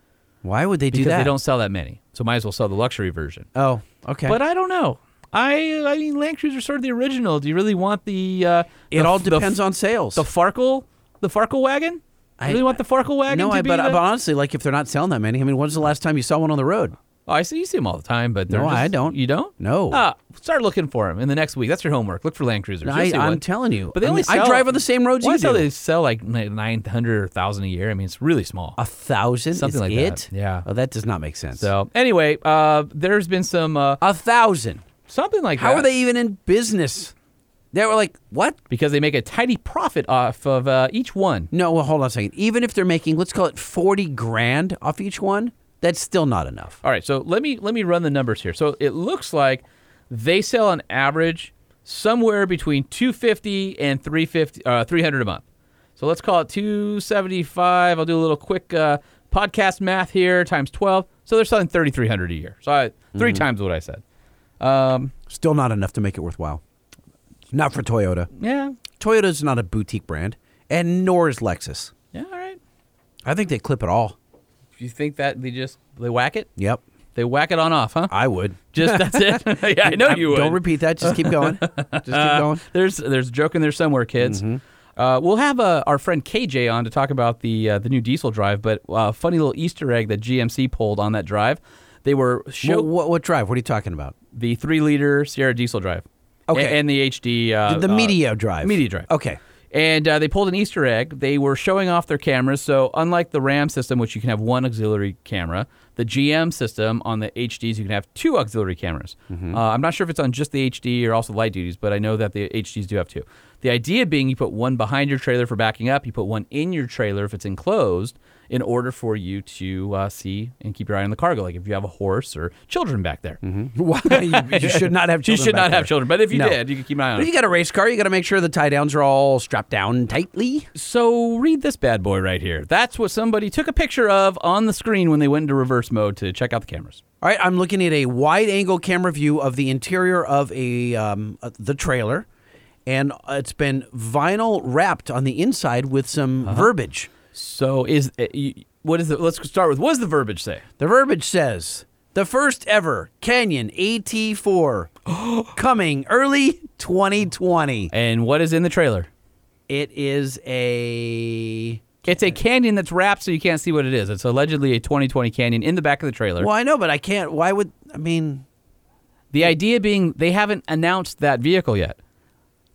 Speaker 1: Why would they do
Speaker 2: because
Speaker 1: that?
Speaker 2: they don't sell that many, so might as well sell the luxury version.
Speaker 1: Oh, okay.
Speaker 2: But uh, I don't know. I I mean, Land Cruiser sort of the original. Do you really want the? Uh,
Speaker 1: it
Speaker 2: the-
Speaker 1: all
Speaker 2: the-
Speaker 1: depends on sales.
Speaker 2: the Farkle, the Farkle wagon.
Speaker 1: I-
Speaker 2: You really want the Farkle wagon?
Speaker 1: no,
Speaker 2: to
Speaker 1: I,
Speaker 2: be
Speaker 1: but,
Speaker 2: the-
Speaker 1: but honestly, like if they're not selling that many, I mean, when's the last time you saw one on the road?
Speaker 2: oh, I see you see them all the time, but they're
Speaker 1: No,
Speaker 2: just-
Speaker 1: I don't.
Speaker 2: You don't?
Speaker 1: No.
Speaker 2: Ah, start looking for them in the next week. That's your homework. Look for Land Cruisers. You'll
Speaker 1: I,
Speaker 2: see
Speaker 1: I'm
Speaker 2: one.
Speaker 1: telling you.
Speaker 2: But they
Speaker 1: I
Speaker 2: only
Speaker 1: mean, I
Speaker 2: sell-
Speaker 1: drive on the same roads
Speaker 2: Why
Speaker 1: you
Speaker 2: is it
Speaker 1: do.
Speaker 2: They sell like nine hundred or thousand a year. I mean, it's really small.
Speaker 1: a thousand,
Speaker 2: Something
Speaker 1: is
Speaker 2: like
Speaker 1: it?
Speaker 2: that. Yeah.
Speaker 1: Oh, that does not make sense.
Speaker 2: So anyway, uh, there's been some uh,
Speaker 1: a thousand.
Speaker 2: something like
Speaker 1: How
Speaker 2: that.
Speaker 1: are they even in business? They were like, what?
Speaker 2: Because they make a tidy profit off of uh, each one.
Speaker 1: No, well, hold on a second. Even if they're making, let's call it forty grand off each one, that's still not enough.
Speaker 2: All right, so let me let me run the numbers here. So it looks like they sell on average somewhere between 250 and 350 uh, 300 a month. So let's call it 275. I'll do a little quick uh, podcast math here times 12. So they're selling 3300 a year. So I, 3
Speaker 1: Mm-hmm.
Speaker 2: times what I said. Um,
Speaker 1: Still not enough to make it worthwhile. Not for Toyota.
Speaker 2: yeah.
Speaker 1: Toyota's not a boutique brand, and nor is Lexus.
Speaker 2: Yeah, all right.
Speaker 1: I think they clip it all.
Speaker 2: You think that they just they whack it?
Speaker 1: Yep,
Speaker 2: They whack it on off, huh?
Speaker 1: I would.
Speaker 2: Just that's it. yeah, I know you would.
Speaker 1: Don't repeat that. Just keep going. Just keep going.
Speaker 2: There's there's a joke in there somewhere, kids.
Speaker 1: Mm-hmm.
Speaker 2: Uh, we'll have uh, our friend KJ on to talk about the uh, the new diesel drive, but uh, funny little Easter egg that GMC pulled on that drive. They were show
Speaker 1: What, what, what drive? What are you talking about?
Speaker 2: the three liter Sierra diesel drive,
Speaker 1: Okay.
Speaker 2: A- and, the HD uh,
Speaker 1: The, the
Speaker 2: uh,
Speaker 1: media drive.
Speaker 2: media drive.
Speaker 1: Okay.
Speaker 2: And uh, they pulled an Easter egg. They were showing off their cameras. So, unlike the RAM system, which you can have one auxiliary camera, the GM system on the HDs, you can have two auxiliary cameras. Uh, I'm not sure if it's on just the HD or also light duties, but I know that the HDs do have two. The idea being you put one behind your trailer for backing up, you put one in your trailer if it's enclosed, in order for you to uh, see and keep your eye on the cargo. Like if you have a horse or children back there,
Speaker 1: Why? You, you should not have
Speaker 2: you
Speaker 1: children.
Speaker 2: should
Speaker 1: back
Speaker 2: not have
Speaker 1: there.
Speaker 2: children. But if you
Speaker 1: No.
Speaker 2: did, you could keep an eye on
Speaker 1: But
Speaker 2: it.
Speaker 1: if you got a race car, you got to make sure the tie downs are all strapped down tightly.
Speaker 2: So read this bad boy right here. That's what somebody took a picture of on the screen when they went into reverse mode to check out the cameras.
Speaker 1: All right, I'm looking at a wide angle camera view of the interior of a um, uh, the trailer, and it's been vinyl wrapped on the inside with some
Speaker 2: Uh-huh.
Speaker 1: verbiage.
Speaker 2: So is uh, you- what is the? Let's start with what does the verbiage say?
Speaker 1: The verbiage says the first ever Canyon AT4 coming early 2020.
Speaker 2: And what is in the trailer?
Speaker 1: It is a
Speaker 2: It's a canyon that's wrapped so you can't see what it is. It's allegedly a 2020 canyon in the back of the trailer.
Speaker 1: well, I know, but I can't. Why would I mean?
Speaker 2: The idea being they haven't announced that vehicle yet.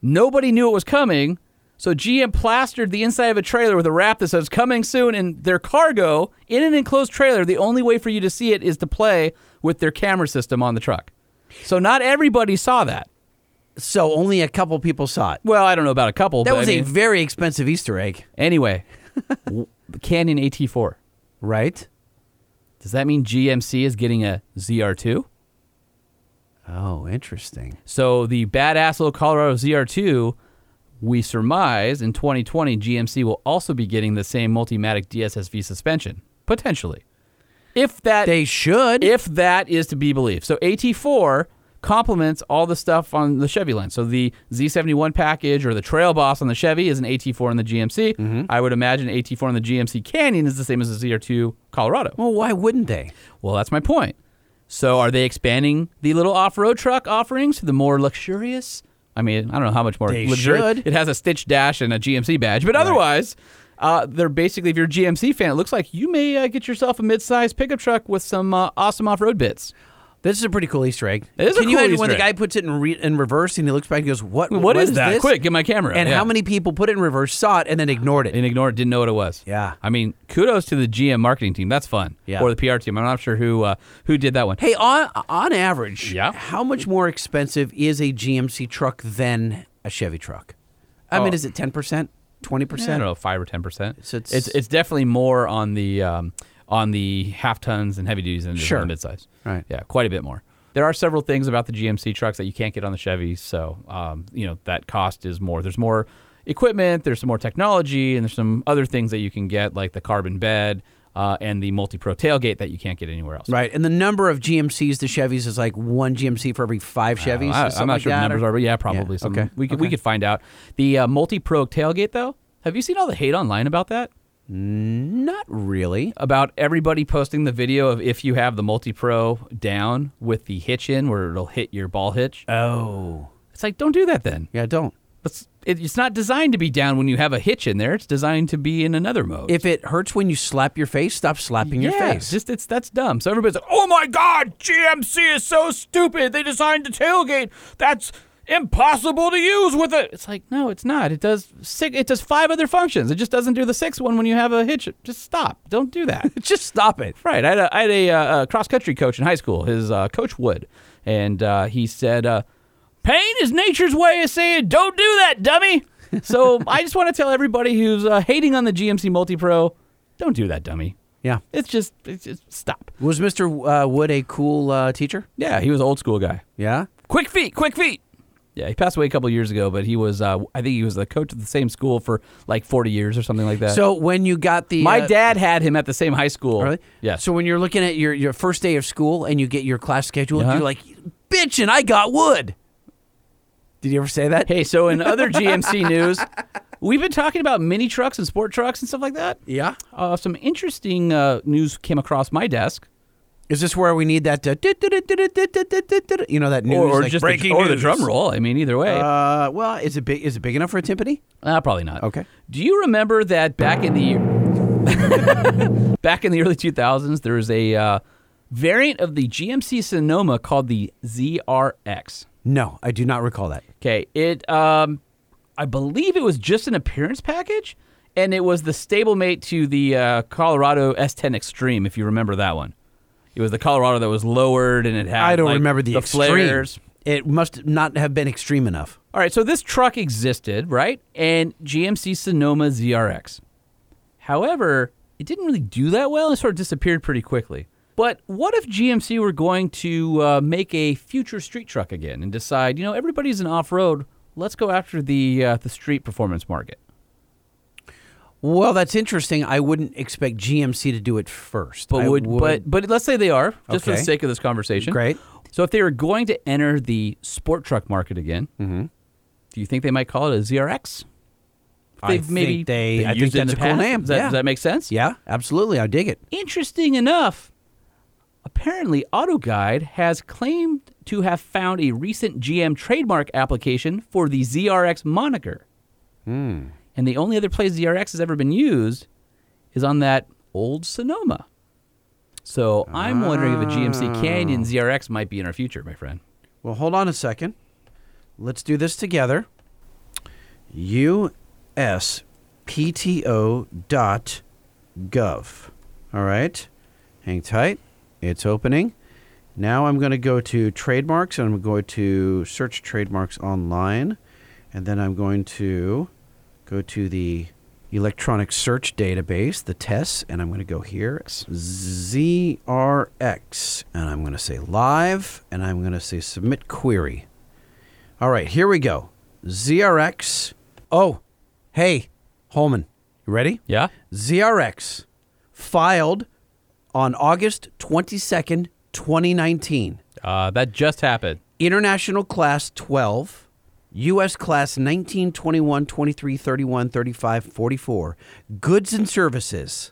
Speaker 2: Nobody knew it was coming, so GM plastered the inside of a trailer with a wrap that says coming soon and their cargo in an enclosed trailer. The only way for you to see it is to play with their camera system on the truck. So not everybody saw that.
Speaker 1: So only a couple people saw it.
Speaker 2: Well, I don't know about a couple,
Speaker 1: That
Speaker 2: but I
Speaker 1: was a
Speaker 2: mean-
Speaker 1: very expensive Easter egg,
Speaker 2: anyway. w- Canyon AT4.
Speaker 1: right?
Speaker 2: Does that mean GMC is getting a ZR2?
Speaker 1: Oh, interesting.
Speaker 2: So the badass little Colorado ZR2, we surmise in 2020 GMC will also be getting the same Multimatic DSSV suspension potentially, if that
Speaker 1: They should.
Speaker 2: if that is to be believed. So AT4 complements all the stuff on the Chevy line. So the Z71 package or the Trail Boss on the Chevy is an AT4 on the GMC. I would imagine AT4 on the GMC Canyon is the same as the ZR2 Colorado.
Speaker 1: well, why wouldn't they?
Speaker 2: Well, that's my point. So, are they expanding the little off-road truck offerings to the more luxurious? I mean, I don't know how much more
Speaker 1: They
Speaker 2: luxurious.
Speaker 1: should.
Speaker 2: It has a Stitch Dash and a GMC badge, but otherwise, uh, they're basically if you're a GMC fan, it looks like you may uh, get yourself a mid-sized pickup truck with some uh, awesome off-road bits.
Speaker 1: This is a pretty cool Easter egg.
Speaker 2: It is a
Speaker 1: Can you
Speaker 2: cool
Speaker 1: imagine when
Speaker 2: Easter
Speaker 1: the guy
Speaker 2: egg.
Speaker 1: puts it in, re- in reverse and he looks back and goes, "What?
Speaker 2: What is that?
Speaker 1: this?"
Speaker 2: Quick, get my camera.
Speaker 1: And
Speaker 2: Yeah.
Speaker 1: how many people put it in reverse, saw it, and then ignored it?
Speaker 2: and ignored, didn't know what it was.
Speaker 1: Yeah.
Speaker 2: I mean, kudos to the GM marketing team. That's fun.
Speaker 1: Yeah.
Speaker 2: Or the PR team. I'm not sure who uh, who did that one.
Speaker 1: Hey, on on average,
Speaker 2: Yeah.
Speaker 1: how much more expensive is a GMC truck than a Chevy truck? I mean,
Speaker 2: Oh.
Speaker 1: is it ten percent, twenty
Speaker 2: I
Speaker 1: percent?
Speaker 2: don't know, five or ten percent.
Speaker 1: So it's-
Speaker 2: it's, it's definitely more on the um, on the half tons and heavy duties than it is
Speaker 1: Sure.
Speaker 2: on the midsize.
Speaker 1: Right.
Speaker 2: Yeah, quite a bit more. There are several things about the GMC trucks that you can't get on the Chevy, so um, you know that cost is more. There's more equipment, there's some more technology, and there's some other things that you can get like the carbon bed uh, and the multi-pro tailgate that you can't get anywhere else.
Speaker 1: Right, and the number of GMCs to Chevys is like one GMC for every five Chevys.
Speaker 2: Uh, I,
Speaker 1: or something
Speaker 2: am not
Speaker 1: like
Speaker 2: sure what
Speaker 1: that,
Speaker 2: the numbers
Speaker 1: or-
Speaker 2: are, but yeah, probably.
Speaker 1: Yeah,
Speaker 2: some-
Speaker 1: okay,
Speaker 2: We could, we
Speaker 1: okay.
Speaker 2: could find out. The uh, multi-pro tailgate though, have you seen all the hate online about that?
Speaker 1: Not really.
Speaker 2: about everybody posting the video of if you have the multi pro down with the hitch in where it'll hit your ball hitch.
Speaker 1: Oh,
Speaker 2: It's like don't do that then.
Speaker 1: yeah, don't.
Speaker 2: It's, it, it's not designed to be down when you have a hitch in there. It's designed to be in another mode.
Speaker 1: If it hurts when you slap your face, stop slapping your
Speaker 2: Yeah,
Speaker 1: face.
Speaker 2: Just it's that's dumb. So everybody's like, "Oh my god, GMC is so stupid. They designed a tailgate that's impossible to use with it." It's like, "No, it's not. It does six it does five other functions. It just doesn't do the sixth one when you have a hitch. Just stop. Don't do that."
Speaker 1: Just stop it.
Speaker 2: Right. I had a, I had a, uh, a cross country coach in high school. His uh, coach Wood, and uh, he said, uh, "Pain is nature's way of saying don't do that, dummy." So I just want to tell everybody who's uh, hating on the GMC Multi Pro, don't do that, dummy.
Speaker 1: Yeah.
Speaker 2: It's just, it's just stop.
Speaker 1: Was Mr. Uh, Wood a cool uh, teacher?
Speaker 2: Yeah, he was an old school guy.
Speaker 1: Yeah.
Speaker 2: Quick feet, quick feet. Yeah, he passed away a couple years ago, but he was, uh, I think he was the coach of the same school for like 40 years or something like that.
Speaker 1: So when you got the
Speaker 2: Uh, my
Speaker 1: uh,
Speaker 2: dad had him at the same high school.
Speaker 1: really?
Speaker 2: Yes.
Speaker 1: So when you're looking at your, your first day of school and you get your class schedule,
Speaker 2: Uh-huh.
Speaker 1: you're like, "Bitch, and I got Wood." Did you ever say that?
Speaker 2: Hey, so in other GMC news, we've been talking about mini trucks and sport trucks and stuff like that.
Speaker 1: Yeah.
Speaker 2: Uh, some interesting uh, news came across my desk.
Speaker 1: Is this where we need that? uh, du- du- du- du- du- du- du- du- du- du- you know that news,
Speaker 2: or
Speaker 1: like
Speaker 2: just
Speaker 1: breaking
Speaker 2: the, or the
Speaker 1: news?
Speaker 2: drum roll. I mean, either way, uh,
Speaker 1: Uh, well, is it big? Is it big enough for a timpani?
Speaker 2: probably not.
Speaker 1: okay.
Speaker 2: Do you remember that back in the back in the early 2000s, there was a uh, variant of the GMC Sonoma called the ZRX.
Speaker 1: No, I do not recall that.
Speaker 2: Okay, it um, I believe it was just an appearance package, and it was the stablemate to the uh, Colorado S10 Extreme, if you remember that one. It was the Colorado that was lowered, and it had
Speaker 1: I don't
Speaker 2: like,
Speaker 1: remember the,
Speaker 2: the
Speaker 1: extreme.
Speaker 2: flares.
Speaker 1: It must not have been extreme enough.
Speaker 2: All right, so this truck existed, right? And GMC Sonoma ZRX. However, it didn't really do that well. It sort of disappeared pretty quickly. But what if GMC were going to uh, make a future street truck again and decide, you know, everybody's an off-road. Let's go after the uh, the street performance market.
Speaker 1: Well, that's interesting. I wouldn't expect GMC to do it first.
Speaker 2: But
Speaker 1: I
Speaker 2: would, but but let's say they are just for
Speaker 1: Okay.
Speaker 2: the sake of this conversation.
Speaker 1: Great.
Speaker 2: So if they were going to enter the sport truck market again,
Speaker 1: Mm-hmm.
Speaker 2: do you think they might call it a ZRX?
Speaker 1: I
Speaker 2: They've
Speaker 1: think
Speaker 2: maybe
Speaker 1: they- I think
Speaker 2: used it in
Speaker 1: that's
Speaker 2: the
Speaker 1: a cool
Speaker 2: past.
Speaker 1: name.
Speaker 2: Does that,
Speaker 1: Yeah.
Speaker 2: does that make sense?
Speaker 1: yeah, absolutely. I dig it.
Speaker 2: Interesting enough, apparently AutoGuide has claimed to have found a recent GM trademark application for the ZRX moniker. And the only other place ZRX has ever been used is on that old Sonoma. So I'm wondering if a GMC Canyon ZRX might be in our future, my friend.
Speaker 1: Well, hold on a second. Let's do this together. USPTO.gov. All right. Hang tight. It's opening. Now I'm going to go to trademarks and I'm going to search trademarks online. And then I'm going to go to the electronic search database, the TESS, and I'm going to go here, ZRX, and I'm going to say live, and I'm going to say submit query. All right, here we go. ZRX. Oh, hey, Holman, you ready?
Speaker 2: Yeah?
Speaker 1: ZRX filed on August 22nd, 2019.
Speaker 2: Uh, that just happened.
Speaker 1: International Class 12, U.S. Class 19, 21, 23, 31, 35, 44, Goods and Services,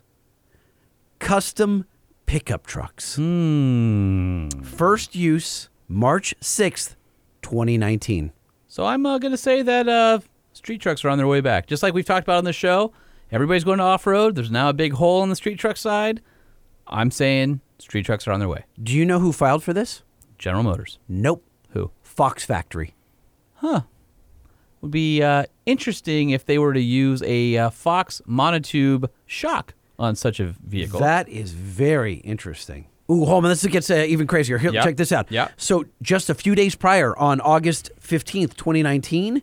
Speaker 1: Custom Pickup Trucks.
Speaker 2: Hmm.
Speaker 1: First use March 6th, 2019.
Speaker 2: So I'm uh, going to say that uh, street trucks are on their way back. Just like we've talked about on the show, everybody's going to off road. There's now a big hole on the street truck side. I'm saying street trucks are on their way.
Speaker 1: Do you know who filed for this?
Speaker 2: General Motors
Speaker 1: Nope.
Speaker 2: Who?
Speaker 1: Fox Factory.
Speaker 2: would be uh, interesting if they were to use a uh, Fox monotube shock on such a vehicle.
Speaker 1: That is very interesting. Ooh, Holman, this gets uh, even crazier. Here,
Speaker 2: Yeah.
Speaker 1: check this out.
Speaker 2: Yeah.
Speaker 1: So, just a few days prior, on August 15th, 2019,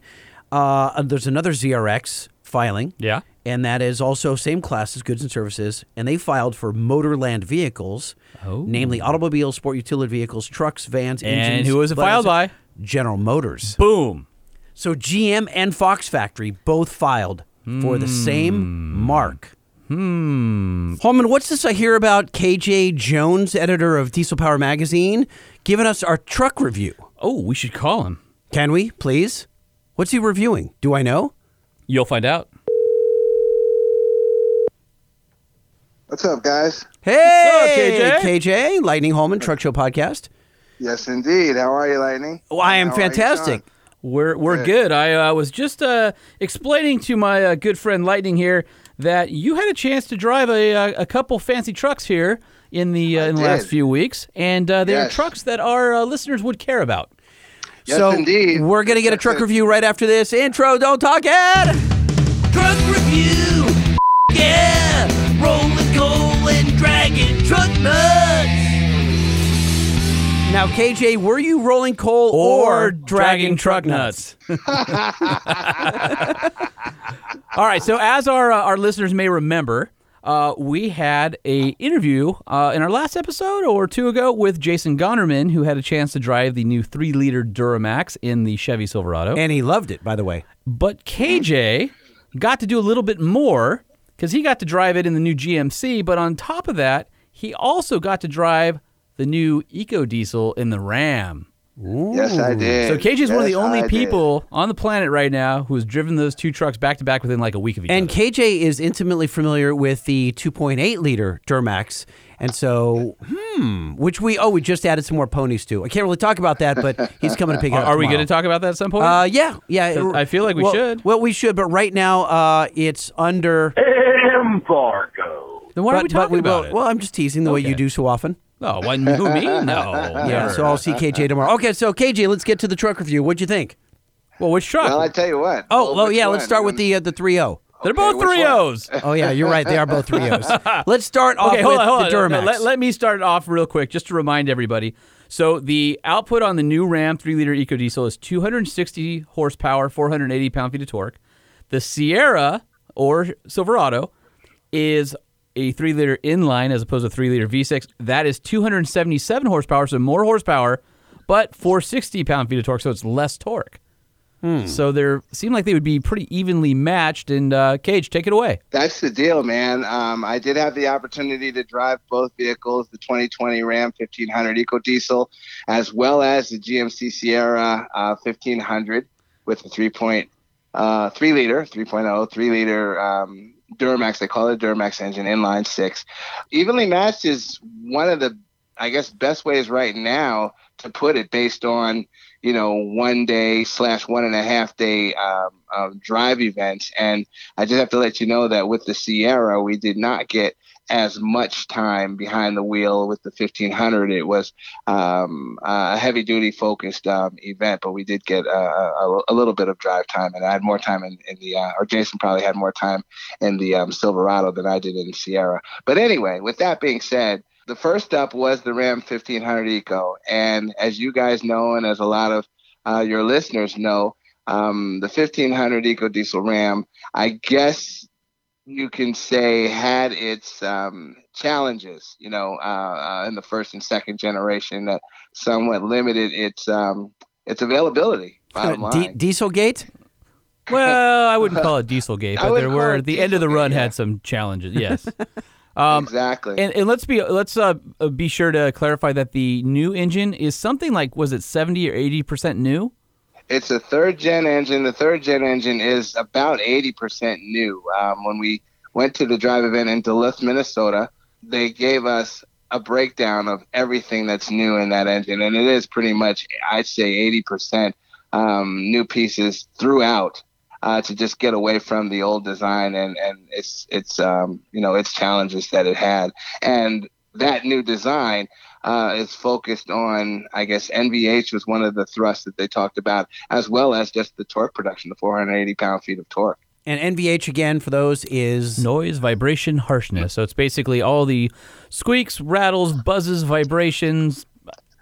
Speaker 1: uh, there's another ZRX filing.
Speaker 2: Yeah.
Speaker 1: And that is also same class as goods and services. And they filed for motorland vehicles,
Speaker 2: Oh.
Speaker 1: namely automobiles, sport utility vehicles, trucks, vans,
Speaker 2: And
Speaker 1: engines.
Speaker 2: who was it filed by?
Speaker 1: General Motors.
Speaker 2: Boom.
Speaker 1: So, GM and Fox Factory both filed for the same mark. Holman, what's this I hear about KJ Jones, editor of Diesel Power Magazine, giving us our truck review?
Speaker 2: Oh, we should call him.
Speaker 1: Can we, please? What's he reviewing? Do I know?
Speaker 2: You'll find out.
Speaker 11: What's up, guys?
Speaker 1: Hey, KJ? Lightning Holman, Truck Show Podcast.
Speaker 11: Yes, indeed. How are you, Lightning?
Speaker 1: Oh, I am
Speaker 11: How are you,
Speaker 1: fantastic.
Speaker 2: We're we're good. I uh, was just uh, explaining to my uh, good friend Lightning here that you had a chance to drive a, uh, a couple fancy trucks here in the uh, in the last
Speaker 11: did.
Speaker 2: few weeks, and uh, they are
Speaker 11: Yes.
Speaker 2: trucks that our uh, listeners would care about.
Speaker 11: Yes,
Speaker 1: so
Speaker 11: indeed.
Speaker 1: we're gonna get a truck review right after this intro. Don't talk it.
Speaker 4: Truck review. Yeah, rolling coal and dragging truck nuts.
Speaker 1: Now, KJ, were you rolling coal or, dragging truck nuts?
Speaker 2: All right. So as our uh, our listeners may remember, uh, we had a interview uh, in our last episode or two ago with Jason Gonerman, who had a chance to drive the new three liter Duramax in the Chevy Silverado.
Speaker 1: And he loved it, by the way.
Speaker 2: But KJ got to do a little bit more because he got to drive it in the new GMC. But on top of that, he also got to drive the new Eco Diesel in the Ram.
Speaker 11: Yes, I did.
Speaker 2: So KJ is one of the
Speaker 11: Yes, I
Speaker 2: only
Speaker 11: did.
Speaker 2: people on the planet right now who has driven those two trucks back to back within like a week of each
Speaker 1: And
Speaker 2: other.
Speaker 1: KJ is intimately familiar with the 2.8 liter Duramax. And so, hmm, which we, oh, we just added some more ponies to. I can't really talk about that, but he's coming to pick it
Speaker 2: Are,
Speaker 1: up.
Speaker 2: are we going to
Speaker 1: tomorrow.
Speaker 2: talk about that at some point?
Speaker 1: Uh, yeah, yeah.
Speaker 2: I feel like we
Speaker 1: Well-
Speaker 2: should.
Speaker 1: Well, we should, but right now uh, it's under.
Speaker 2: then why
Speaker 1: but,
Speaker 2: are we
Speaker 1: but
Speaker 2: talking about
Speaker 1: will-
Speaker 2: it?
Speaker 1: Well, I'm just teasing the way you do so often.
Speaker 2: oh, why, who me? No.
Speaker 1: Yeah. So I'll see KJ tomorrow. Okay, so KJ, let's get to the truck review. What'd you think?
Speaker 2: well, which truck?
Speaker 11: Well, I tell you what.
Speaker 1: Oh,
Speaker 11: Well,
Speaker 1: well,
Speaker 11: which
Speaker 1: yeah. Let's
Speaker 11: one?
Speaker 1: start with the uh, the three O.
Speaker 2: They're both
Speaker 11: which
Speaker 2: three
Speaker 11: one?
Speaker 2: O's.
Speaker 1: Oh yeah, you're right. They are both three O's. Let's start off
Speaker 2: Okay, hold
Speaker 1: with
Speaker 2: on, hold
Speaker 1: the
Speaker 2: on. No,
Speaker 1: Duramax.
Speaker 2: Let, let me start off real quick just to remind everybody. So the output on the new Ram 3-liter EcoDiesel is 260 horsepower, 480 pound-feet of torque. The Sierra or Silverado is a three liter inline as opposed to three liter V6. That is 277 horsepower, so more horsepower, but 460 pound feet of torque, so it's less torque. So they seem like they would be pretty evenly matched. And uh, Cage, take it away.
Speaker 11: That's the deal, man. Um, I did have the opportunity to drive both vehicles, the 2020 Ram 1500 Eco Diesel, as well as the GMC Sierra uh, 1500 with a 3.3 uh, three liter, 3.0, 3 liter um, Duramax. They call it a Duramax engine, inline six. Evenly matched is one of the, I guess, best ways right now to put it based on you know, one day slash one and a half day um, um, drive events. And I just have to let you know that with the Sierra, we did not get as much time behind the wheel with the 1500. It was um, a heavy duty focused um, event, but we did get uh, a, a little bit of drive time. And I had more time in, in the, uh, or Jason probably had more time in the um, Silverado than I did in the Sierra. But anyway, with that being said, the first up was the Ram 1500 Eco. And as you guys know, and as a lot of uh, your listeners know, um, the 1500 Eco Diesel Ram, I guess you can say, had its um, challenges, you know, uh, uh, in the first and second generation that somewhat limited its um, its availability. Bottom line.
Speaker 1: D- Dieselgate?
Speaker 2: Well, I wouldn't call it Dieselgate,
Speaker 11: I
Speaker 2: but
Speaker 11: wouldn't
Speaker 2: there
Speaker 11: call
Speaker 2: were
Speaker 11: it
Speaker 2: the end of the run
Speaker 11: Dieselgate, yeah.
Speaker 2: had some challenges. Yes. Um,
Speaker 11: exactly.
Speaker 2: And, and let's be let's uh, uh, be sure to clarify that the new engine is something like was it seventy or eighty percent new?
Speaker 11: it's a third gen engine. The third gen engine is about 80% new. Um, when we went to the drive event in Duluth, Minnesota, they gave us a breakdown of everything that's new in that engine. And it is pretty much, I'd say, 80% um, new pieces throughout. Uh, to just get away from the old design and, and its its um, you know its challenges that it had, and that new design uh, is focused on, I guess, NVH was one of the thrusts that they talked about, as well as just the torque production, the 480 pound feet of torque.
Speaker 1: And NVH, again, for those, is.
Speaker 2: Noise, vibration, harshness. So it's basically all the squeaks, rattles, buzzes, vibrations,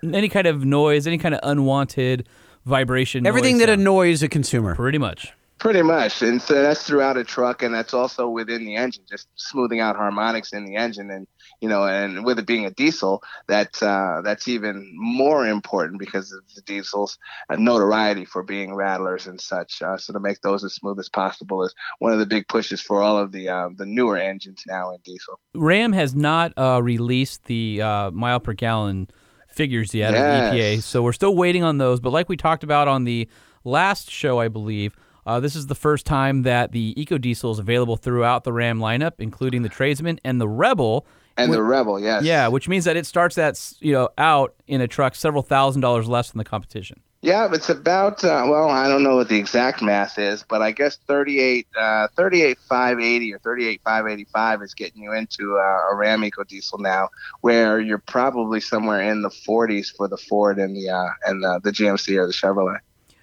Speaker 2: any kind of noise, any kind of unwanted vibration.
Speaker 1: Everything
Speaker 2: noise
Speaker 1: that annoys a consumer.
Speaker 2: Pretty much.
Speaker 11: Pretty much. And so that's throughout a truck, and that's also within the engine, just smoothing out harmonics in the engine. And, you know, and with it being a diesel, that's, uh, that's even more important because of the diesel's uh, notoriety for being rattlers and such. Uh, so to make those as smooth as possible is one of the big pushes for all of the, uh, the newer engines now in diesel.
Speaker 2: Ram has not uh, released the uh, mile per gallon figures yet of the EPA,
Speaker 11: Yes.
Speaker 2: so we're still waiting on those. But like we talked about on the last show, I believe uh, this is the first time that the eco diesel is available throughout the Ram lineup, including the Tradesman and the Rebel.
Speaker 11: And
Speaker 2: Wh-
Speaker 11: the Rebel, yes.
Speaker 2: yeah, which means that it starts that s- you know out in a truck several thousand dollars less than the competition.
Speaker 11: Yeah, it's about uh, well, I don't know what the exact math is, but I guess 38, uh, 38,580 or 38,585 is getting you into uh, a Ram Eco Diesel now, where you're probably somewhere in the 40s for the Ford and the uh, and the, the GMC or the Chevrolet.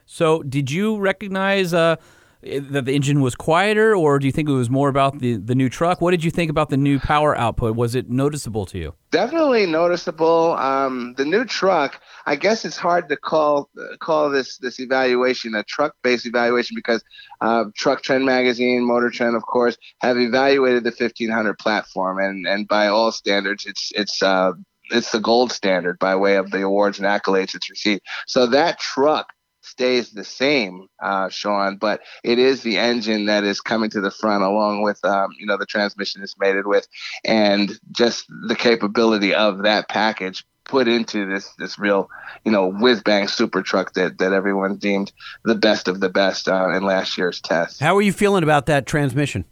Speaker 2: So, did you recognize uh, i- that the engine was quieter, or do you think it was more about the, the new truck? What did you think about the new power output? Was it noticeable to you?
Speaker 11: Definitely noticeable. Um, the new truck. I guess it's hard to call call this this evaluation a truck based evaluation because uh, Truck Trend Magazine, Motor Trend, of course, have evaluated the 1500 platform, and and by all standards, it's it's uh, it's the gold standard by way of the awards and accolades it's received. So that truck stays the same, uh, Sean, but it is the engine that is coming to the front along with, um, you know, the transmission it's mated with and just the capability of that package put into this, this real, you know, whiz bang super truck that, that everyone deemed the best of the best uh, in last year's test.
Speaker 1: How are you feeling about that transmission?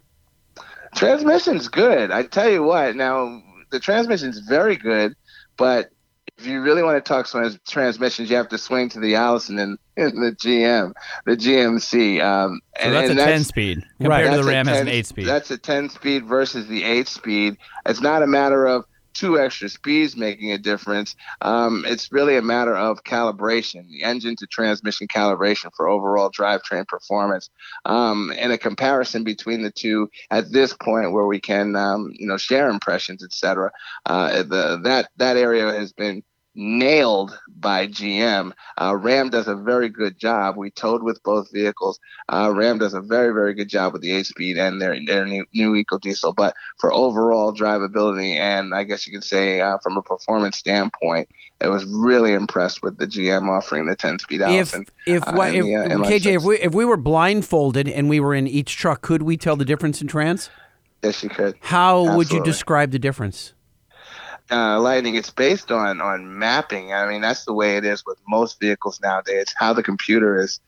Speaker 11: Transmission's good. I tell you what. Now the transmission's very good, but if you really want to talk trans- transmissions, you have to swing to the Allison and, and the GM, the GMC. Um,
Speaker 2: So
Speaker 11: and,
Speaker 2: that's
Speaker 11: and
Speaker 2: a 10 speed compared to
Speaker 11: That's
Speaker 2: the
Speaker 11: a
Speaker 2: Ram has an
Speaker 11: 10
Speaker 2: 8 speed.
Speaker 11: That's a ten speed versus the eight speed. It's not a matter of two extra speeds making a difference. Um, it's really a matter of calibration, the engine to transmission calibration for overall drivetrain performance, um, and a comparison between the two at this point where we can, um, you know, share impressions, etc. Uh, the that that area has been nailed by GM. Uh, Ram does a very good job. We towed with both vehicles. Uh, Ram does a very, very good job with the eight speed and their their new, new EcoDiesel. But for overall drivability, and I guess you could say uh, from a performance standpoint, I was really impressed with the GM offering the 10 speed
Speaker 1: If
Speaker 11: Allison.
Speaker 1: if,
Speaker 11: uh,
Speaker 1: what,
Speaker 11: and
Speaker 1: if
Speaker 11: the, uh, and like
Speaker 1: KJ,
Speaker 11: six.
Speaker 1: if we if we were blindfolded and we were in each truck, could we tell the difference in trans?
Speaker 11: Yes, you could.
Speaker 1: How would you
Speaker 11: Absolutely.
Speaker 1: describe the difference?
Speaker 11: uh, lighting it's based on on mapping i mean that's the way it is with most vehicles nowadays It's how the computer is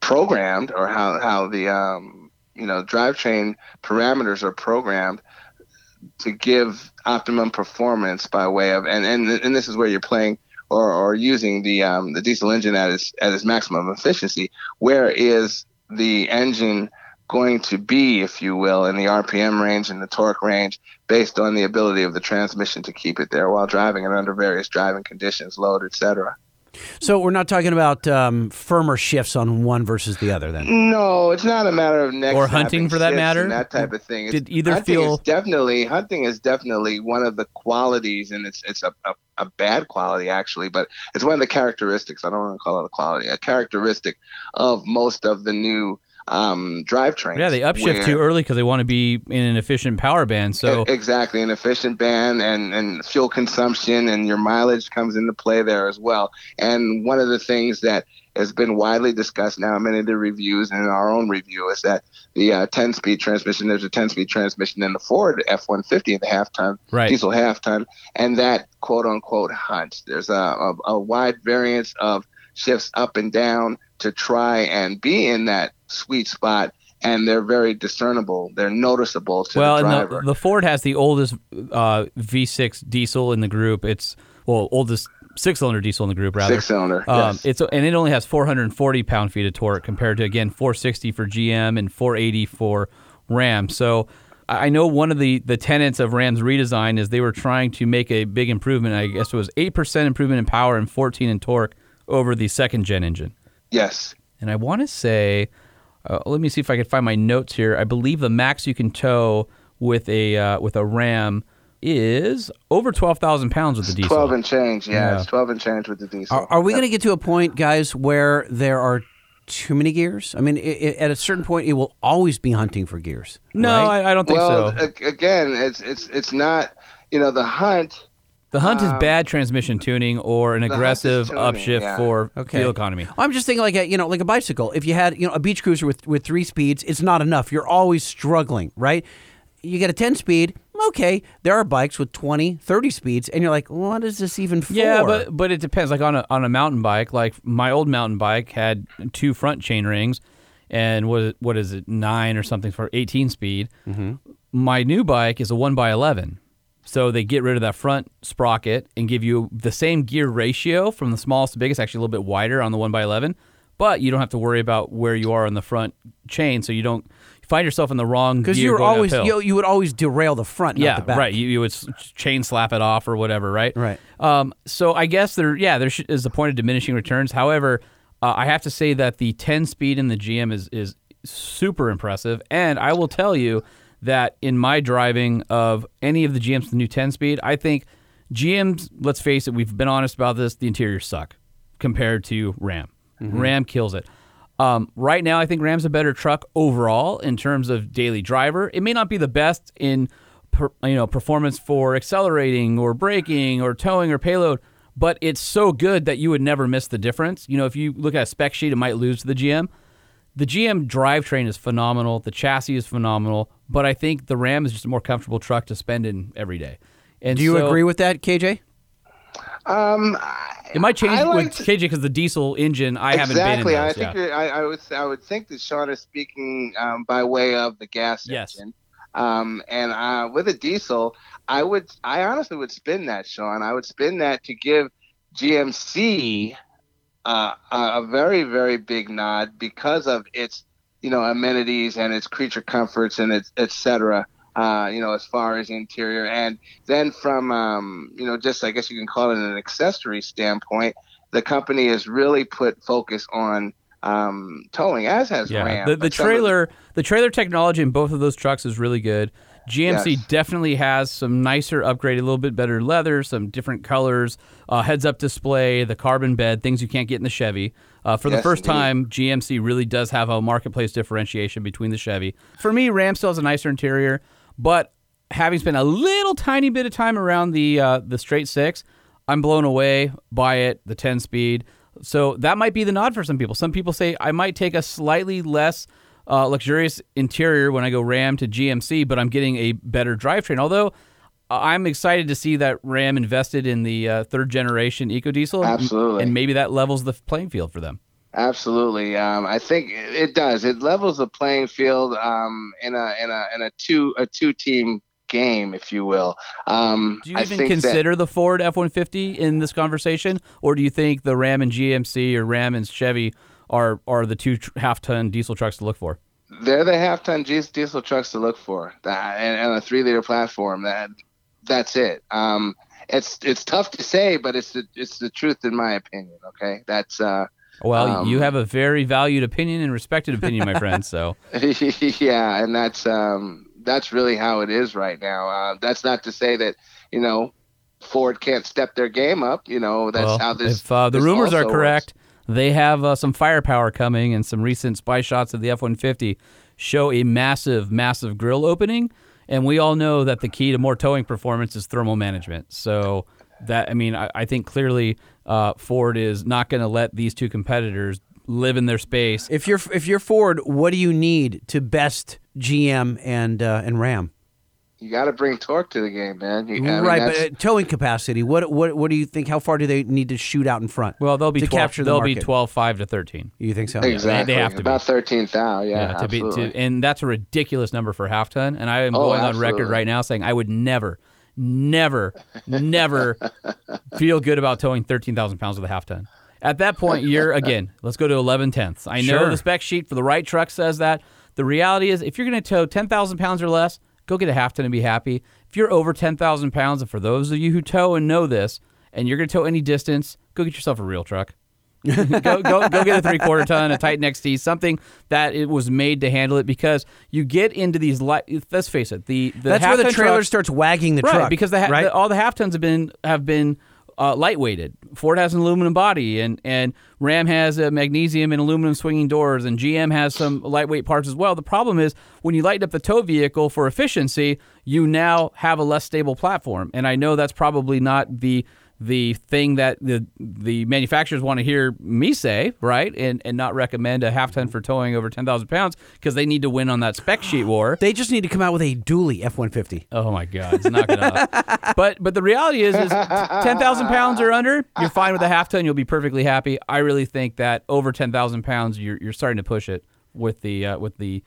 Speaker 11: programmed or how how the um, you know drivetrain parameters are programmed to give optimum performance by way of and and, and this is where you're playing or, or using the um, the diesel engine at its at its maximum efficiency where is the engine going to be if you will in the rpm range and the torque range based on the ability of the transmission to keep it there while driving and under various driving conditions, load, etc.
Speaker 1: So we're not talking about um, firmer shifts on one versus the other, then.
Speaker 11: No, it's not a matter of neck
Speaker 2: Or
Speaker 11: snapping
Speaker 2: hunting, for that
Speaker 11: shifts
Speaker 2: matter?
Speaker 11: and that type of thing. It's-
Speaker 2: Did either
Speaker 11: hunting
Speaker 2: feel-
Speaker 11: is definitely hunting is definitely one of the qualities, and it's it's a, a, a bad quality actually, but it's one of the characteristics. I don't want to call it a quality, a characteristic of most of the new um, drivetrains.
Speaker 2: Yeah, they upshift
Speaker 11: where-
Speaker 2: too early because they want to be in an efficient power band. So
Speaker 11: E- exactly an efficient band and and fuel consumption and your mileage comes into play there as well and one of the things that has been widely discussed now in many of the reviews and in our own review is that the uh, 10 speed transmission there's a 10 speed transmission in the Ford F150 the half ton
Speaker 2: Right.
Speaker 11: diesel half ton and that quote unquote hunch there's a, a, a wide variance of shifts up and down to try and be in that sweet spot and they're very discernible they're noticeable to
Speaker 2: well,
Speaker 11: the
Speaker 2: and
Speaker 11: driver
Speaker 2: the, the Ford has the oldest uh, V6 diesel in the group. It's well, oldest six-cylinder diesel in the group, rather.
Speaker 11: Six cylinder.
Speaker 2: Um,
Speaker 11: yes.
Speaker 2: It's and it only has 440 pound-feet of torque compared to again 460 for GM and 480 for Ram. So I I know one of the the tenets of Ram's redesign is they were trying to make a big improvement. I guess it was eight percent improvement in power and 14 in torque over the second-gen engine.
Speaker 11: yes.
Speaker 2: and I want to say, uh, let me see if I can find my notes here. I believe the max you can tow with a uh, with a Ram is over twelve thousand pounds with the diesel.
Speaker 11: 12 and change. Yeah,
Speaker 2: Yeah.
Speaker 11: it's 12 and change with the diesel.
Speaker 1: Are, are we going to get to a point, guys, where there are too many gears? I mean, i i at a certain point, it will always be hunting for gears.
Speaker 2: No,
Speaker 1: right?
Speaker 2: I, I don't think
Speaker 11: well,
Speaker 2: so.
Speaker 11: a- again, it's it's it's not, you know, the hunt.
Speaker 2: The Hunt is
Speaker 11: um,
Speaker 2: bad transmission tuning or an
Speaker 11: is
Speaker 2: aggressive
Speaker 11: tuning,
Speaker 2: upshift
Speaker 11: yeah.
Speaker 2: for
Speaker 1: Okay.
Speaker 2: fuel economy.
Speaker 1: I'm just thinking like a you know like a bicycle. If you had you know a beach cruiser with with three speeds, it's not enough. You're always struggling, right? You get a 10 speed, okay. There are bikes with 20, 30 speeds, and you're like, what is this even for?
Speaker 2: Yeah, but but it depends. Like on a on a mountain bike, like my old mountain bike had two front chain rings, and what what is it nine or something for eighteen speed.
Speaker 1: Mm-hmm.
Speaker 2: My new bike is a one by eleven, so they get rid of that front sprocket and give you the same gear ratio from the smallest to biggest, actually a little bit wider on the one by eleven, but you don't have to worry about where you are on the front chain, so you don't find yourself in the wrong
Speaker 1: because
Speaker 2: gear
Speaker 1: you were
Speaker 2: going
Speaker 1: always
Speaker 2: uphill
Speaker 1: you, you would always derail the front,
Speaker 2: yeah,
Speaker 1: not the back.
Speaker 2: right. You, you would s- chain slap it off or whatever, right?
Speaker 1: Right.
Speaker 2: Um, so I guess there, yeah, there sh- is the point of diminishing returns. However, uh, I have to say that the 10 speed in the GM is is super impressive, and I will tell you that in my driving of any of the GMs, the new 10 speed, I think GMs. Let's face it, we've been honest about this. The interiors suck compared to Ram.
Speaker 1: Mm-hmm.
Speaker 2: Ram kills it. Um, right now, I think Ram's a better truck overall in terms of daily driver. It may not be the best in per, you know performance for accelerating or braking or towing or payload, but it's so good that you would never miss the difference. You know, if you look at a spec sheet, it might lose to the GM. The GM drivetrain is phenomenal. The chassis is phenomenal, but I think the Ram is just a more comfortable truck to spend in every day. And
Speaker 1: Do you
Speaker 2: so
Speaker 1: agree with that, KJ?
Speaker 11: Um,
Speaker 2: It might change
Speaker 11: I
Speaker 2: with
Speaker 11: liked-
Speaker 2: KJ because the diesel engine. I haven't been
Speaker 11: exactly.
Speaker 2: in.
Speaker 11: I
Speaker 2: those,
Speaker 11: think
Speaker 2: yeah.
Speaker 11: you're, I, I would I would think that Sean is speaking um, by way of the gas
Speaker 2: Yes.
Speaker 11: engine. Um, and uh, with a diesel, I would I honestly would spin that, Sean. I would spin that to give GMC uh, a a very very big nod because of its you know amenities and its creature comforts and its et cetera. Uh, you know, as far as interior, and then from um, you know, just I guess you can call it an accessory standpoint, the company has really put focus on um, towing, as has Ram.
Speaker 2: The, the
Speaker 11: But some of
Speaker 2: trailer, the trailer technology in both of those trucks is really good. GMC
Speaker 11: Yes.
Speaker 2: definitely has some nicer upgrade, a little bit better leather, some different colors, uh, heads-up display, the carbon bed, things you can't get in the Chevy. Uh, for the
Speaker 11: Yes,
Speaker 2: first
Speaker 11: indeed.
Speaker 2: time, GMC really does have a marketplace differentiation between the Chevy. For me, Ram still has a nicer interior, but having spent a little tiny bit of time around the uh, the straight six, I'm blown away by it. The 10 speed. So that might be the nod for some people. Some people say I might take a slightly less uh, luxurious interior when I go Ram to GMC, but I'm getting a better drivetrain. Although I- I'm excited to see that Ram invested in the uh, third generation EcoDiesel. and-
Speaker 11: Absolutely.
Speaker 2: And maybe that levels the playing field for them.
Speaker 11: Absolutely. Um, I think it it does. It levels the playing field um, in a in a in a two a two team game, if you will. Um,
Speaker 2: Do you
Speaker 11: I
Speaker 2: even
Speaker 11: think that-
Speaker 2: consider the Ford F 150 in this conversation, or do you think the Ram and GMC or Ram and Chevy are, are the two tr- half ton diesel trucks to look for?
Speaker 11: they're the half ton diesel trucks to look for that and, and a three liter platform that that's it um it's it's tough to say but it's the it's the truth in my opinion okay that's uh
Speaker 2: Well,
Speaker 11: um,
Speaker 2: you have a very valued opinion and respected opinion, my friend. So
Speaker 11: yeah and that's um that's really how it is right now uh that's not to say that you know ford can't step their game up you know that's
Speaker 2: well,
Speaker 11: how this
Speaker 2: if uh, the
Speaker 11: this
Speaker 2: rumors are
Speaker 11: also works.
Speaker 2: correct, they have uh, some firepower coming, and some recent spy shots of the F 150 show a massive, massive grill opening. And we all know that the key to more towing performance is thermal management. So that I mean, I, I think clearly uh, Ford is not going to let these two competitors live in their space.
Speaker 1: If you're if you're Ford, what do you need to best GM and uh, and Ram?
Speaker 11: you got to bring torque to the game man you, I mean,
Speaker 1: right, but
Speaker 11: that's-
Speaker 1: uh, towing capacity. What what what do you think? How far do they need to shoot out in front?
Speaker 2: Well, they'll be
Speaker 1: to
Speaker 2: 12,
Speaker 1: capture the
Speaker 2: they'll be
Speaker 1: market?
Speaker 2: 12, 5 to thirteen.
Speaker 1: You think so?
Speaker 11: exactly
Speaker 2: have to be.
Speaker 11: about 13000 yeah,
Speaker 2: to be,
Speaker 11: absolutely.
Speaker 2: to, and that's a ridiculous number for half ton. And I am
Speaker 11: Oh,
Speaker 2: going on record
Speaker 11: absolutely.
Speaker 2: right now saying I would never, never, never feel good about towing thirteen thousand pounds with a half ton. At that point, you're again. Let's go to eleven tenths. I know
Speaker 1: Sure.
Speaker 2: the spec sheet for the right truck says that. The reality is, if you're going to tow ten thousand pounds or less, go get a half ton and be happy. If you're over ten thousand pounds, and for those of you who tow and know this, and you're going to tow any distance, go get yourself a real truck. go, go, go get a three quarter ton, a Titan XT, something that it was made to handle it because you get into these light. Let's face it, the, the
Speaker 1: That's where the
Speaker 2: half-ton
Speaker 1: trailer
Speaker 2: trucks-
Speaker 1: starts wagging the
Speaker 2: right,
Speaker 1: truck
Speaker 2: because the, ha-
Speaker 1: right?
Speaker 2: the- all the half tons have been have been uh, lightweighted. Ford has an aluminum body, and and Ram has a magnesium and aluminum swinging doors, and GM has some lightweight parts as well. The problem is when you lighten up the tow vehicle for efficiency, you now have a less stable platform, and I know that's probably not the the thing that the the manufacturers want to hear me say, right, and and not recommend a half ton for towing over ten thousand pounds because they need to win on that spec sheet war.
Speaker 1: they just need to come out with a dually F one fifty.
Speaker 2: Oh my God, it's not gonna. but but the reality is, is ten thousand pounds or under, you're fine with a half ton. You'll be perfectly happy. I really think that over ten thousand pounds, you're you're starting to push it with the uh, with the,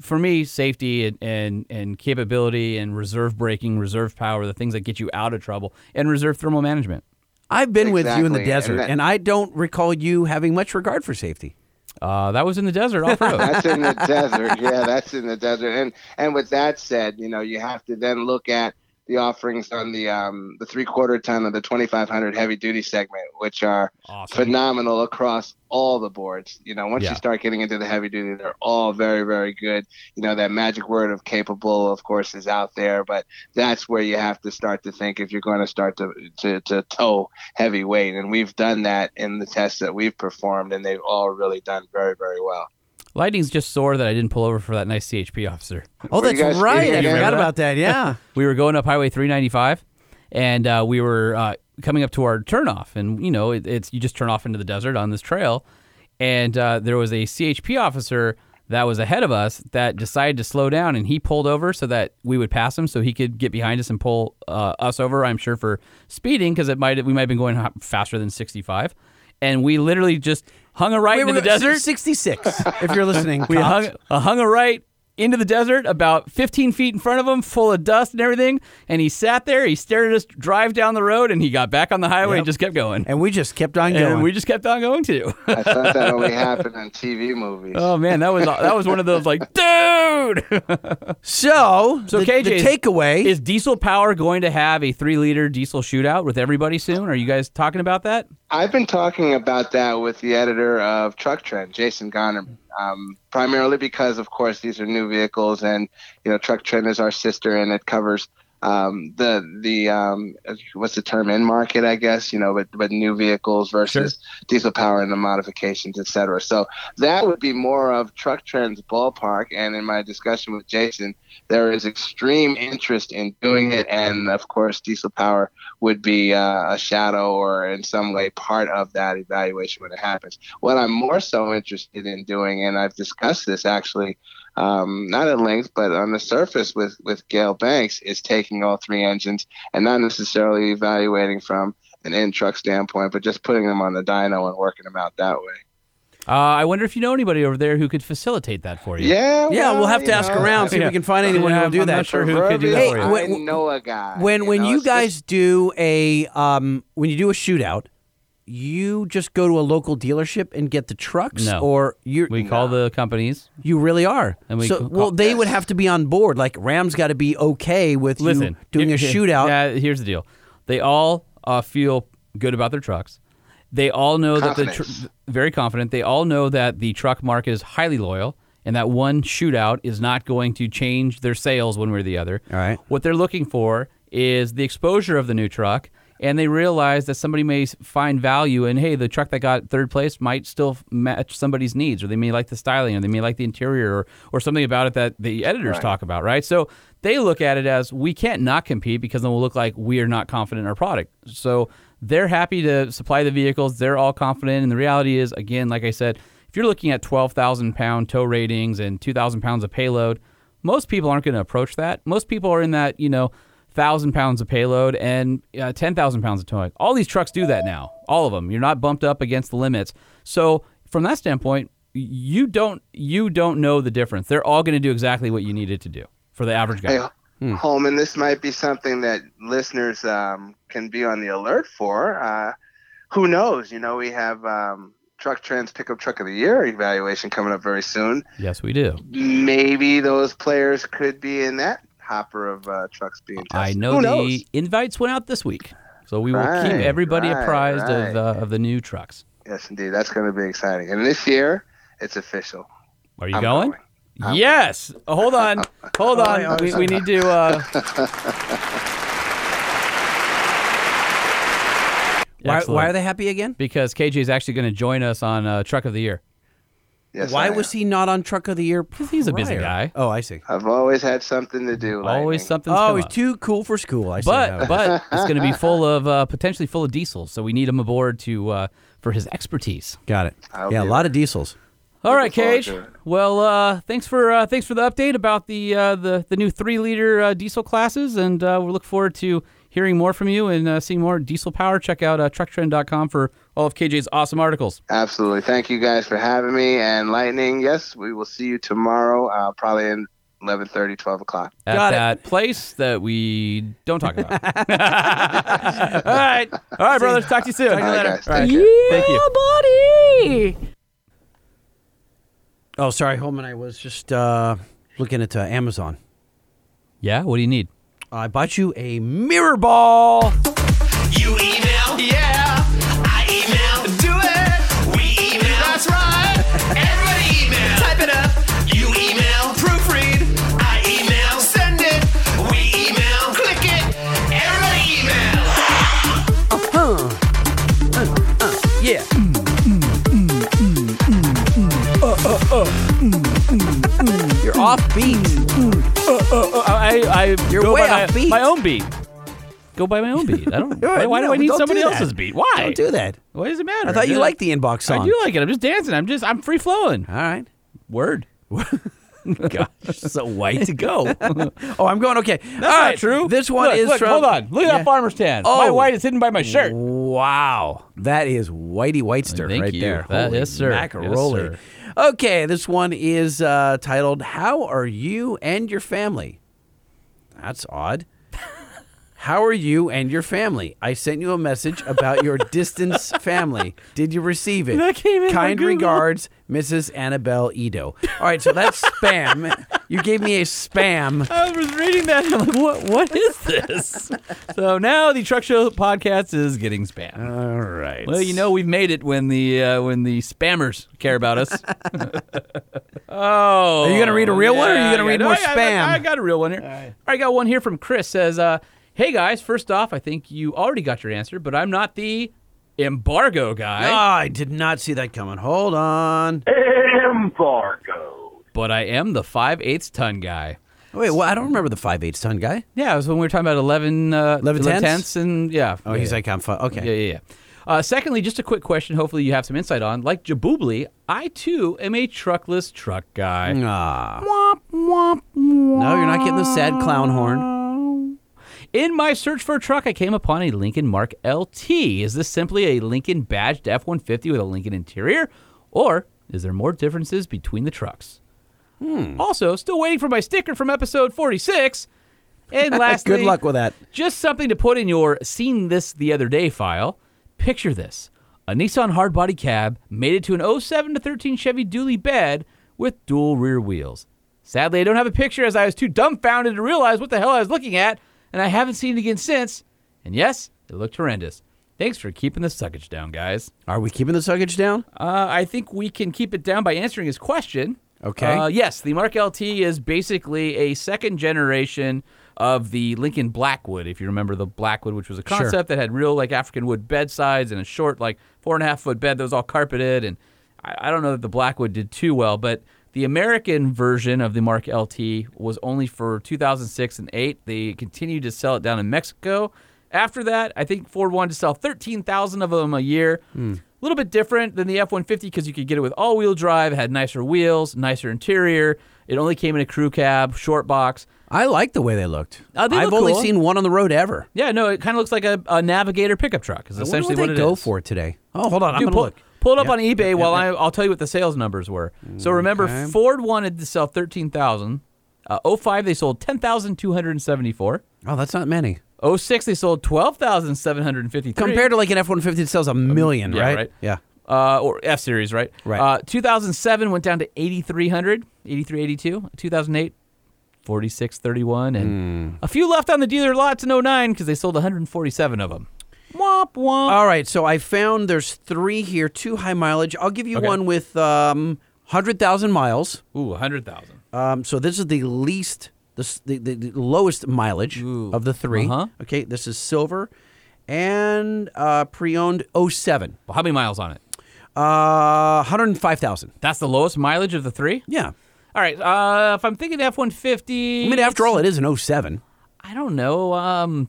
Speaker 2: for me, safety and, and and capability and reserve braking, reserve power, the things that get you out of trouble, and reserve thermal management.
Speaker 1: I've been with you in the
Speaker 11: Exactly, and
Speaker 1: desert, and,
Speaker 11: that-
Speaker 1: I don't recall you having much regard for safety.
Speaker 2: Uh, that was in the desert off road.
Speaker 11: that's in the desert. Yeah, that's in the desert. And and with that said, you know, you have to then look at the offerings on the um the three quarter ton of the twenty five hundred heavy duty segment, which are phenomenal across all the boards. You know, once
Speaker 2: Yeah.
Speaker 11: you start getting into the heavy duty, they're all very, very good. You know, that magic word of capable, of course, is out there, but that's where you have to start to think if you're going to start to, to, to tow heavyweight. And we've done that in the tests that we've performed, and they've all really done very, very well.
Speaker 2: Lightning's just sore that I didn't pull over for that nice CHP officer.
Speaker 1: Oh,
Speaker 11: Were you
Speaker 1: that's
Speaker 11: guys-
Speaker 1: right.
Speaker 11: you
Speaker 1: I
Speaker 11: remember
Speaker 1: forgot
Speaker 11: that?
Speaker 1: about that. Yeah.
Speaker 2: we were going up Highway 395, and uh, we were uh, coming up to our turnoff, and you know, it, it's you just turn off into the desert on this trail, and uh, there was a CHP officer that was ahead of us that decided to slow down, and he pulled over so that we would pass him, so he could get behind us and pull uh, us over. I'm sure for speeding because it might we might have been going ho- faster than 65, and we literally just hung a right into the desert.
Speaker 1: Sixty six. If you're listening,
Speaker 2: We
Speaker 1: cops.
Speaker 2: hung, uh, hung a right into the desert about 15 feet in front of him, full of dust and everything. And he sat there, he stared at us drive down the road, and he got back on the highway and just kept going.
Speaker 1: and we just kept on
Speaker 2: And
Speaker 1: going.
Speaker 2: we just kept on going too.
Speaker 11: I thought that only happened on TV movies.
Speaker 2: oh man, that was that was one of those like, dude.
Speaker 1: so,
Speaker 2: So
Speaker 1: the,
Speaker 2: KJ,
Speaker 1: the
Speaker 2: is-
Speaker 1: takeaway
Speaker 2: is diesel power going to have a three liter diesel shootout with everybody soon? Are you guys talking about that?
Speaker 11: I've been talking about that with the editor of Truck Trend, Jason Gonerman, um, primarily because, of course, these are new vehicles, and you know, Truck Trend is our sister, and it covers um, the the um, what's the term in market, I guess, you know, but but new vehicles versus diesel power and the modifications, et cetera. So that would be more of Truck Trend's ballpark. And in my discussion with Jason, there is extreme interest in doing it, and of course, diesel power would be uh, a shadow or in some way part of that evaluation when it happens. What I'm more so interested in doing, and I've discussed this actually, um, not at length, but on the surface with, with Gail Banks, is taking all three engines and not necessarily evaluating from an in truck standpoint, but just putting them on the dyno and working them out that way.
Speaker 2: Uh, I wonder if you know anybody over there who could facilitate that for you.
Speaker 11: Yeah,
Speaker 1: Yeah, we'll have to ask around, see if we can find anyone who will do
Speaker 2: I'm
Speaker 1: that.
Speaker 2: Not sure who could do that
Speaker 1: Hey,
Speaker 2: for you.
Speaker 11: I know a guy.
Speaker 1: when when
Speaker 11: know,
Speaker 1: you
Speaker 11: it's just-
Speaker 1: guys do a um, when you do a shootout, you just go to a local dealership and get the trucks,
Speaker 2: No.
Speaker 1: or you
Speaker 2: We call the companies.
Speaker 1: you really are.
Speaker 2: And we
Speaker 1: so,
Speaker 2: call-
Speaker 1: well, they would have to be on board. Like Ram's got to be okay with
Speaker 2: Listen,
Speaker 1: you doing a
Speaker 2: here-
Speaker 1: shootout.
Speaker 2: Yeah, here's the deal. They all uh, feel good about their trucks. They all know that the
Speaker 11: Confidence.
Speaker 2: tr- very confident. They all know that the truck market is highly loyal, and that one shootout is not going to change their sales one way or the other.
Speaker 1: All right.
Speaker 2: What they're looking for is the exposure of the new truck, and they realize that somebody may s- find value in, hey, the truck that got third place might still f- match somebody's needs, or they may like the styling, or they may like the interior, or, or something about it that the editors talk about, right? So they look at it as we can't not compete because then we'll look like we are not confident in our product. So they're happy to supply the vehicles, they're all confident, and the reality is, again, like I said, if you're looking at 12,000 pound tow ratings and 2,000 pounds of payload, most people aren't going to approach that. Most people are in that, you know, thousand pounds of payload and uh, ten thousand pounds of towing. All these trucks do that now. All of them. You're not bumped up against the limits. So from that standpoint, you don't you don't know the difference. They're all going to do exactly what you needed to do for the average guy.
Speaker 11: Hey,
Speaker 2: Hmm.
Speaker 11: Holman, this might be something that listeners um, can be on the alert for. Uh, who knows? You know, we have um, Truck Trends Pickup Truck of the Year evaluation coming up very soon.
Speaker 2: Yes, we do.
Speaker 11: Maybe those players could be in that hopper of uh, trucks being tested.
Speaker 2: I know
Speaker 11: Who
Speaker 2: the
Speaker 11: knows?
Speaker 2: invites went out this week, so we will keep
Speaker 11: Right,
Speaker 2: everybody
Speaker 11: right,
Speaker 2: apprised
Speaker 11: right.
Speaker 2: of uh, of the new trucks.
Speaker 11: Yes, indeed. That's going to be exciting. And this year, it's official.
Speaker 2: Are you
Speaker 11: I'm
Speaker 2: going?
Speaker 11: going.
Speaker 2: Yes. Hold on. Hold on. We, we need to. Uh...
Speaker 1: why,
Speaker 2: Excellent.
Speaker 1: why are they happy again?
Speaker 2: Because KJ is actually going to join us on uh, Truck of the Year.
Speaker 11: Yes,
Speaker 1: why
Speaker 11: I
Speaker 1: was
Speaker 11: am.
Speaker 1: he not on Truck of the Year?
Speaker 2: he's a busy guy.
Speaker 1: Oh, I see.
Speaker 11: I've always had something to do.
Speaker 2: Always
Speaker 11: something.
Speaker 2: something's
Speaker 1: Oh,
Speaker 2: come
Speaker 1: he's
Speaker 2: up.
Speaker 1: too cool for school. I see. now.
Speaker 2: but but it's going to be full of uh, potentially full of diesels, so we need him aboard to uh, for his expertise.
Speaker 1: got it.
Speaker 11: I'll
Speaker 1: yeah, a
Speaker 11: be
Speaker 1: lot of diesels.
Speaker 2: All right,
Speaker 11: forward
Speaker 2: Cage.
Speaker 11: to it.
Speaker 2: Well, uh, thanks for uh, thanks for the update about the uh, the the new three liter uh, diesel classes, and uh, we look forward to hearing more from you and uh, seeing more diesel power. Check out uh, trucktrend.com for all of KJ's awesome articles.
Speaker 11: Absolutely. Thank you guys for having me. And Lightning, yes, we will see you tomorrow, uh, probably in 11.30, 12 o'clock.
Speaker 2: At
Speaker 1: Got it.
Speaker 2: that place that we don't talk about. all right, all right, brothers. Talk to you soon.
Speaker 11: All right, guys. Thank you.
Speaker 2: Thank you.
Speaker 12: buddy.
Speaker 1: Oh, sorry, Holman. I was just uh, looking at uh, Amazon.
Speaker 2: Yeah. What do you need?
Speaker 1: I bought you a mirror ball.
Speaker 4: You email, yeah. I email, do it. We email, that's right. Everybody email, type it up. You email, proofread. I email, send it. We email, click it. Everybody email.
Speaker 1: Yeah. You're off beat.
Speaker 2: Oh, I, I
Speaker 1: You're
Speaker 2: go
Speaker 1: way
Speaker 2: by my,
Speaker 1: off beat.
Speaker 2: my own beat. Go by my own beat. I don't. why why do
Speaker 1: No,
Speaker 2: I need
Speaker 1: don't do
Speaker 2: somebody
Speaker 1: that.
Speaker 2: else's beat? Why?
Speaker 1: Don't do that.
Speaker 2: Why does it matter?
Speaker 1: I thought you
Speaker 2: Dude,
Speaker 1: liked the inbox song.
Speaker 2: I do like it. I'm just dancing. I'm just. I'm free flowing.
Speaker 1: All right.
Speaker 2: Word.
Speaker 1: Gosh, so white to go. oh, I'm going okay. That's
Speaker 2: All right, true.
Speaker 1: This one
Speaker 2: Look,
Speaker 1: is
Speaker 2: look,
Speaker 1: from.
Speaker 2: Hold on. Look at that farmer's tan.
Speaker 1: Oh.
Speaker 2: My white is hidden by my shirt.
Speaker 1: Wow, that is Whitey Whitester
Speaker 2: Thank
Speaker 1: right
Speaker 2: you.
Speaker 1: there.
Speaker 2: That-
Speaker 1: Holy
Speaker 2: yes, sir. Yes,
Speaker 1: Macaroli.
Speaker 2: sir.
Speaker 1: Okay, this one is uh, titled "How Are You and Your Family." That's odd. How are you and your family? I sent you a message about your distance family. Did you receive it?
Speaker 2: That came in on
Speaker 1: kind
Speaker 2: Google.
Speaker 1: regards, Mrs. Annabelle Edo. All right, so that's spam. You gave me a spam.
Speaker 2: I was reading that and I'm like, what, what is this? so now the Truck Show podcast is getting spam.
Speaker 1: All right.
Speaker 2: Well, you know we've made it when the uh, when the spammers care about us. oh,
Speaker 1: Are you gonna read a real one or are you
Speaker 2: yeah,
Speaker 1: gonna read
Speaker 2: yeah.
Speaker 1: more
Speaker 2: No, I- I-
Speaker 1: spam?
Speaker 2: I, got a real one here. All right. I got one here from Chris. Says, uh, "Hey guys, first off, I think you already got your answer, but I'm not the embargo guy,
Speaker 1: Ah, I did not see that coming. Hold on.
Speaker 12: Embargo.
Speaker 2: but I am the five eighths ton guy."
Speaker 1: Wait, well, I don't remember the five eight ton guy.
Speaker 2: Yeah, it was when we were talking about 11, uh,
Speaker 1: 11 tenths?
Speaker 2: and yeah.
Speaker 1: Oh, he's like, I'm fine. Okay.
Speaker 2: Yeah, yeah, yeah. Uh, secondly, just a quick question. Hopefully, you have some insight on. Like Jabubli, I too am a truckless truck guy.
Speaker 1: Ah.
Speaker 2: Womp, womp, womp.
Speaker 1: No, you're not getting the sad clown horn.
Speaker 2: In my search for a truck, I came upon a Lincoln Mark LT. Is this simply a Lincoln badged F 150 with a Lincoln interior? Or is there more differences between the trucks?
Speaker 1: Mm.
Speaker 2: Also, still waiting for my sticker from episode 46. And lastly,
Speaker 1: Good luck with that.
Speaker 2: just something to put in your seen this the other day file. Picture this a Nissan hardbody cab made it to an 07 to 13 Chevy dually bed with dual rear wheels. Sadly, I don't have a picture as I was too dumbfounded to realize what the hell I was looking at, and I haven't seen it again since. And yes, it looked horrendous. Thanks for keeping the suckage down, guys.
Speaker 1: Are we keeping the suckage down?
Speaker 2: Uh, I think we can keep it down by answering his question.
Speaker 1: Okay.
Speaker 2: Uh, yes, the Mark LT is basically a second generation of the Lincoln Blackwood. If you remember the Blackwood, which was a concept that had real like African wood bedsides and a short like four and a half foot bed that was all carpeted, and I, I don't know that the Blackwood did too well, but the American version of the Mark LT was only for 2006 and 8. They continued to sell it down in Mexico. After that, I think Ford wanted to sell 13,000 of them a year.
Speaker 1: Hmm.
Speaker 2: A little bit different than the F 150 because you could get it with all wheel drive, it had nicer wheels, nicer interior. It only came in a crew cab, short box.
Speaker 1: I like the way they looked.
Speaker 2: Uh, they
Speaker 1: I've
Speaker 2: look
Speaker 1: only
Speaker 2: cool.
Speaker 1: seen one on the road ever.
Speaker 2: Yeah, no, it kind of looks like a, a Navigator pickup truck, is
Speaker 1: I wonder
Speaker 2: essentially
Speaker 1: what
Speaker 2: what,
Speaker 1: they
Speaker 2: it
Speaker 1: go
Speaker 2: is.
Speaker 1: for today. Oh, hold on. I'm
Speaker 2: Dude,
Speaker 1: going to
Speaker 2: pull,
Speaker 1: look.
Speaker 2: pull it up
Speaker 1: Yep,
Speaker 2: on eBay
Speaker 1: yep,
Speaker 2: while
Speaker 1: yep, yep.
Speaker 2: I, I'll tell you what the sales numbers were. So remember,
Speaker 1: Okay.
Speaker 2: Ford wanted to sell 13,000. Uh, 05, they sold 10,274.
Speaker 1: Oh, that's not many.
Speaker 2: 06, they sold 12,753.
Speaker 1: Compared to like an F 150 that sells a million,
Speaker 2: Um, yeah,
Speaker 1: right?
Speaker 2: right.
Speaker 1: Yeah.
Speaker 2: uh, or F series, right?
Speaker 1: Right.
Speaker 2: Uh, 2007 went down to 8,300, 8,382. 2008, 4,631.
Speaker 1: Hmm.
Speaker 2: And a few left on the dealer lots in 09 because they sold 147 of them. Womp womp.
Speaker 1: All right. So I found there's three here, two high mileage. I'll give you
Speaker 2: Okay.
Speaker 1: one with um, 100,000 miles.
Speaker 2: Ooh, 100,000.
Speaker 1: Um, so this is the least, the, s- the, the, the lowest mileage
Speaker 2: Ooh.
Speaker 1: of the 3
Speaker 2: Uh-huh.
Speaker 1: Okay, this is silver and uh, pre-owned 07.
Speaker 2: Well, how many miles on it?
Speaker 1: Uh, 105,000.
Speaker 2: That's the lowest mileage of the three?
Speaker 1: Yeah.
Speaker 2: All right. Uh, if I'm thinking F 150.
Speaker 1: I mean, after all, it is an 07.
Speaker 2: I don't know. Um,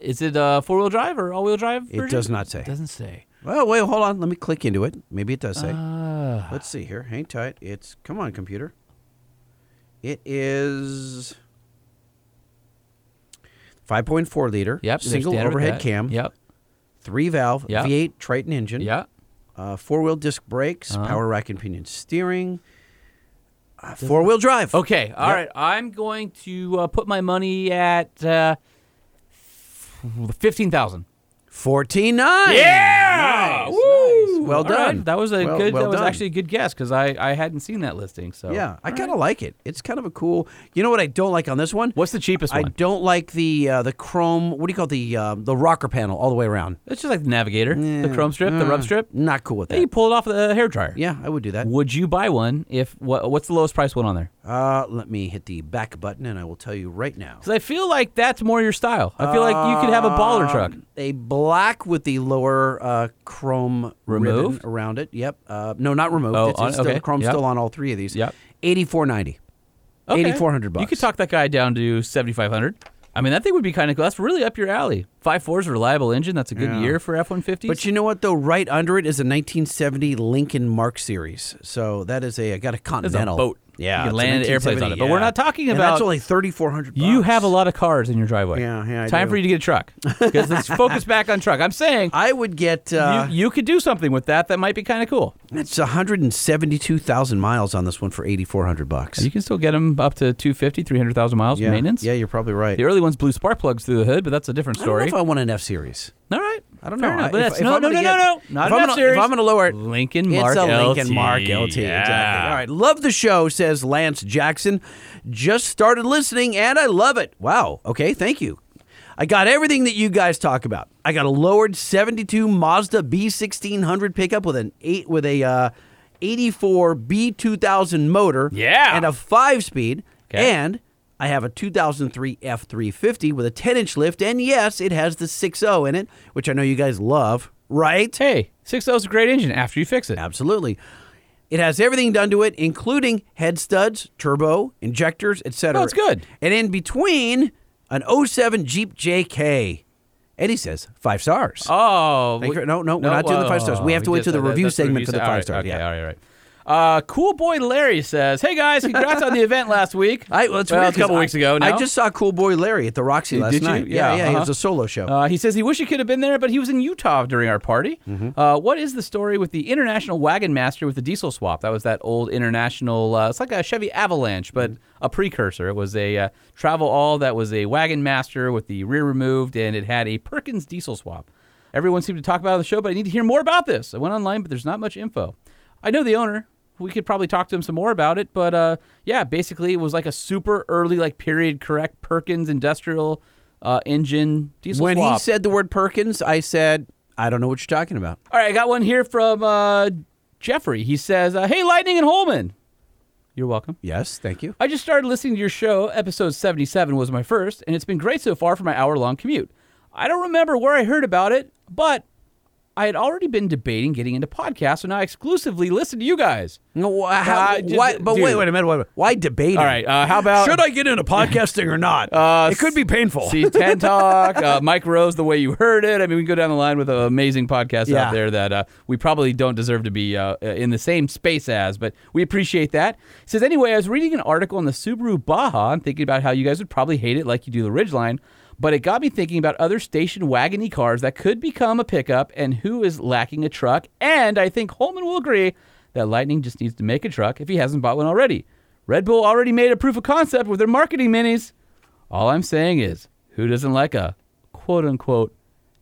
Speaker 2: is it uh, four wheel drive or all wheel drive?
Speaker 1: It
Speaker 2: version?
Speaker 1: does not say.
Speaker 2: doesn't say.
Speaker 1: Well, wait, hold on. Let me click into it. Maybe it does say.
Speaker 2: Ah.
Speaker 1: Let's see here. Hang tight. It's, come on, computer. It is 5.4 liter.
Speaker 2: Yep. they're
Speaker 1: Single
Speaker 2: standard with
Speaker 1: overhead
Speaker 2: that.
Speaker 1: cam.
Speaker 2: Yep.
Speaker 1: Three valve
Speaker 2: Yep.
Speaker 1: V8 Triton engine.
Speaker 2: Yeah.
Speaker 1: uh, four wheel disc brakes,
Speaker 2: Uh-huh.
Speaker 1: power rack and pinion steering, uh, four wheel drive.
Speaker 2: Okay. all
Speaker 1: Yep.
Speaker 2: right. I'm going to uh, put my money at uh, fifteen thousand.
Speaker 1: 14.9.
Speaker 2: Yeah!
Speaker 1: Nice,
Speaker 2: Woo!
Speaker 1: nice. Well
Speaker 2: All
Speaker 1: done.
Speaker 2: right, That was a
Speaker 1: Well-
Speaker 2: good.
Speaker 1: well
Speaker 2: that was
Speaker 1: done.
Speaker 2: actually a good guess because I, I hadn't seen that listing. So
Speaker 1: Yeah, I kind of like it. It's kind of a cool. You know what I don't like on this one?
Speaker 2: What's the cheapest
Speaker 1: I
Speaker 2: one?
Speaker 1: don't like the uh, the chrome. What do you call it? the uh, the rocker panel all the way around?
Speaker 2: It's just like the Navigator, the
Speaker 1: Yeah.
Speaker 2: Chrome strip, the
Speaker 1: Uh,
Speaker 2: rub strip.
Speaker 1: Not cool with
Speaker 2: Hey, you
Speaker 1: that.
Speaker 2: pull it off the hair dryer.
Speaker 1: Yeah, I would do that.
Speaker 2: Would you buy one if what, what's the lowest price one on there?
Speaker 1: Uh, let me hit the back button, and I will tell you right now.
Speaker 2: Because I feel like that's more your style. I feel like you could have a baller truck.
Speaker 1: Um, A black with the lower uh, chrome ribbon
Speaker 2: Removed?
Speaker 1: around it. Yep. Uh, no, not removed.
Speaker 2: Oh,
Speaker 1: it's,
Speaker 2: on-
Speaker 1: it's still,
Speaker 2: okay.
Speaker 1: chrome's
Speaker 2: Yep.
Speaker 1: still on all three of these.
Speaker 2: Yep.
Speaker 1: Eighty four ninety.
Speaker 2: Okay.
Speaker 1: Eighty four hundred bucks.
Speaker 2: You could talk that guy down to seventy five hundred. I mean, that thing would be kind of cool. That's really up your alley. Five fours, reliable engine. That's a good year for F one fifty.
Speaker 1: But you know what though? Right under it is a nineteen seventy Lincoln Mark series. So that is a I got a
Speaker 2: that's a
Speaker 1: Continental.
Speaker 2: boat. you
Speaker 1: Yeah,
Speaker 2: can
Speaker 1: it's a
Speaker 2: land airplanes on
Speaker 1: 1970,
Speaker 2: it. But we're
Speaker 1: yeah.
Speaker 2: not talking
Speaker 1: And
Speaker 2: about.
Speaker 1: that's only 3,400
Speaker 2: You have a lot of cars in your driveway.
Speaker 1: Yeah, yeah, I
Speaker 2: Time
Speaker 1: do.
Speaker 2: for you to get a truck. Because let's focus back on truck. I'm saying
Speaker 1: I would get. Uh,
Speaker 2: you, you could do something with that that might be kind of cool.
Speaker 1: That's 172,000 miles on this one for 8,400 bucks.
Speaker 2: You can still get them up to 250, 300,000 miles
Speaker 1: yeah.
Speaker 2: maintenance.
Speaker 1: Yeah, you're probably right.
Speaker 2: The early ones blew spark plugs through the hood, but that's a different
Speaker 1: I don't know
Speaker 2: story.
Speaker 1: if I want an F series.
Speaker 2: All right.
Speaker 1: I don't
Speaker 2: Fair
Speaker 1: know.
Speaker 2: enough.
Speaker 1: I-
Speaker 2: But
Speaker 1: if-
Speaker 2: that's-
Speaker 1: if
Speaker 2: no,
Speaker 1: I'm
Speaker 2: no, no,
Speaker 1: gonna get-
Speaker 2: no, no. Not
Speaker 1: if
Speaker 2: an
Speaker 1: I'm gonna-
Speaker 2: F-Series.
Speaker 1: If I'm going to lower it,
Speaker 2: Lincoln
Speaker 1: it's
Speaker 2: Mark
Speaker 1: a Lincoln
Speaker 2: LT.
Speaker 1: Mark LT. Exactly.
Speaker 2: Yeah.
Speaker 1: All right. Love the show, says Lance Jackson. Just started listening and I love it. Wow. Okay. Thank you. I got everything that you guys talk about. I got a lowered 72 Mazda B1600 pickup with an eight with a uh, 84 B2000 motor.
Speaker 10: Yeah.
Speaker 1: And a five speed.
Speaker 10: Okay.
Speaker 1: And I have a 2003 F350 with a 10 inch lift. And yes, it has the 6.0 in it, which I know you guys love, right?
Speaker 2: Hey, 6.0 is a great engine after you fix it.
Speaker 1: Absolutely. It has everything done to it, including head studs, turbo, injectors, etc.
Speaker 2: No, it's good.
Speaker 1: And in between, an 07 Jeep JK. Eddie says five stars.
Speaker 2: Oh,
Speaker 1: Thank
Speaker 2: we-
Speaker 1: you. No, no, we're not doing the five stars. We have to wait
Speaker 2: just-
Speaker 1: till the
Speaker 2: that-
Speaker 1: review
Speaker 2: that's the
Speaker 1: segment
Speaker 2: review
Speaker 1: for the
Speaker 2: se-
Speaker 1: five
Speaker 2: all right,
Speaker 1: stars,
Speaker 2: Okay,
Speaker 1: yeah.
Speaker 2: all right, all right. Uh, cool boy Larry says, "Hey guys, congrats on the event last week.
Speaker 1: I, well, it's
Speaker 2: well,
Speaker 1: weird
Speaker 2: a couple
Speaker 1: 'cause
Speaker 2: weeks ago.
Speaker 1: I,
Speaker 2: now.
Speaker 1: I just saw Cool Boy Larry at the Roxy last
Speaker 2: Did you?
Speaker 1: night. Yeah, yeah,
Speaker 2: uh-huh.
Speaker 1: it was a solo show.
Speaker 2: Uh, he says he wish he could have been there, but he was in Utah during our party. Uh, what is the story with the International Wagon Master with the diesel swap? That was that old International. Uh, it's like a Chevy Avalanche, but a precursor. It was a uh, travel all that was a Wagon Master with the rear removed, and it had a Perkins diesel swap. Everyone seemed to talk about it on the show, but I need to hear more about this. I went online, but there's not much info. I know the owner. We could probably talk to him some more about it, but uh, yeah, basically it was like a super early, like period correct Perkins industrial uh, engine diesel
Speaker 1: when
Speaker 2: swap.
Speaker 1: he said the word Perkins, I said, I don't know what you're talking about.
Speaker 2: All right, I got one here from uh, Jeffrey. He says, uh, "Hey, Lightning and Holman, you're welcome.
Speaker 1: Yes, thank you.
Speaker 2: I just started listening to your show. Episode 77 was my first, and it's been great so far for my hour long commute. I don't remember where I heard about it, but I had already been debating getting into podcasts, so now I exclusively listen to you guys.
Speaker 1: No, wh- how,
Speaker 2: Uh, d-
Speaker 1: why,
Speaker 2: d-
Speaker 1: but
Speaker 2: dude.
Speaker 1: wait, wait a minute. Wait, a minute. Why debating?
Speaker 2: All right, uh, how about
Speaker 1: Should I get into podcasting or not?
Speaker 2: Uh,
Speaker 1: it could be painful.
Speaker 2: See Ten Talk, uh, Mike Rose, the way you heard it. I mean, we can go down the line with uh, amazing podcasts
Speaker 1: Yeah.
Speaker 2: out there that uh, we probably don't deserve to be uh, in the same space as, but we appreciate that. It says anyway, I was reading an article on the Subaru Baja and thinking about how you guys would probably hate it like you do the Ridgeline, but it got me thinking about other station wagony cars that could become a pickup and who is lacking a truck. And I think Holman will agree that Lightning just needs to make a truck if he hasn't bought one already. Red Bull already made a proof of concept with their marketing minis. All I'm saying is, who doesn't like a quote unquote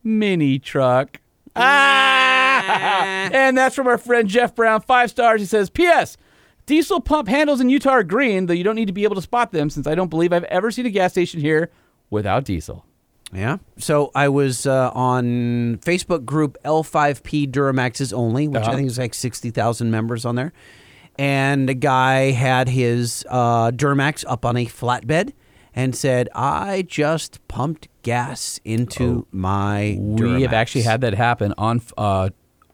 Speaker 2: mini truck? Ah! and that's from our friend Jeff Brown, five stars. He says, P.S. Diesel pump handles in Utah are green, though you don't need to be able to spot them since I don't believe I've ever seen a gas station here without diesel.
Speaker 1: Yeah. So I was uh, on Facebook group L5P Duramaxes only, which
Speaker 2: Uh-huh.
Speaker 1: I think is like 60,000 members on there. And a guy had his uh, Duramax up on a flatbed and said, I just pumped gas into my Duramax.
Speaker 2: Oh. We have actually had that happen on uh,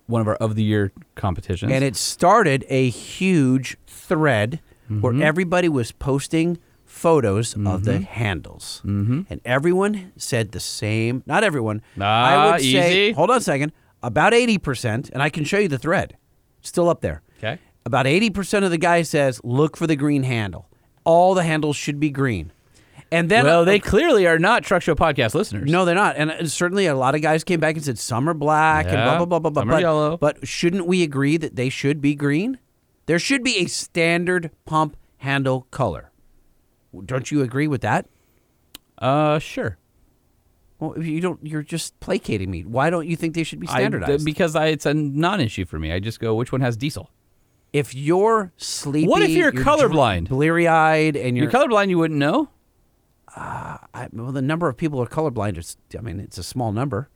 Speaker 2: one of our of the year competitions.
Speaker 1: And it started a huge thread
Speaker 2: Mm-hmm.
Speaker 1: where everybody was posting photos of the handles. Mm-hmm. And everyone said the same. Not everyone. I
Speaker 2: Ah,
Speaker 1: would say,
Speaker 2: easy.
Speaker 1: hold on a second, about 80%, and I can show you the thread. Still up there.
Speaker 2: Okay.
Speaker 1: About 80% of the guy says, look for the green handle. All the handles should be green. And then
Speaker 2: well, they clearly are not Truck Show podcast listeners.
Speaker 1: no, they're not. And uh, certainly a lot of guys came back and said some are black and
Speaker 2: Yeah,
Speaker 1: blah, blah, blah, blah,
Speaker 2: some
Speaker 1: blah.
Speaker 2: are
Speaker 1: But,
Speaker 2: yellow.
Speaker 1: but shouldn't we agree that they should be green? There should be a standard pump handle color. Don't you agree with that?
Speaker 2: Uh, sure.
Speaker 1: Well, if you don't. You're just placating me. Why don't you think they should be
Speaker 2: I- uh,
Speaker 1: standardized?
Speaker 2: because I, it's a non-issue for me. I just go, which one has diesel?
Speaker 1: if you're sleepy,
Speaker 2: What if you're colorblind?
Speaker 1: bleary eyed, and you're,
Speaker 2: You're colorblind, you wouldn't know.
Speaker 1: I, well, the number of people who are colorblind is. I mean, it's a small number.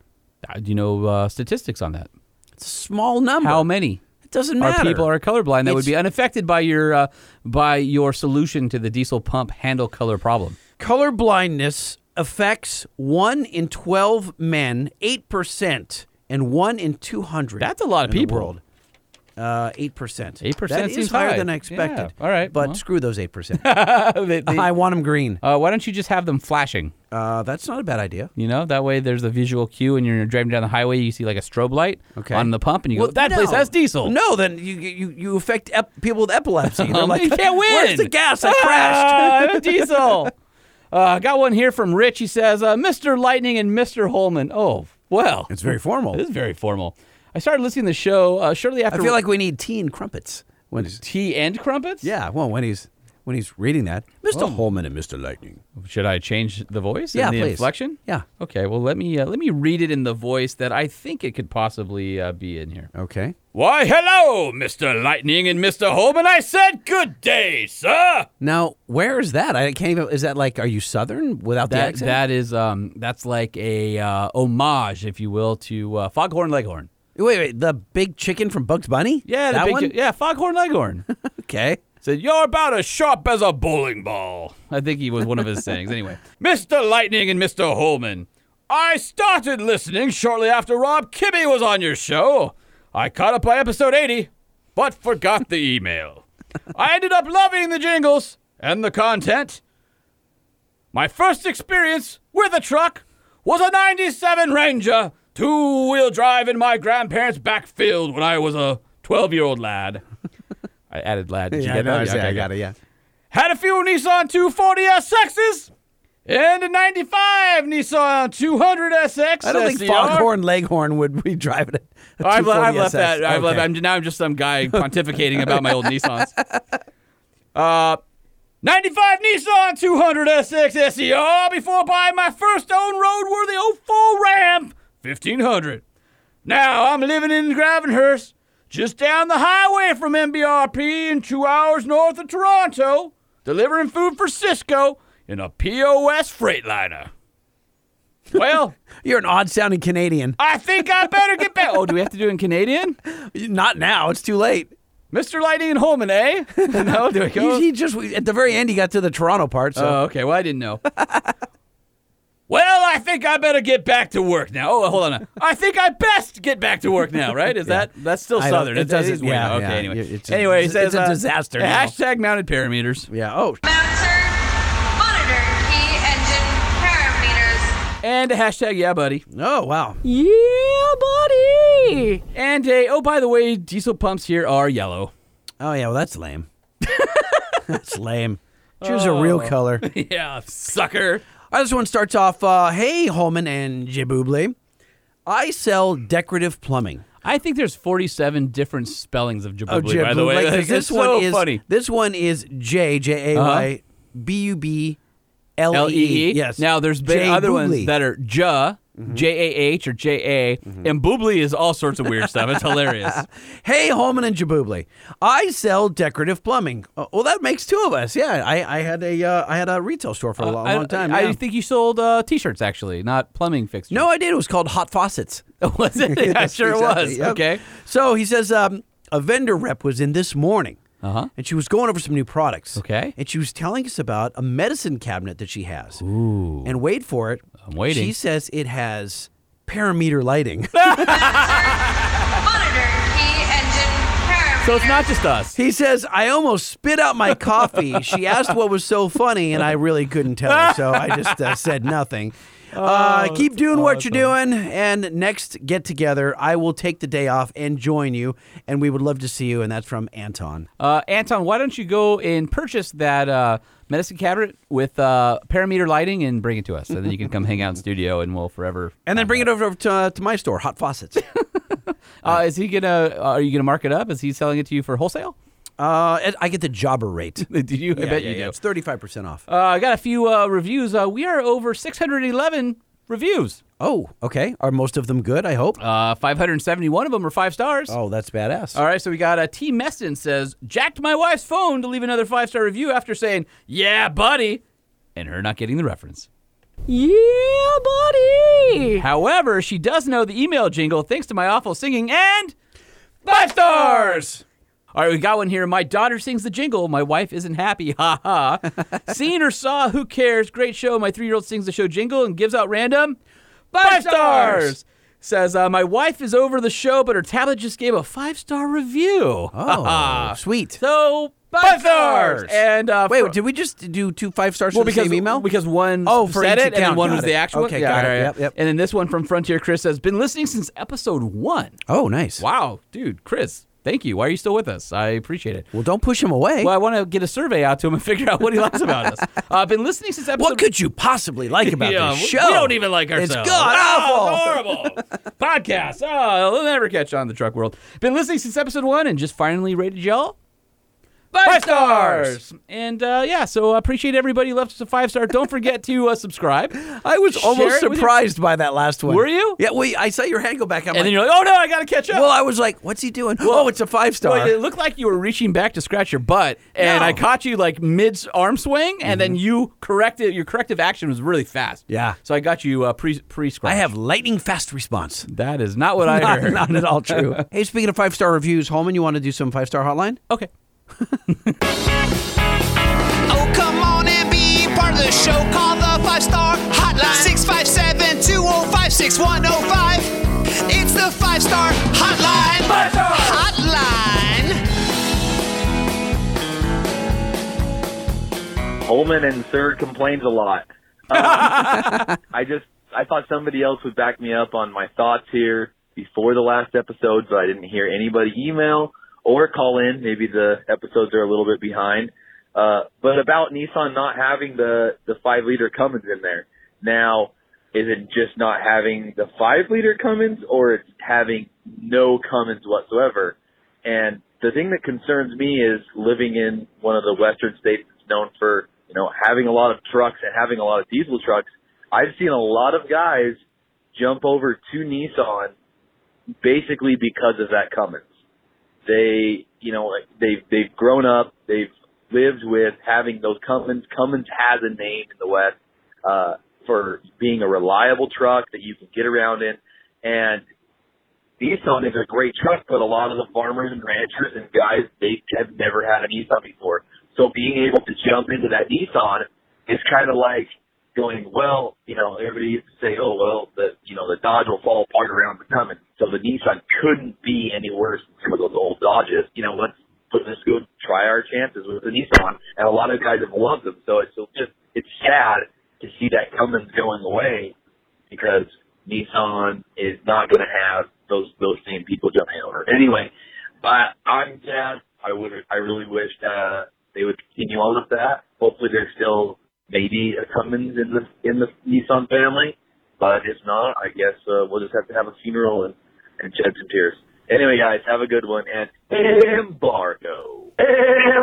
Speaker 2: Uh, Do you know uh, statistics on that?
Speaker 1: It's a small number.
Speaker 2: How many
Speaker 1: It doesn't
Speaker 2: are
Speaker 1: matter.
Speaker 2: people are colorblind that would
Speaker 1: It's-
Speaker 2: be unaffected by your uh, by your solution to the diesel pump handle color problem?
Speaker 1: Color blindness affects 1 in 12 men, 8%, and 1 in 200.
Speaker 2: That's a lot of
Speaker 1: in the
Speaker 2: people.
Speaker 1: world. Uh, Eight percent. Eight
Speaker 2: 8%
Speaker 1: That is
Speaker 2: seems
Speaker 1: higher
Speaker 2: high.
Speaker 1: than I expected.
Speaker 2: Yeah, all right,
Speaker 1: But
Speaker 2: well.
Speaker 1: screw those eight percent.
Speaker 2: They- they-
Speaker 1: I want them green.
Speaker 2: Uh, why don't you just have them flashing?
Speaker 1: Uh, that's not a bad idea.
Speaker 2: You know, that way there's a visual cue, and you're driving down the highway, you see like a strobe light
Speaker 1: Okay.
Speaker 2: on the pump, and you
Speaker 1: Well,
Speaker 2: go, "That place
Speaker 1: no.
Speaker 2: has diesel."
Speaker 1: No, then you you you affect ep- people with epilepsy. They're
Speaker 2: Um,
Speaker 1: like,
Speaker 2: you can't win.
Speaker 1: Where's the gas? I
Speaker 2: Ah,
Speaker 1: crashed.
Speaker 2: no diesel. Uh, I got one here from Rich. He says, uh, "Mr. Lightning and Mr. Holman." Oh, well,
Speaker 1: It's very formal.
Speaker 2: It is very formal. I started listening to the show uh, shortly
Speaker 1: I
Speaker 2: after.
Speaker 1: feel like we need tea and crumpets when he's
Speaker 2: tea and crumpets.
Speaker 1: yeah. Well, when he's when he's reading that, Mr.
Speaker 2: Oh.
Speaker 1: Holman and Mr. Lightning.
Speaker 2: Should I change the voice?
Speaker 1: Yeah,
Speaker 2: and the
Speaker 1: please.
Speaker 2: inflection.
Speaker 1: Yeah.
Speaker 2: Okay. Well, let me uh, let me read it in the voice that I think it could possibly uh, be in here.
Speaker 1: Okay.
Speaker 10: Why, hello, Mr. Lightning and Mr. Holman. I said good day, sir.
Speaker 1: Now, where is that? I can't even. Is that like? Are you Southern without the
Speaker 2: That
Speaker 1: accent?
Speaker 2: that is um that's like a uh, homage, if you will, to uh, Foghorn Leghorn.
Speaker 1: Wait, wait. The big chicken from Bugs Bunny.
Speaker 2: Yeah, the
Speaker 1: that
Speaker 2: big
Speaker 1: one.
Speaker 2: yeah, Foghorn Leghorn.
Speaker 1: Okay.
Speaker 2: Said you're about
Speaker 10: As
Speaker 2: as
Speaker 10: sharp as a bowling ball.
Speaker 2: I think he was one of his sayings. Anyway,
Speaker 10: Mr. Lightning and Mr. Holman, I started listening shortly after Rob Kibbe was on your show. I caught up by episode 80, but forgot the email. I ended up loving the jingles and the content. My first experience with a truck was a 97 Ranger two wheel drive in my grandparents' backfield when I was a 12 year old lad.
Speaker 2: I added lad. Did you
Speaker 1: Yeah,
Speaker 2: get
Speaker 1: no,
Speaker 2: that?
Speaker 1: I
Speaker 2: Yeah,
Speaker 1: see,
Speaker 2: okay,
Speaker 1: I
Speaker 2: okay.
Speaker 1: got it. Yeah.
Speaker 10: Had a few Nissan 240SXs and a 95 Nissan 200SX.
Speaker 1: I don't think
Speaker 10: SCR.
Speaker 1: Foghorn Leghorn would be driving it.
Speaker 10: Oh,
Speaker 2: I've, le- I've left that. I've left. I'm now. I'm just some guy pontificating about my old Nissans.
Speaker 10: Uh, 95 Nissan 200SX SER E before buying my first own roadworthy 04 Ram 1500. Now I'm living in Gravenhurst, just down the highway from MBRP and two hours north of Toronto, delivering food for Cisco in a POS Freightliner. Well,
Speaker 1: You're an odd sounding Canadian.
Speaker 10: I think I better get back.
Speaker 2: Oh, do we have to do it in Canadian?
Speaker 1: Not now. It's too late.
Speaker 2: Mr. Lighting and Holman, eh? no, do we
Speaker 1: He,
Speaker 2: go?
Speaker 1: he just at the very end he got to the Toronto part. So
Speaker 2: Oh, okay. Well, I didn't know.
Speaker 10: Well, I think I better get back to work now.
Speaker 2: Oh, hold on.
Speaker 10: I think I best get back to work now,
Speaker 2: Now, right? Is that that's still
Speaker 1: I don't-
Speaker 2: southern?
Speaker 1: it
Speaker 2: It's-
Speaker 1: doesn't-
Speaker 2: is way
Speaker 1: yeah,
Speaker 2: out. okay.
Speaker 1: yeah.
Speaker 2: Anyway,
Speaker 1: It's a-
Speaker 2: anyway,
Speaker 1: it's
Speaker 2: it says,
Speaker 1: a
Speaker 2: uh,
Speaker 1: disaster now.
Speaker 2: Hashtag mounted parameters.
Speaker 1: yeah. Oh,
Speaker 13: Mounter, monitor key engine parameters.
Speaker 2: And a hashtag yeah, buddy.
Speaker 1: oh wow.
Speaker 2: Yeah, buddy. And a oh by the way, diesel pumps here are yellow.
Speaker 1: Oh yeah. Well, that's lame. that's lame. Choose a
Speaker 2: Oh.
Speaker 1: real color.
Speaker 2: yeah, sucker.
Speaker 1: All right, this one starts off. Uh, hey, Holman and Jibuble. I sell decorative plumbing.
Speaker 2: I think there's 47 different spellings of Jabubli, Oh, by the
Speaker 1: Jibuble,
Speaker 2: way.
Speaker 1: 'cause
Speaker 2: Like,
Speaker 1: this
Speaker 2: it's
Speaker 1: one
Speaker 2: so
Speaker 1: is
Speaker 2: funny. Uh-huh.
Speaker 1: this one is J J A Y B U B L
Speaker 2: L E E.
Speaker 1: Yes. Mm-hmm.
Speaker 2: Now there's been other ones that are J, J A H or J A, and Boobly is all sorts of weird stuff. It's hilarious.
Speaker 1: Hey, Holman and Jabubli. I sell decorative plumbing. Uh, well, that makes two of us. Yeah, I, I had a uh, I had a retail store for a long,
Speaker 2: I-
Speaker 1: long time.
Speaker 2: I,
Speaker 1: yeah.
Speaker 2: think you sold uh, T-shirts actually, not plumbing fixtures.
Speaker 1: no, I did. It was called Hot Faucets.
Speaker 2: was it? Yeah,
Speaker 1: Yes,
Speaker 2: sure
Speaker 1: exactly,
Speaker 2: it was.
Speaker 1: yep.
Speaker 2: Okay.
Speaker 1: So he says um, a vendor rep was in this morning.
Speaker 2: Uh huh.
Speaker 1: And she was going over some new products.
Speaker 2: Okay.
Speaker 1: And she was telling us about a medicine cabinet that she has. Ooh. And wait for it.
Speaker 2: I'm waiting.
Speaker 1: She says it has parameter lighting.
Speaker 13: Monitor key engine parameters.
Speaker 2: So it's not just us.
Speaker 1: He says, I almost spit out my coffee. She asked what was so funny, and I really couldn't tell her, so I just uh, said nothing.
Speaker 2: Oh,
Speaker 1: uh, keep doing what you're doing, and next get together, I will take the day off and join you, and we would love to see you. And that's from Anton.
Speaker 2: Uh, Anton, why don't you go and purchase that uh, medicine cabinet with uh, parameter lighting and bring it to us, and then you can come hang out in studio, and we'll forever.
Speaker 1: And then bring it
Speaker 2: Uh-huh.
Speaker 1: over to, uh, to my store, Hot Faucets.
Speaker 2: Uh, is he gonna? Uh, are you gonna mark it up? Is he selling it to you for wholesale?
Speaker 1: Uh, and I get the jobber rate.
Speaker 2: Do you? I
Speaker 1: Yeah,
Speaker 2: bet
Speaker 1: yeah,
Speaker 2: you
Speaker 1: yeah,
Speaker 2: do.
Speaker 1: It's 35% off.
Speaker 2: Uh, I got a few uh, reviews. Uh, we are over 611 reviews.
Speaker 1: oh, okay. Are most of them good, I hope?
Speaker 2: Uh, 571 of them are five stars.
Speaker 1: oh, that's badass.
Speaker 2: All right, so we got a T. Meston says, jacked my wife's phone to leave another five star review after saying, yeah, buddy, and her not getting the reference. Yeah, buddy. However, she does know the email jingle thanks to my awful singing and five stars. All right, we got one here. My daughter sings the jingle. My wife isn't happy. Ha ha. Seen or saw, who cares? Great show. My three year old sings the show jingle and gives out random five,
Speaker 1: stars.
Speaker 2: stars. Says, uh, my wife is over the show, but her tablet just gave a five star review.
Speaker 1: Oh, sweet.
Speaker 2: So, five, stars. And uh,
Speaker 1: wait,
Speaker 2: fro-
Speaker 1: did we just do two five stars
Speaker 2: well,
Speaker 1: for the
Speaker 2: because
Speaker 1: same email?
Speaker 2: because one
Speaker 1: Oh, for
Speaker 2: said
Speaker 1: each
Speaker 2: it, and then
Speaker 1: account.
Speaker 2: one
Speaker 1: Got
Speaker 2: was
Speaker 1: it.
Speaker 2: the actual.
Speaker 1: Okay,
Speaker 2: one. Yeah,
Speaker 1: got it.
Speaker 2: yeah, yeah.
Speaker 1: Yep, yep.
Speaker 2: And then this one from Frontier Chris says, "Been listening since episode one.
Speaker 1: Oh, nice.
Speaker 2: Wow, dude, Chris, thank you. Why are you still with us? I appreciate it.
Speaker 1: Well, don't push him away.
Speaker 2: Well, I want to get a survey out to him and figure out what he likes about us. Uh, I've been listening since episode.
Speaker 1: what could you possibly like about
Speaker 2: Yeah,
Speaker 1: this
Speaker 2: we-
Speaker 1: show?
Speaker 2: We don't even like ourselves.
Speaker 1: It's god awful.
Speaker 2: Oh, it's horrible. Podcast. Oh, they'll never catch on in the truck world. Been listening since episode one and just finally rated y'all. Five, stars. And uh, yeah, so I appreciate everybody who left us a five star. Don't forget to uh, subscribe.
Speaker 1: I was
Speaker 2: Share
Speaker 1: almost
Speaker 2: it with your-
Speaker 1: surprised by that last one.
Speaker 2: Were you?
Speaker 1: Yeah. Well, I saw your hand go back. I'm
Speaker 2: And then
Speaker 1: like,
Speaker 2: you're like, oh no, I got to catch up.
Speaker 1: well, I was like, what's he doing? oh, it's a five star.
Speaker 2: Well, it looked like you were reaching back to scratch your butt, and
Speaker 1: No. Mm-hmm.
Speaker 2: I caught you like mid arm swing, and then you corrected your corrective action was really fast.
Speaker 1: Yeah.
Speaker 2: so I got you uh, pre pre
Speaker 1: I
Speaker 2: scratch.
Speaker 1: have lightning fast response.
Speaker 2: that is not what I
Speaker 1: not,
Speaker 2: heard.
Speaker 1: not at all true. hey, speaking of five star reviews, Holman, you want to do some five star hotline?
Speaker 2: Okay.
Speaker 4: Oh, come on and be part of the show. Call the five star hotline 657 205 6105. It's the five star hotline. Five star hotline.
Speaker 12: Holman and Sir complains a lot. Um, I just I thought somebody else would back me up on my thoughts here before the last episode, but I didn't hear anybody email or call in. Maybe the episodes are a little bit behind. Uh, but about Nissan not having the the five liter Cummins in there now. Is it just not having the five liter Cummins, or it's having no Cummins whatsoever? And the thing that concerns me is living in one of the western states that's known for, you know, having a lot of trucks and having a lot of diesel trucks. I've seen a lot of guys jump over to Nissan basically because of that Cummins. They, you know, they've, they've grown up, they've lived with having those Cummins. Cummins has a name in the West, uh, for being a reliable truck that you can get around in. And Nissan is a great truck, but a lot of the farmers and ranchers and guys, they have never had a Nissan before. So being able to jump into that Nissan is kind of like going, well, you know, everybody used to say, oh, well, the, you know, the Dodge will fall apart around the Cummins. So the Nissan couldn't be any worse than some of those old Dodges. You know, let's put this good, try our chances with the Nissan. And a lot of guys have loved them. So it's just, it's sad to see that Cummins going away because Nissan is not going to have those those same people jumping over. Anyway, but I'm sad. I would I really wish uh, they would continue on with that. Hopefully, there's still maybe a Cummins in the in the Nissan family, but if not, I guess uh, we'll just have to have a funeral and and shed some tears. Anyway, guys, have a good one and embargo.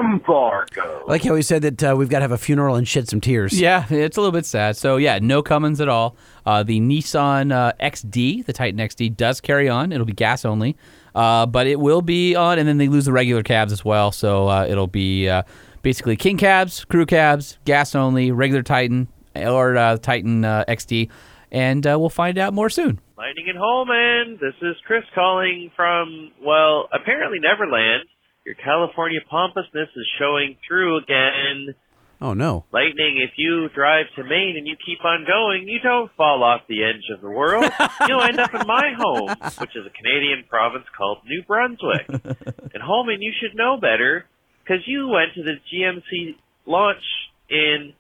Speaker 12: Embargo.
Speaker 1: I like how he said that uh, we've got to have a funeral and shed some tears.
Speaker 2: Yeah, it's a little bit sad. So yeah, no Cummins at all. Uh, the Nissan uh, XD, the Titan XD, does carry on. It'll be gas only, uh, but it will be on. And then they lose the regular cabs as well. So uh, it'll be uh, basically king cabs, crew cabs, gas only, regular Titan or uh, Titan uh, XD, and uh, we'll find out more soon.
Speaker 14: Lightning and Holman, this is Chris calling from, well, apparently Neverland. Your California pompousness is showing through again.
Speaker 1: Oh no.
Speaker 14: Lightning, if you drive to Maine and you keep on going, you don't fall off the edge of the world. You'll end up in my home, which is a Canadian province called New Brunswick. And Holman, you should know better because you went to the GMC launch in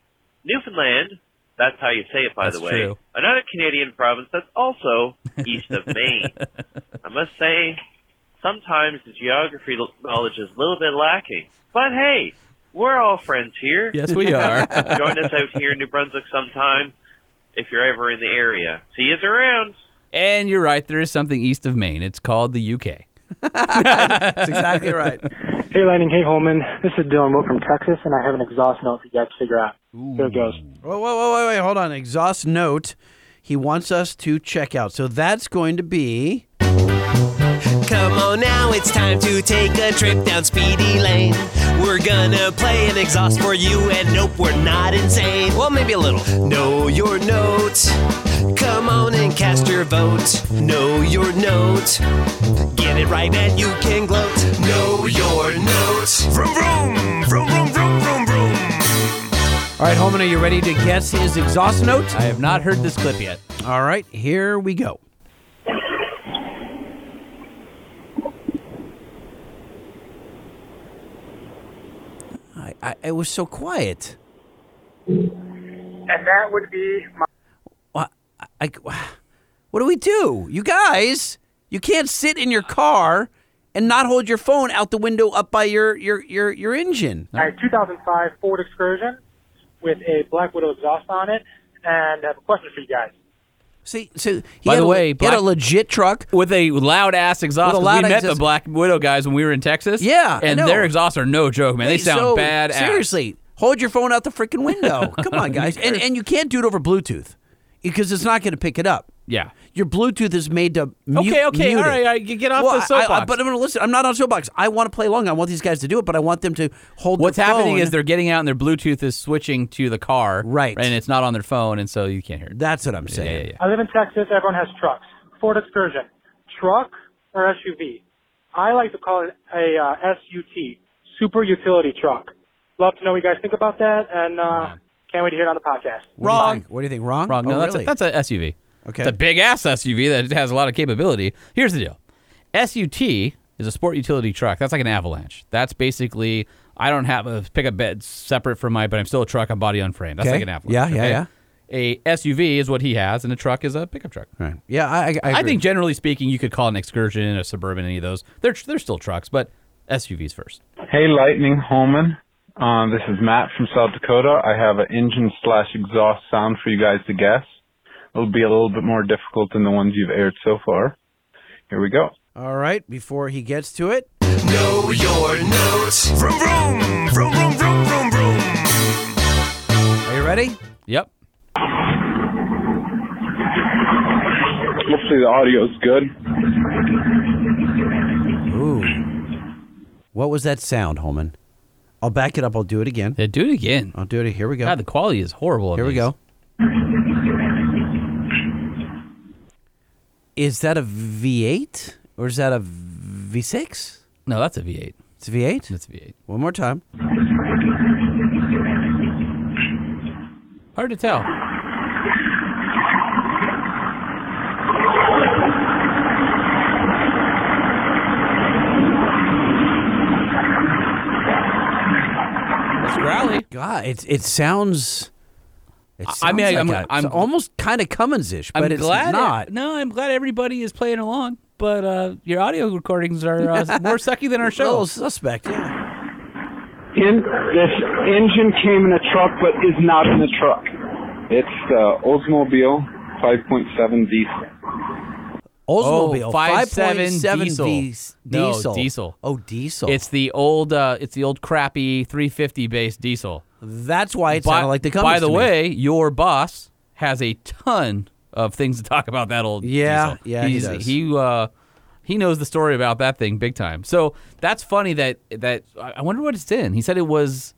Speaker 14: Newfoundland. That's how you say it, by
Speaker 2: That's
Speaker 14: the way.
Speaker 2: true.
Speaker 14: Another Canadian province that's also east of Maine. I must say, sometimes the geography l- knowledge is a little bit lacking. But hey, we're all friends here.
Speaker 2: Yes, we are.
Speaker 14: Join us out here in New Brunswick sometime if you're ever in the area. See us around.
Speaker 2: and you're right. There is something east of Maine. It's called the UK.
Speaker 1: That's exactly right.
Speaker 15: Hey, Lightning. Hey, Holman. This is Dylan Wood from Texas, and I have an exhaust note for you guys to figure out. Here it goes.
Speaker 1: Whoa, whoa, whoa, wait, wait, hold on. Exhaust note. He wants us to check out. So that's going to be.
Speaker 4: Come on now, it's time to take a trip down Speedy Lane. We're gonna play an exhaust for you, and nope, we're not insane. Well, maybe a little. Know your note. Come on and cast your vote. Know your note. Get it right, and you can gloat. Know your note. Vroom, vroom, vroom, vroom, vroom, vroom, vroom.
Speaker 1: All right, Holman, are you ready to guess his exhaust note?
Speaker 2: I have not heard this clip yet.
Speaker 1: All right, here we go. I, it was so quiet.
Speaker 15: And that would be my.
Speaker 1: Wha- I, I- what do we do? You guys, you can't sit in your car and not hold your phone out the window up by your your your, your engine.
Speaker 15: I had a 2005 Ford Excursion with a Black Widow exhaust on it, and I have a question for you guys.
Speaker 1: See, so
Speaker 2: By
Speaker 1: had
Speaker 2: the
Speaker 1: a-
Speaker 2: way,
Speaker 1: he had a
Speaker 2: Black-
Speaker 1: legit truck.
Speaker 2: With a loud ass exhaust.
Speaker 1: With a
Speaker 2: 'cause
Speaker 1: loud
Speaker 2: we met
Speaker 1: exhaust.
Speaker 2: the Black Widow guys when we were in Texas.
Speaker 1: Yeah, I
Speaker 2: and
Speaker 1: know.
Speaker 2: their exhausts are no joke, man. They
Speaker 1: Hey,
Speaker 2: sound
Speaker 1: so,
Speaker 2: bad.
Speaker 1: Seriously, hold your phone out the freaking window. Come on, guys, and and you can't do it over Bluetooth because it's not going to pick it up.
Speaker 2: Yeah.
Speaker 1: Your Bluetooth is made to mute,
Speaker 2: Okay, okay,
Speaker 1: mute
Speaker 2: all
Speaker 1: it.
Speaker 2: right, all right, get off
Speaker 1: Well,
Speaker 2: the
Speaker 1: I- I-
Speaker 2: soapbox.
Speaker 1: but I'm going to listen. I'm not on soapbox. I want to play along. I want these guys to do it, but I want them to hold.
Speaker 2: What's
Speaker 1: their
Speaker 2: happening
Speaker 1: phone.
Speaker 2: is they're getting out and their Bluetooth is switching to the car.
Speaker 1: Right.
Speaker 2: And it's not on their phone, and so you can't hear it.
Speaker 1: That's what I'm saying.
Speaker 2: yeah, yeah.
Speaker 15: I live in Texas. Everyone has trucks. Ford Excursion, truck or SUV. I like to call it a uh, SUT, super utility truck. Love to know what you guys think about that, and uh, can't wait to hear it on the podcast.
Speaker 1: What do you think? What do you think? Wrong?
Speaker 2: Wrong. No,
Speaker 1: Oh,
Speaker 2: that's,
Speaker 1: really?
Speaker 2: a, that's a SUV.
Speaker 1: Okay.
Speaker 2: It's a big ass SUV that has a lot of capability. Here's the deal SUT is a sport utility truck. That's like an avalanche. That's basically, I don't have a pickup bed separate from my, but I'm still a truck. I'm body on frame. That's
Speaker 1: Okay.
Speaker 2: like an avalanche.
Speaker 1: Yeah, yeah,
Speaker 2: okay?
Speaker 1: yeah.
Speaker 2: A SUV is what he has, and a truck is a pickup truck.
Speaker 1: Right. Yeah, I, I, I,
Speaker 2: I,
Speaker 1: agree.
Speaker 2: think generally speaking, you could call an excursion, a suburban, any of those. They're they're still trucks, but SUVs first.
Speaker 16: Hey, Lightning Holman. Uh, this is Matt from South Dakota. I have an engine slash exhaust sound for you guys to guess. It'll be a little bit more difficult than the ones you've aired so far. Here we go.
Speaker 1: All right. Before he gets to it,
Speaker 4: Know your notes. Vroom, vroom, vroom, vroom, vroom, vroom, vroom.
Speaker 1: are you ready?
Speaker 2: Yep.
Speaker 16: Hopefully the audio's good.
Speaker 1: Ooh. What was that sound, Holman? I'll back it up. I'll do it again.
Speaker 2: Yeah, do it again.
Speaker 1: I'll do it. Here we go.
Speaker 2: God, the quality is horrible. of
Speaker 1: Oh, Here we
Speaker 2: these.
Speaker 1: go. Is that a V8 or is that a V6?
Speaker 2: No, that's a V8.
Speaker 1: It's a V8?
Speaker 2: That's a V8.
Speaker 1: One more time.
Speaker 2: Hard to tell. It's growly.
Speaker 1: God, it, it sounds. It
Speaker 2: I- I
Speaker 1: sounds
Speaker 2: mean,
Speaker 1: like
Speaker 2: I'm-
Speaker 1: a-
Speaker 2: I'm-
Speaker 1: it's almost kind of Cummins ish, but
Speaker 2: I'm
Speaker 1: it's
Speaker 2: glad e-
Speaker 1: not.
Speaker 2: no, I'm glad everybody is playing along. But uh, your audio recordings are uh, more sucky than our
Speaker 1: A
Speaker 2: show.
Speaker 1: little suspect, yeah.
Speaker 17: In, this engine came in a truck, but is not in the truck.
Speaker 16: It's the Oldsmobile 5.7 diesel.
Speaker 2: 5.7
Speaker 1: Oldsmobile 5.7
Speaker 2: Oh, diesel.
Speaker 1: V-
Speaker 2: No,
Speaker 1: diesel.
Speaker 2: diesel.
Speaker 1: Oh, diesel.
Speaker 2: It's the old, uh, it's the old crappy 350 based diesel.
Speaker 1: That's why it sounded like the Cummins.
Speaker 2: By the
Speaker 1: to me.
Speaker 2: way, your boss has a ton of things to talk about that old
Speaker 1: Yeah,
Speaker 2: diesel.
Speaker 1: yeah, he
Speaker 2: He's-
Speaker 1: does.
Speaker 2: He uh, he knows the story about that thing big time. So that's funny that that I I wonder what it's in. He said it was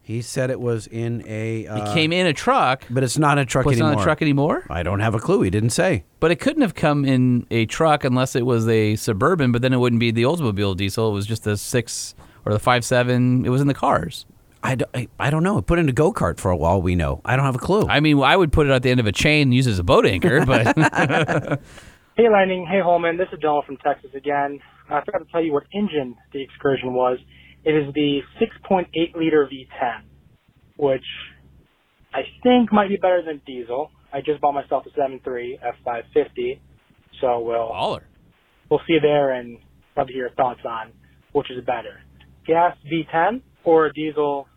Speaker 1: he said it was in a.
Speaker 2: it
Speaker 1: Uh,
Speaker 2: came in a truck,
Speaker 1: but it's not a truck
Speaker 2: but it's
Speaker 1: anymore.
Speaker 2: not a truck anymore.
Speaker 1: I don't have a clue. He didn't say.
Speaker 2: But it couldn't have come in a truck unless it was a suburban. But then it wouldn't be the Oldsmobile diesel. It was just the six or the five seven. It was in the cars.
Speaker 1: I, d- I, I don't know. It put in a go kart for a while. We know. I don't have a clue.
Speaker 2: I mean, I would put it at the end of a chain and use it as a boat anchor, but
Speaker 15: Hey, Lightning. Hey, Holman. This is Donald from Texas again. I forgot to tell you what engine the Excursion was. It is the 6.8 liter V10, which I think might be better than diesel. I just bought myself a 7.3 F550, so we'll
Speaker 2: baller.
Speaker 15: we'll see you there and love to hear your thoughts on which is better, gas V10 or a diesel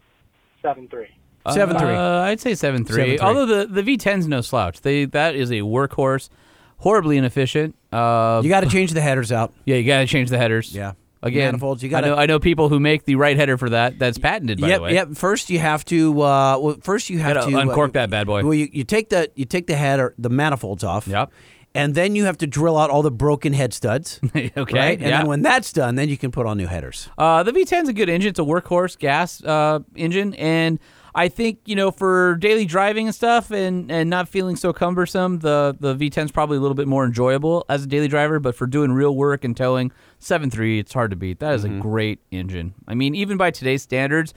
Speaker 15: 7.3.
Speaker 1: Seven three.
Speaker 2: Uh, I'd say seven three.
Speaker 1: Seven three.
Speaker 2: Although the the V10's no slouch. They that is a workhorse, horribly inefficient. Uh,
Speaker 1: you got to change the headers out.
Speaker 2: yeah, you got to change the headers.
Speaker 1: Yeah.
Speaker 2: Again,
Speaker 1: Manifolds, you gotta-
Speaker 2: I know I know people who make the right header for that. That's patented by
Speaker 1: yep,
Speaker 2: the way.
Speaker 1: yep. First you have to. Uh, well, first you have
Speaker 2: Gotta
Speaker 1: to uh,
Speaker 2: uncork that bad boy.
Speaker 1: Well, you, you take the you take the header, the manifolds off.
Speaker 2: Yep.
Speaker 1: And then you have to drill out all the broken head studs.
Speaker 2: okay.
Speaker 1: Right. And
Speaker 2: yeah.
Speaker 1: then when that's done, then you can put on new headers.
Speaker 2: Uh, the V10's a good engine. It's a workhorse gas uh, engine, and I think you know for daily driving and stuff, and, and not feeling so cumbersome, the the V10's probably a little bit more enjoyable as a daily driver. But for doing real work and towing, 7.3, it's hard to beat. That
Speaker 1: Mm-hmm.
Speaker 2: is a great engine. I mean, even by today's standards,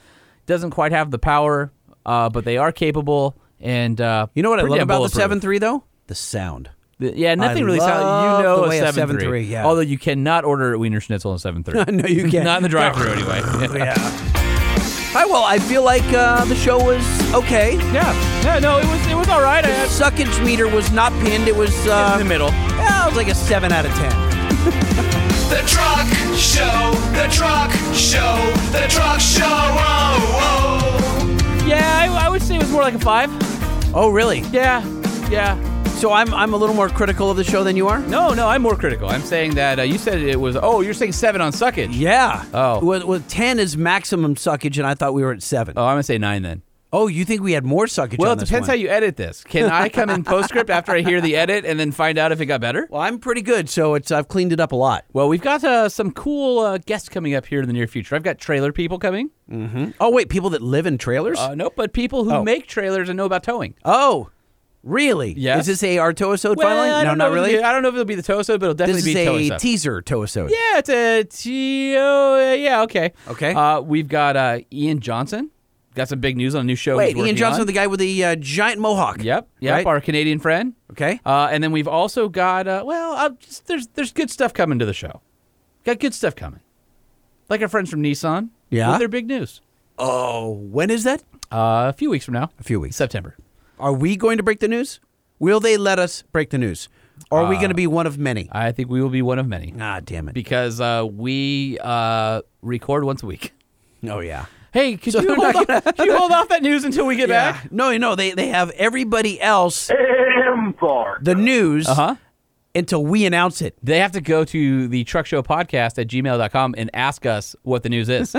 Speaker 2: doesn't quite have the power, uh, but they are capable. And uh,
Speaker 1: You know what I
Speaker 2: pretty
Speaker 1: love
Speaker 2: damn
Speaker 1: about the
Speaker 2: bulletproof.
Speaker 1: seven three though? The sound.
Speaker 2: The- Yeah, nothing really
Speaker 1: love
Speaker 2: sounds. You know,
Speaker 1: the way a
Speaker 2: a seven three.
Speaker 1: 7.3, yeah.
Speaker 2: Although you cannot order a Wiener Schnitzel in seven three.
Speaker 1: No, you can't.
Speaker 2: Not in the drive-through anyway.
Speaker 1: yeah. right, well, I feel like uh, the show was okay.
Speaker 2: Yeah, yeah, no, it was it was all right.
Speaker 1: The suckage meter was not pinned. It was uh,
Speaker 2: in the middle.
Speaker 1: Yeah, it was like a seven out of ten.
Speaker 4: The truck show, the truck show, the truck show. Oh,
Speaker 2: Yeah, I, I would say it was more like a five.
Speaker 1: Oh, really?
Speaker 2: Yeah, yeah.
Speaker 1: So I'm I'm a little more critical of the show than you are.
Speaker 2: No, no, I'm more critical. I'm saying that uh, you said it was. Oh, you're saying seven on suckage.
Speaker 1: Yeah.
Speaker 2: Oh.
Speaker 1: Well, well, ten is maximum suckage, and I thought we were at seven.
Speaker 2: Oh, I'm gonna say nine then.
Speaker 1: Oh, you think we had more suckage?
Speaker 2: Well,
Speaker 1: on
Speaker 2: it
Speaker 1: this
Speaker 2: depends
Speaker 1: one?
Speaker 2: how you edit this. Can I come in postscript after I hear the edit and then find out if it got better?
Speaker 1: Well, I'm pretty good, so it's I've cleaned it up a lot.
Speaker 2: Well, we've got uh, some cool uh, guests coming up here in the near future. I've got trailer people coming.
Speaker 1: Mm-hmm. Oh wait, people that live in trailers?
Speaker 2: Uh, nope, but people who
Speaker 1: Oh.
Speaker 2: make trailers and know about towing.
Speaker 1: oh, really?
Speaker 2: Yes.
Speaker 1: Is this a our Toasode finally?
Speaker 2: I
Speaker 1: no,
Speaker 2: don't know
Speaker 1: not
Speaker 2: if it'll
Speaker 1: really.
Speaker 2: be- I don't know if it'll be the Toso, but it'll definitely
Speaker 1: This
Speaker 2: be
Speaker 1: is a
Speaker 2: towing stuff.
Speaker 1: teaser Toasode.
Speaker 2: Yeah, it's a T O. Yeah, okay.
Speaker 1: Okay.
Speaker 2: Uh, we've got uh, Ian Johnson. Got some big news on a new show.
Speaker 1: Wait,
Speaker 2: he's
Speaker 1: Ian
Speaker 2: working
Speaker 1: Johnson,
Speaker 2: on.
Speaker 1: the guy with the uh, giant mohawk.
Speaker 2: Yep, yep.
Speaker 1: Right?
Speaker 2: Our Canadian friend.
Speaker 1: Okay.
Speaker 2: Uh, and then we've also got uh, well, uh, just, there's there's good stuff coming to the show. Got good stuff coming, like our friends from Nissan.
Speaker 1: Yeah?
Speaker 2: with their big news
Speaker 1: Oh, when is that?
Speaker 2: uh, a few weeks from now,
Speaker 1: A few weeks.
Speaker 2: September.
Speaker 1: Are we going to break the news? Will they let us break the news? Or are we
Speaker 2: Uh,
Speaker 1: going to be one of many?
Speaker 2: I think we will be one of many
Speaker 1: Ah, damn it.
Speaker 2: because uh, we uh, record once a week.
Speaker 1: oh, yeah.
Speaker 2: Hey, could
Speaker 1: So
Speaker 2: you
Speaker 1: hold
Speaker 2: hold off, can you hold off that news until we get
Speaker 1: Yeah.
Speaker 2: back?
Speaker 1: No, no, they, they have everybody else,
Speaker 12: Embark.
Speaker 1: the news,
Speaker 2: Uh huh.
Speaker 1: until we announce it.
Speaker 2: They have to go to the truck show podcast at gmail.com and ask us what the news is.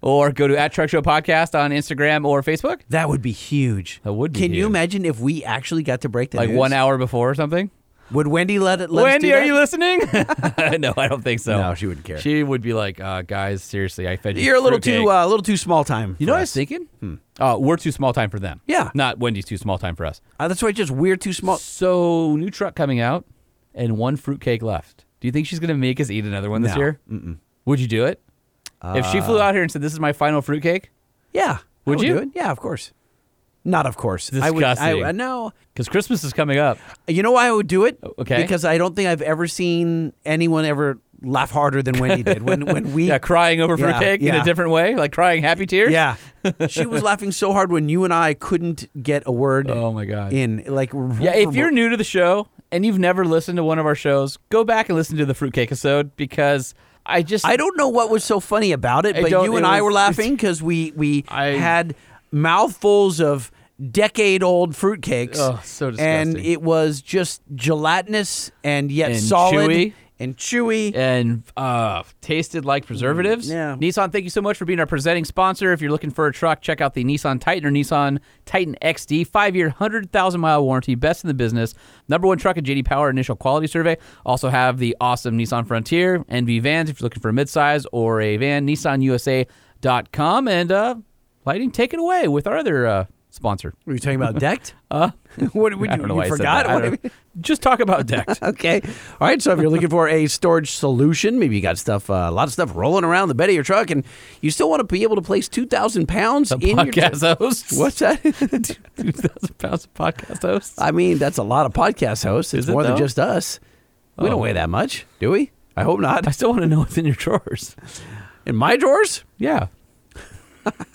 Speaker 2: or go to at truck show podcast on Instagram or Facebook.
Speaker 1: That would be huge.
Speaker 2: That would be
Speaker 1: Can you
Speaker 2: huge.
Speaker 1: imagine if we actually got to break the
Speaker 2: Like
Speaker 1: news?
Speaker 2: one hour before or something.
Speaker 1: Would Wendy let it? Let us
Speaker 2: Wendy,
Speaker 1: do
Speaker 2: are
Speaker 1: that?
Speaker 2: you listening? no, I don't think so.
Speaker 1: No, she wouldn't care.
Speaker 2: She would be like, uh, guys, seriously, I fed you.
Speaker 1: You're a little
Speaker 2: fruitcake."
Speaker 1: too uh, a little too small time.
Speaker 2: You
Speaker 1: for
Speaker 2: know what I was
Speaker 1: us. Hmm.
Speaker 2: thinking? Uh, we're too small time for them.
Speaker 1: Yeah.
Speaker 2: Not Wendy's too small time for us.
Speaker 1: Uh, that's why just we're too small.
Speaker 2: So, new truck coming out and one fruitcake left. Do you think she's going to make us eat another one this
Speaker 1: No. Uh,
Speaker 2: year? Mm-mm. Would you do it? if she flew out here and said, this is my final fruitcake?
Speaker 1: Yeah. I
Speaker 2: Would you?
Speaker 1: do it. Yeah, of course. Not of course. I would.
Speaker 2: Disgusting.
Speaker 1: I, uh, no.
Speaker 2: Because Christmas is coming up.
Speaker 1: You know why I would do it?
Speaker 2: okay.
Speaker 1: Because I don't think I've ever seen anyone ever laugh harder than Wendy did when when we.
Speaker 2: Yeah, crying over
Speaker 1: Yeah,
Speaker 2: fruitcake in
Speaker 1: yeah.
Speaker 2: a different way, like crying happy tears.
Speaker 1: Yeah. she was laughing so hard when you and I couldn't get a word.
Speaker 2: Oh, my God.
Speaker 1: In like.
Speaker 2: Yeah, if you're new to the show and you've never listened to one of our shows, go back and listen to the fruitcake episode because I just
Speaker 1: I don't know what was so funny about it,
Speaker 2: I
Speaker 1: but
Speaker 2: don't-
Speaker 1: you and
Speaker 2: it
Speaker 1: I
Speaker 2: was-
Speaker 1: were laughing because we we
Speaker 2: I-
Speaker 1: had mouthfuls of decade-old fruitcakes.
Speaker 2: Oh, so
Speaker 1: And
Speaker 2: disgusting.
Speaker 1: it was just gelatinous and yet
Speaker 2: And
Speaker 1: solid
Speaker 2: chewy.
Speaker 1: and chewy.
Speaker 2: and uh, tasted like preservatives.
Speaker 1: Mm, yeah.
Speaker 2: Nissan, thank you so much for being our presenting sponsor. If you're looking for a truck, check out the Nissan Titan or Nissan Titan XD. Five year, 100,000 mile warranty, best in the business. Number one truck at JD Power initial quality survey. Also have the awesome Nissan Frontier, NV vans if you're looking for a midsize or a van, nissanusa.com. And uh, Lighting, take it away with our other uh, sponsor.
Speaker 1: Were you talking about decked?
Speaker 2: Uh,
Speaker 1: what would
Speaker 2: I
Speaker 1: you,
Speaker 2: don't know
Speaker 1: you
Speaker 2: why I said that.
Speaker 1: forgot?
Speaker 2: I
Speaker 1: What
Speaker 2: don't- Just talk about decked.
Speaker 1: Okay. All right. So if you're looking for a storage solution, maybe you got stuff, uh, a lot of stuff rolling around the bed of your truck, and you still want to be able to place two thousand pounds in your.
Speaker 2: podcast host.
Speaker 1: What's that?
Speaker 2: Two thousand pounds of podcast hosts.
Speaker 1: I mean, that's a lot of podcast hosts. It's
Speaker 2: it,
Speaker 1: more than
Speaker 2: though?
Speaker 1: just us. We don't
Speaker 2: Oh.
Speaker 1: weigh that much, do we? I hope not.
Speaker 2: I still want to know what's in your drawers.
Speaker 1: In my drawers?
Speaker 2: Yeah.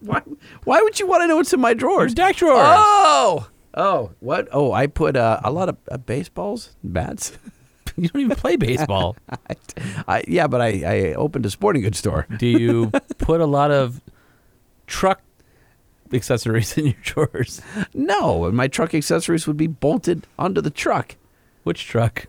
Speaker 1: Why, why would you want to know what's in my drawers?
Speaker 2: Your deck drawers.
Speaker 1: Oh. Oh, what? Oh, I put uh, a lot of uh, baseballs, bats.
Speaker 2: You don't even play baseball.
Speaker 1: I, I, yeah, but I, I opened a sporting goods store.
Speaker 2: Do you put a lot of truck accessories in your drawers?
Speaker 1: No, and my truck accessories would be bolted onto the truck.
Speaker 2: Which truck?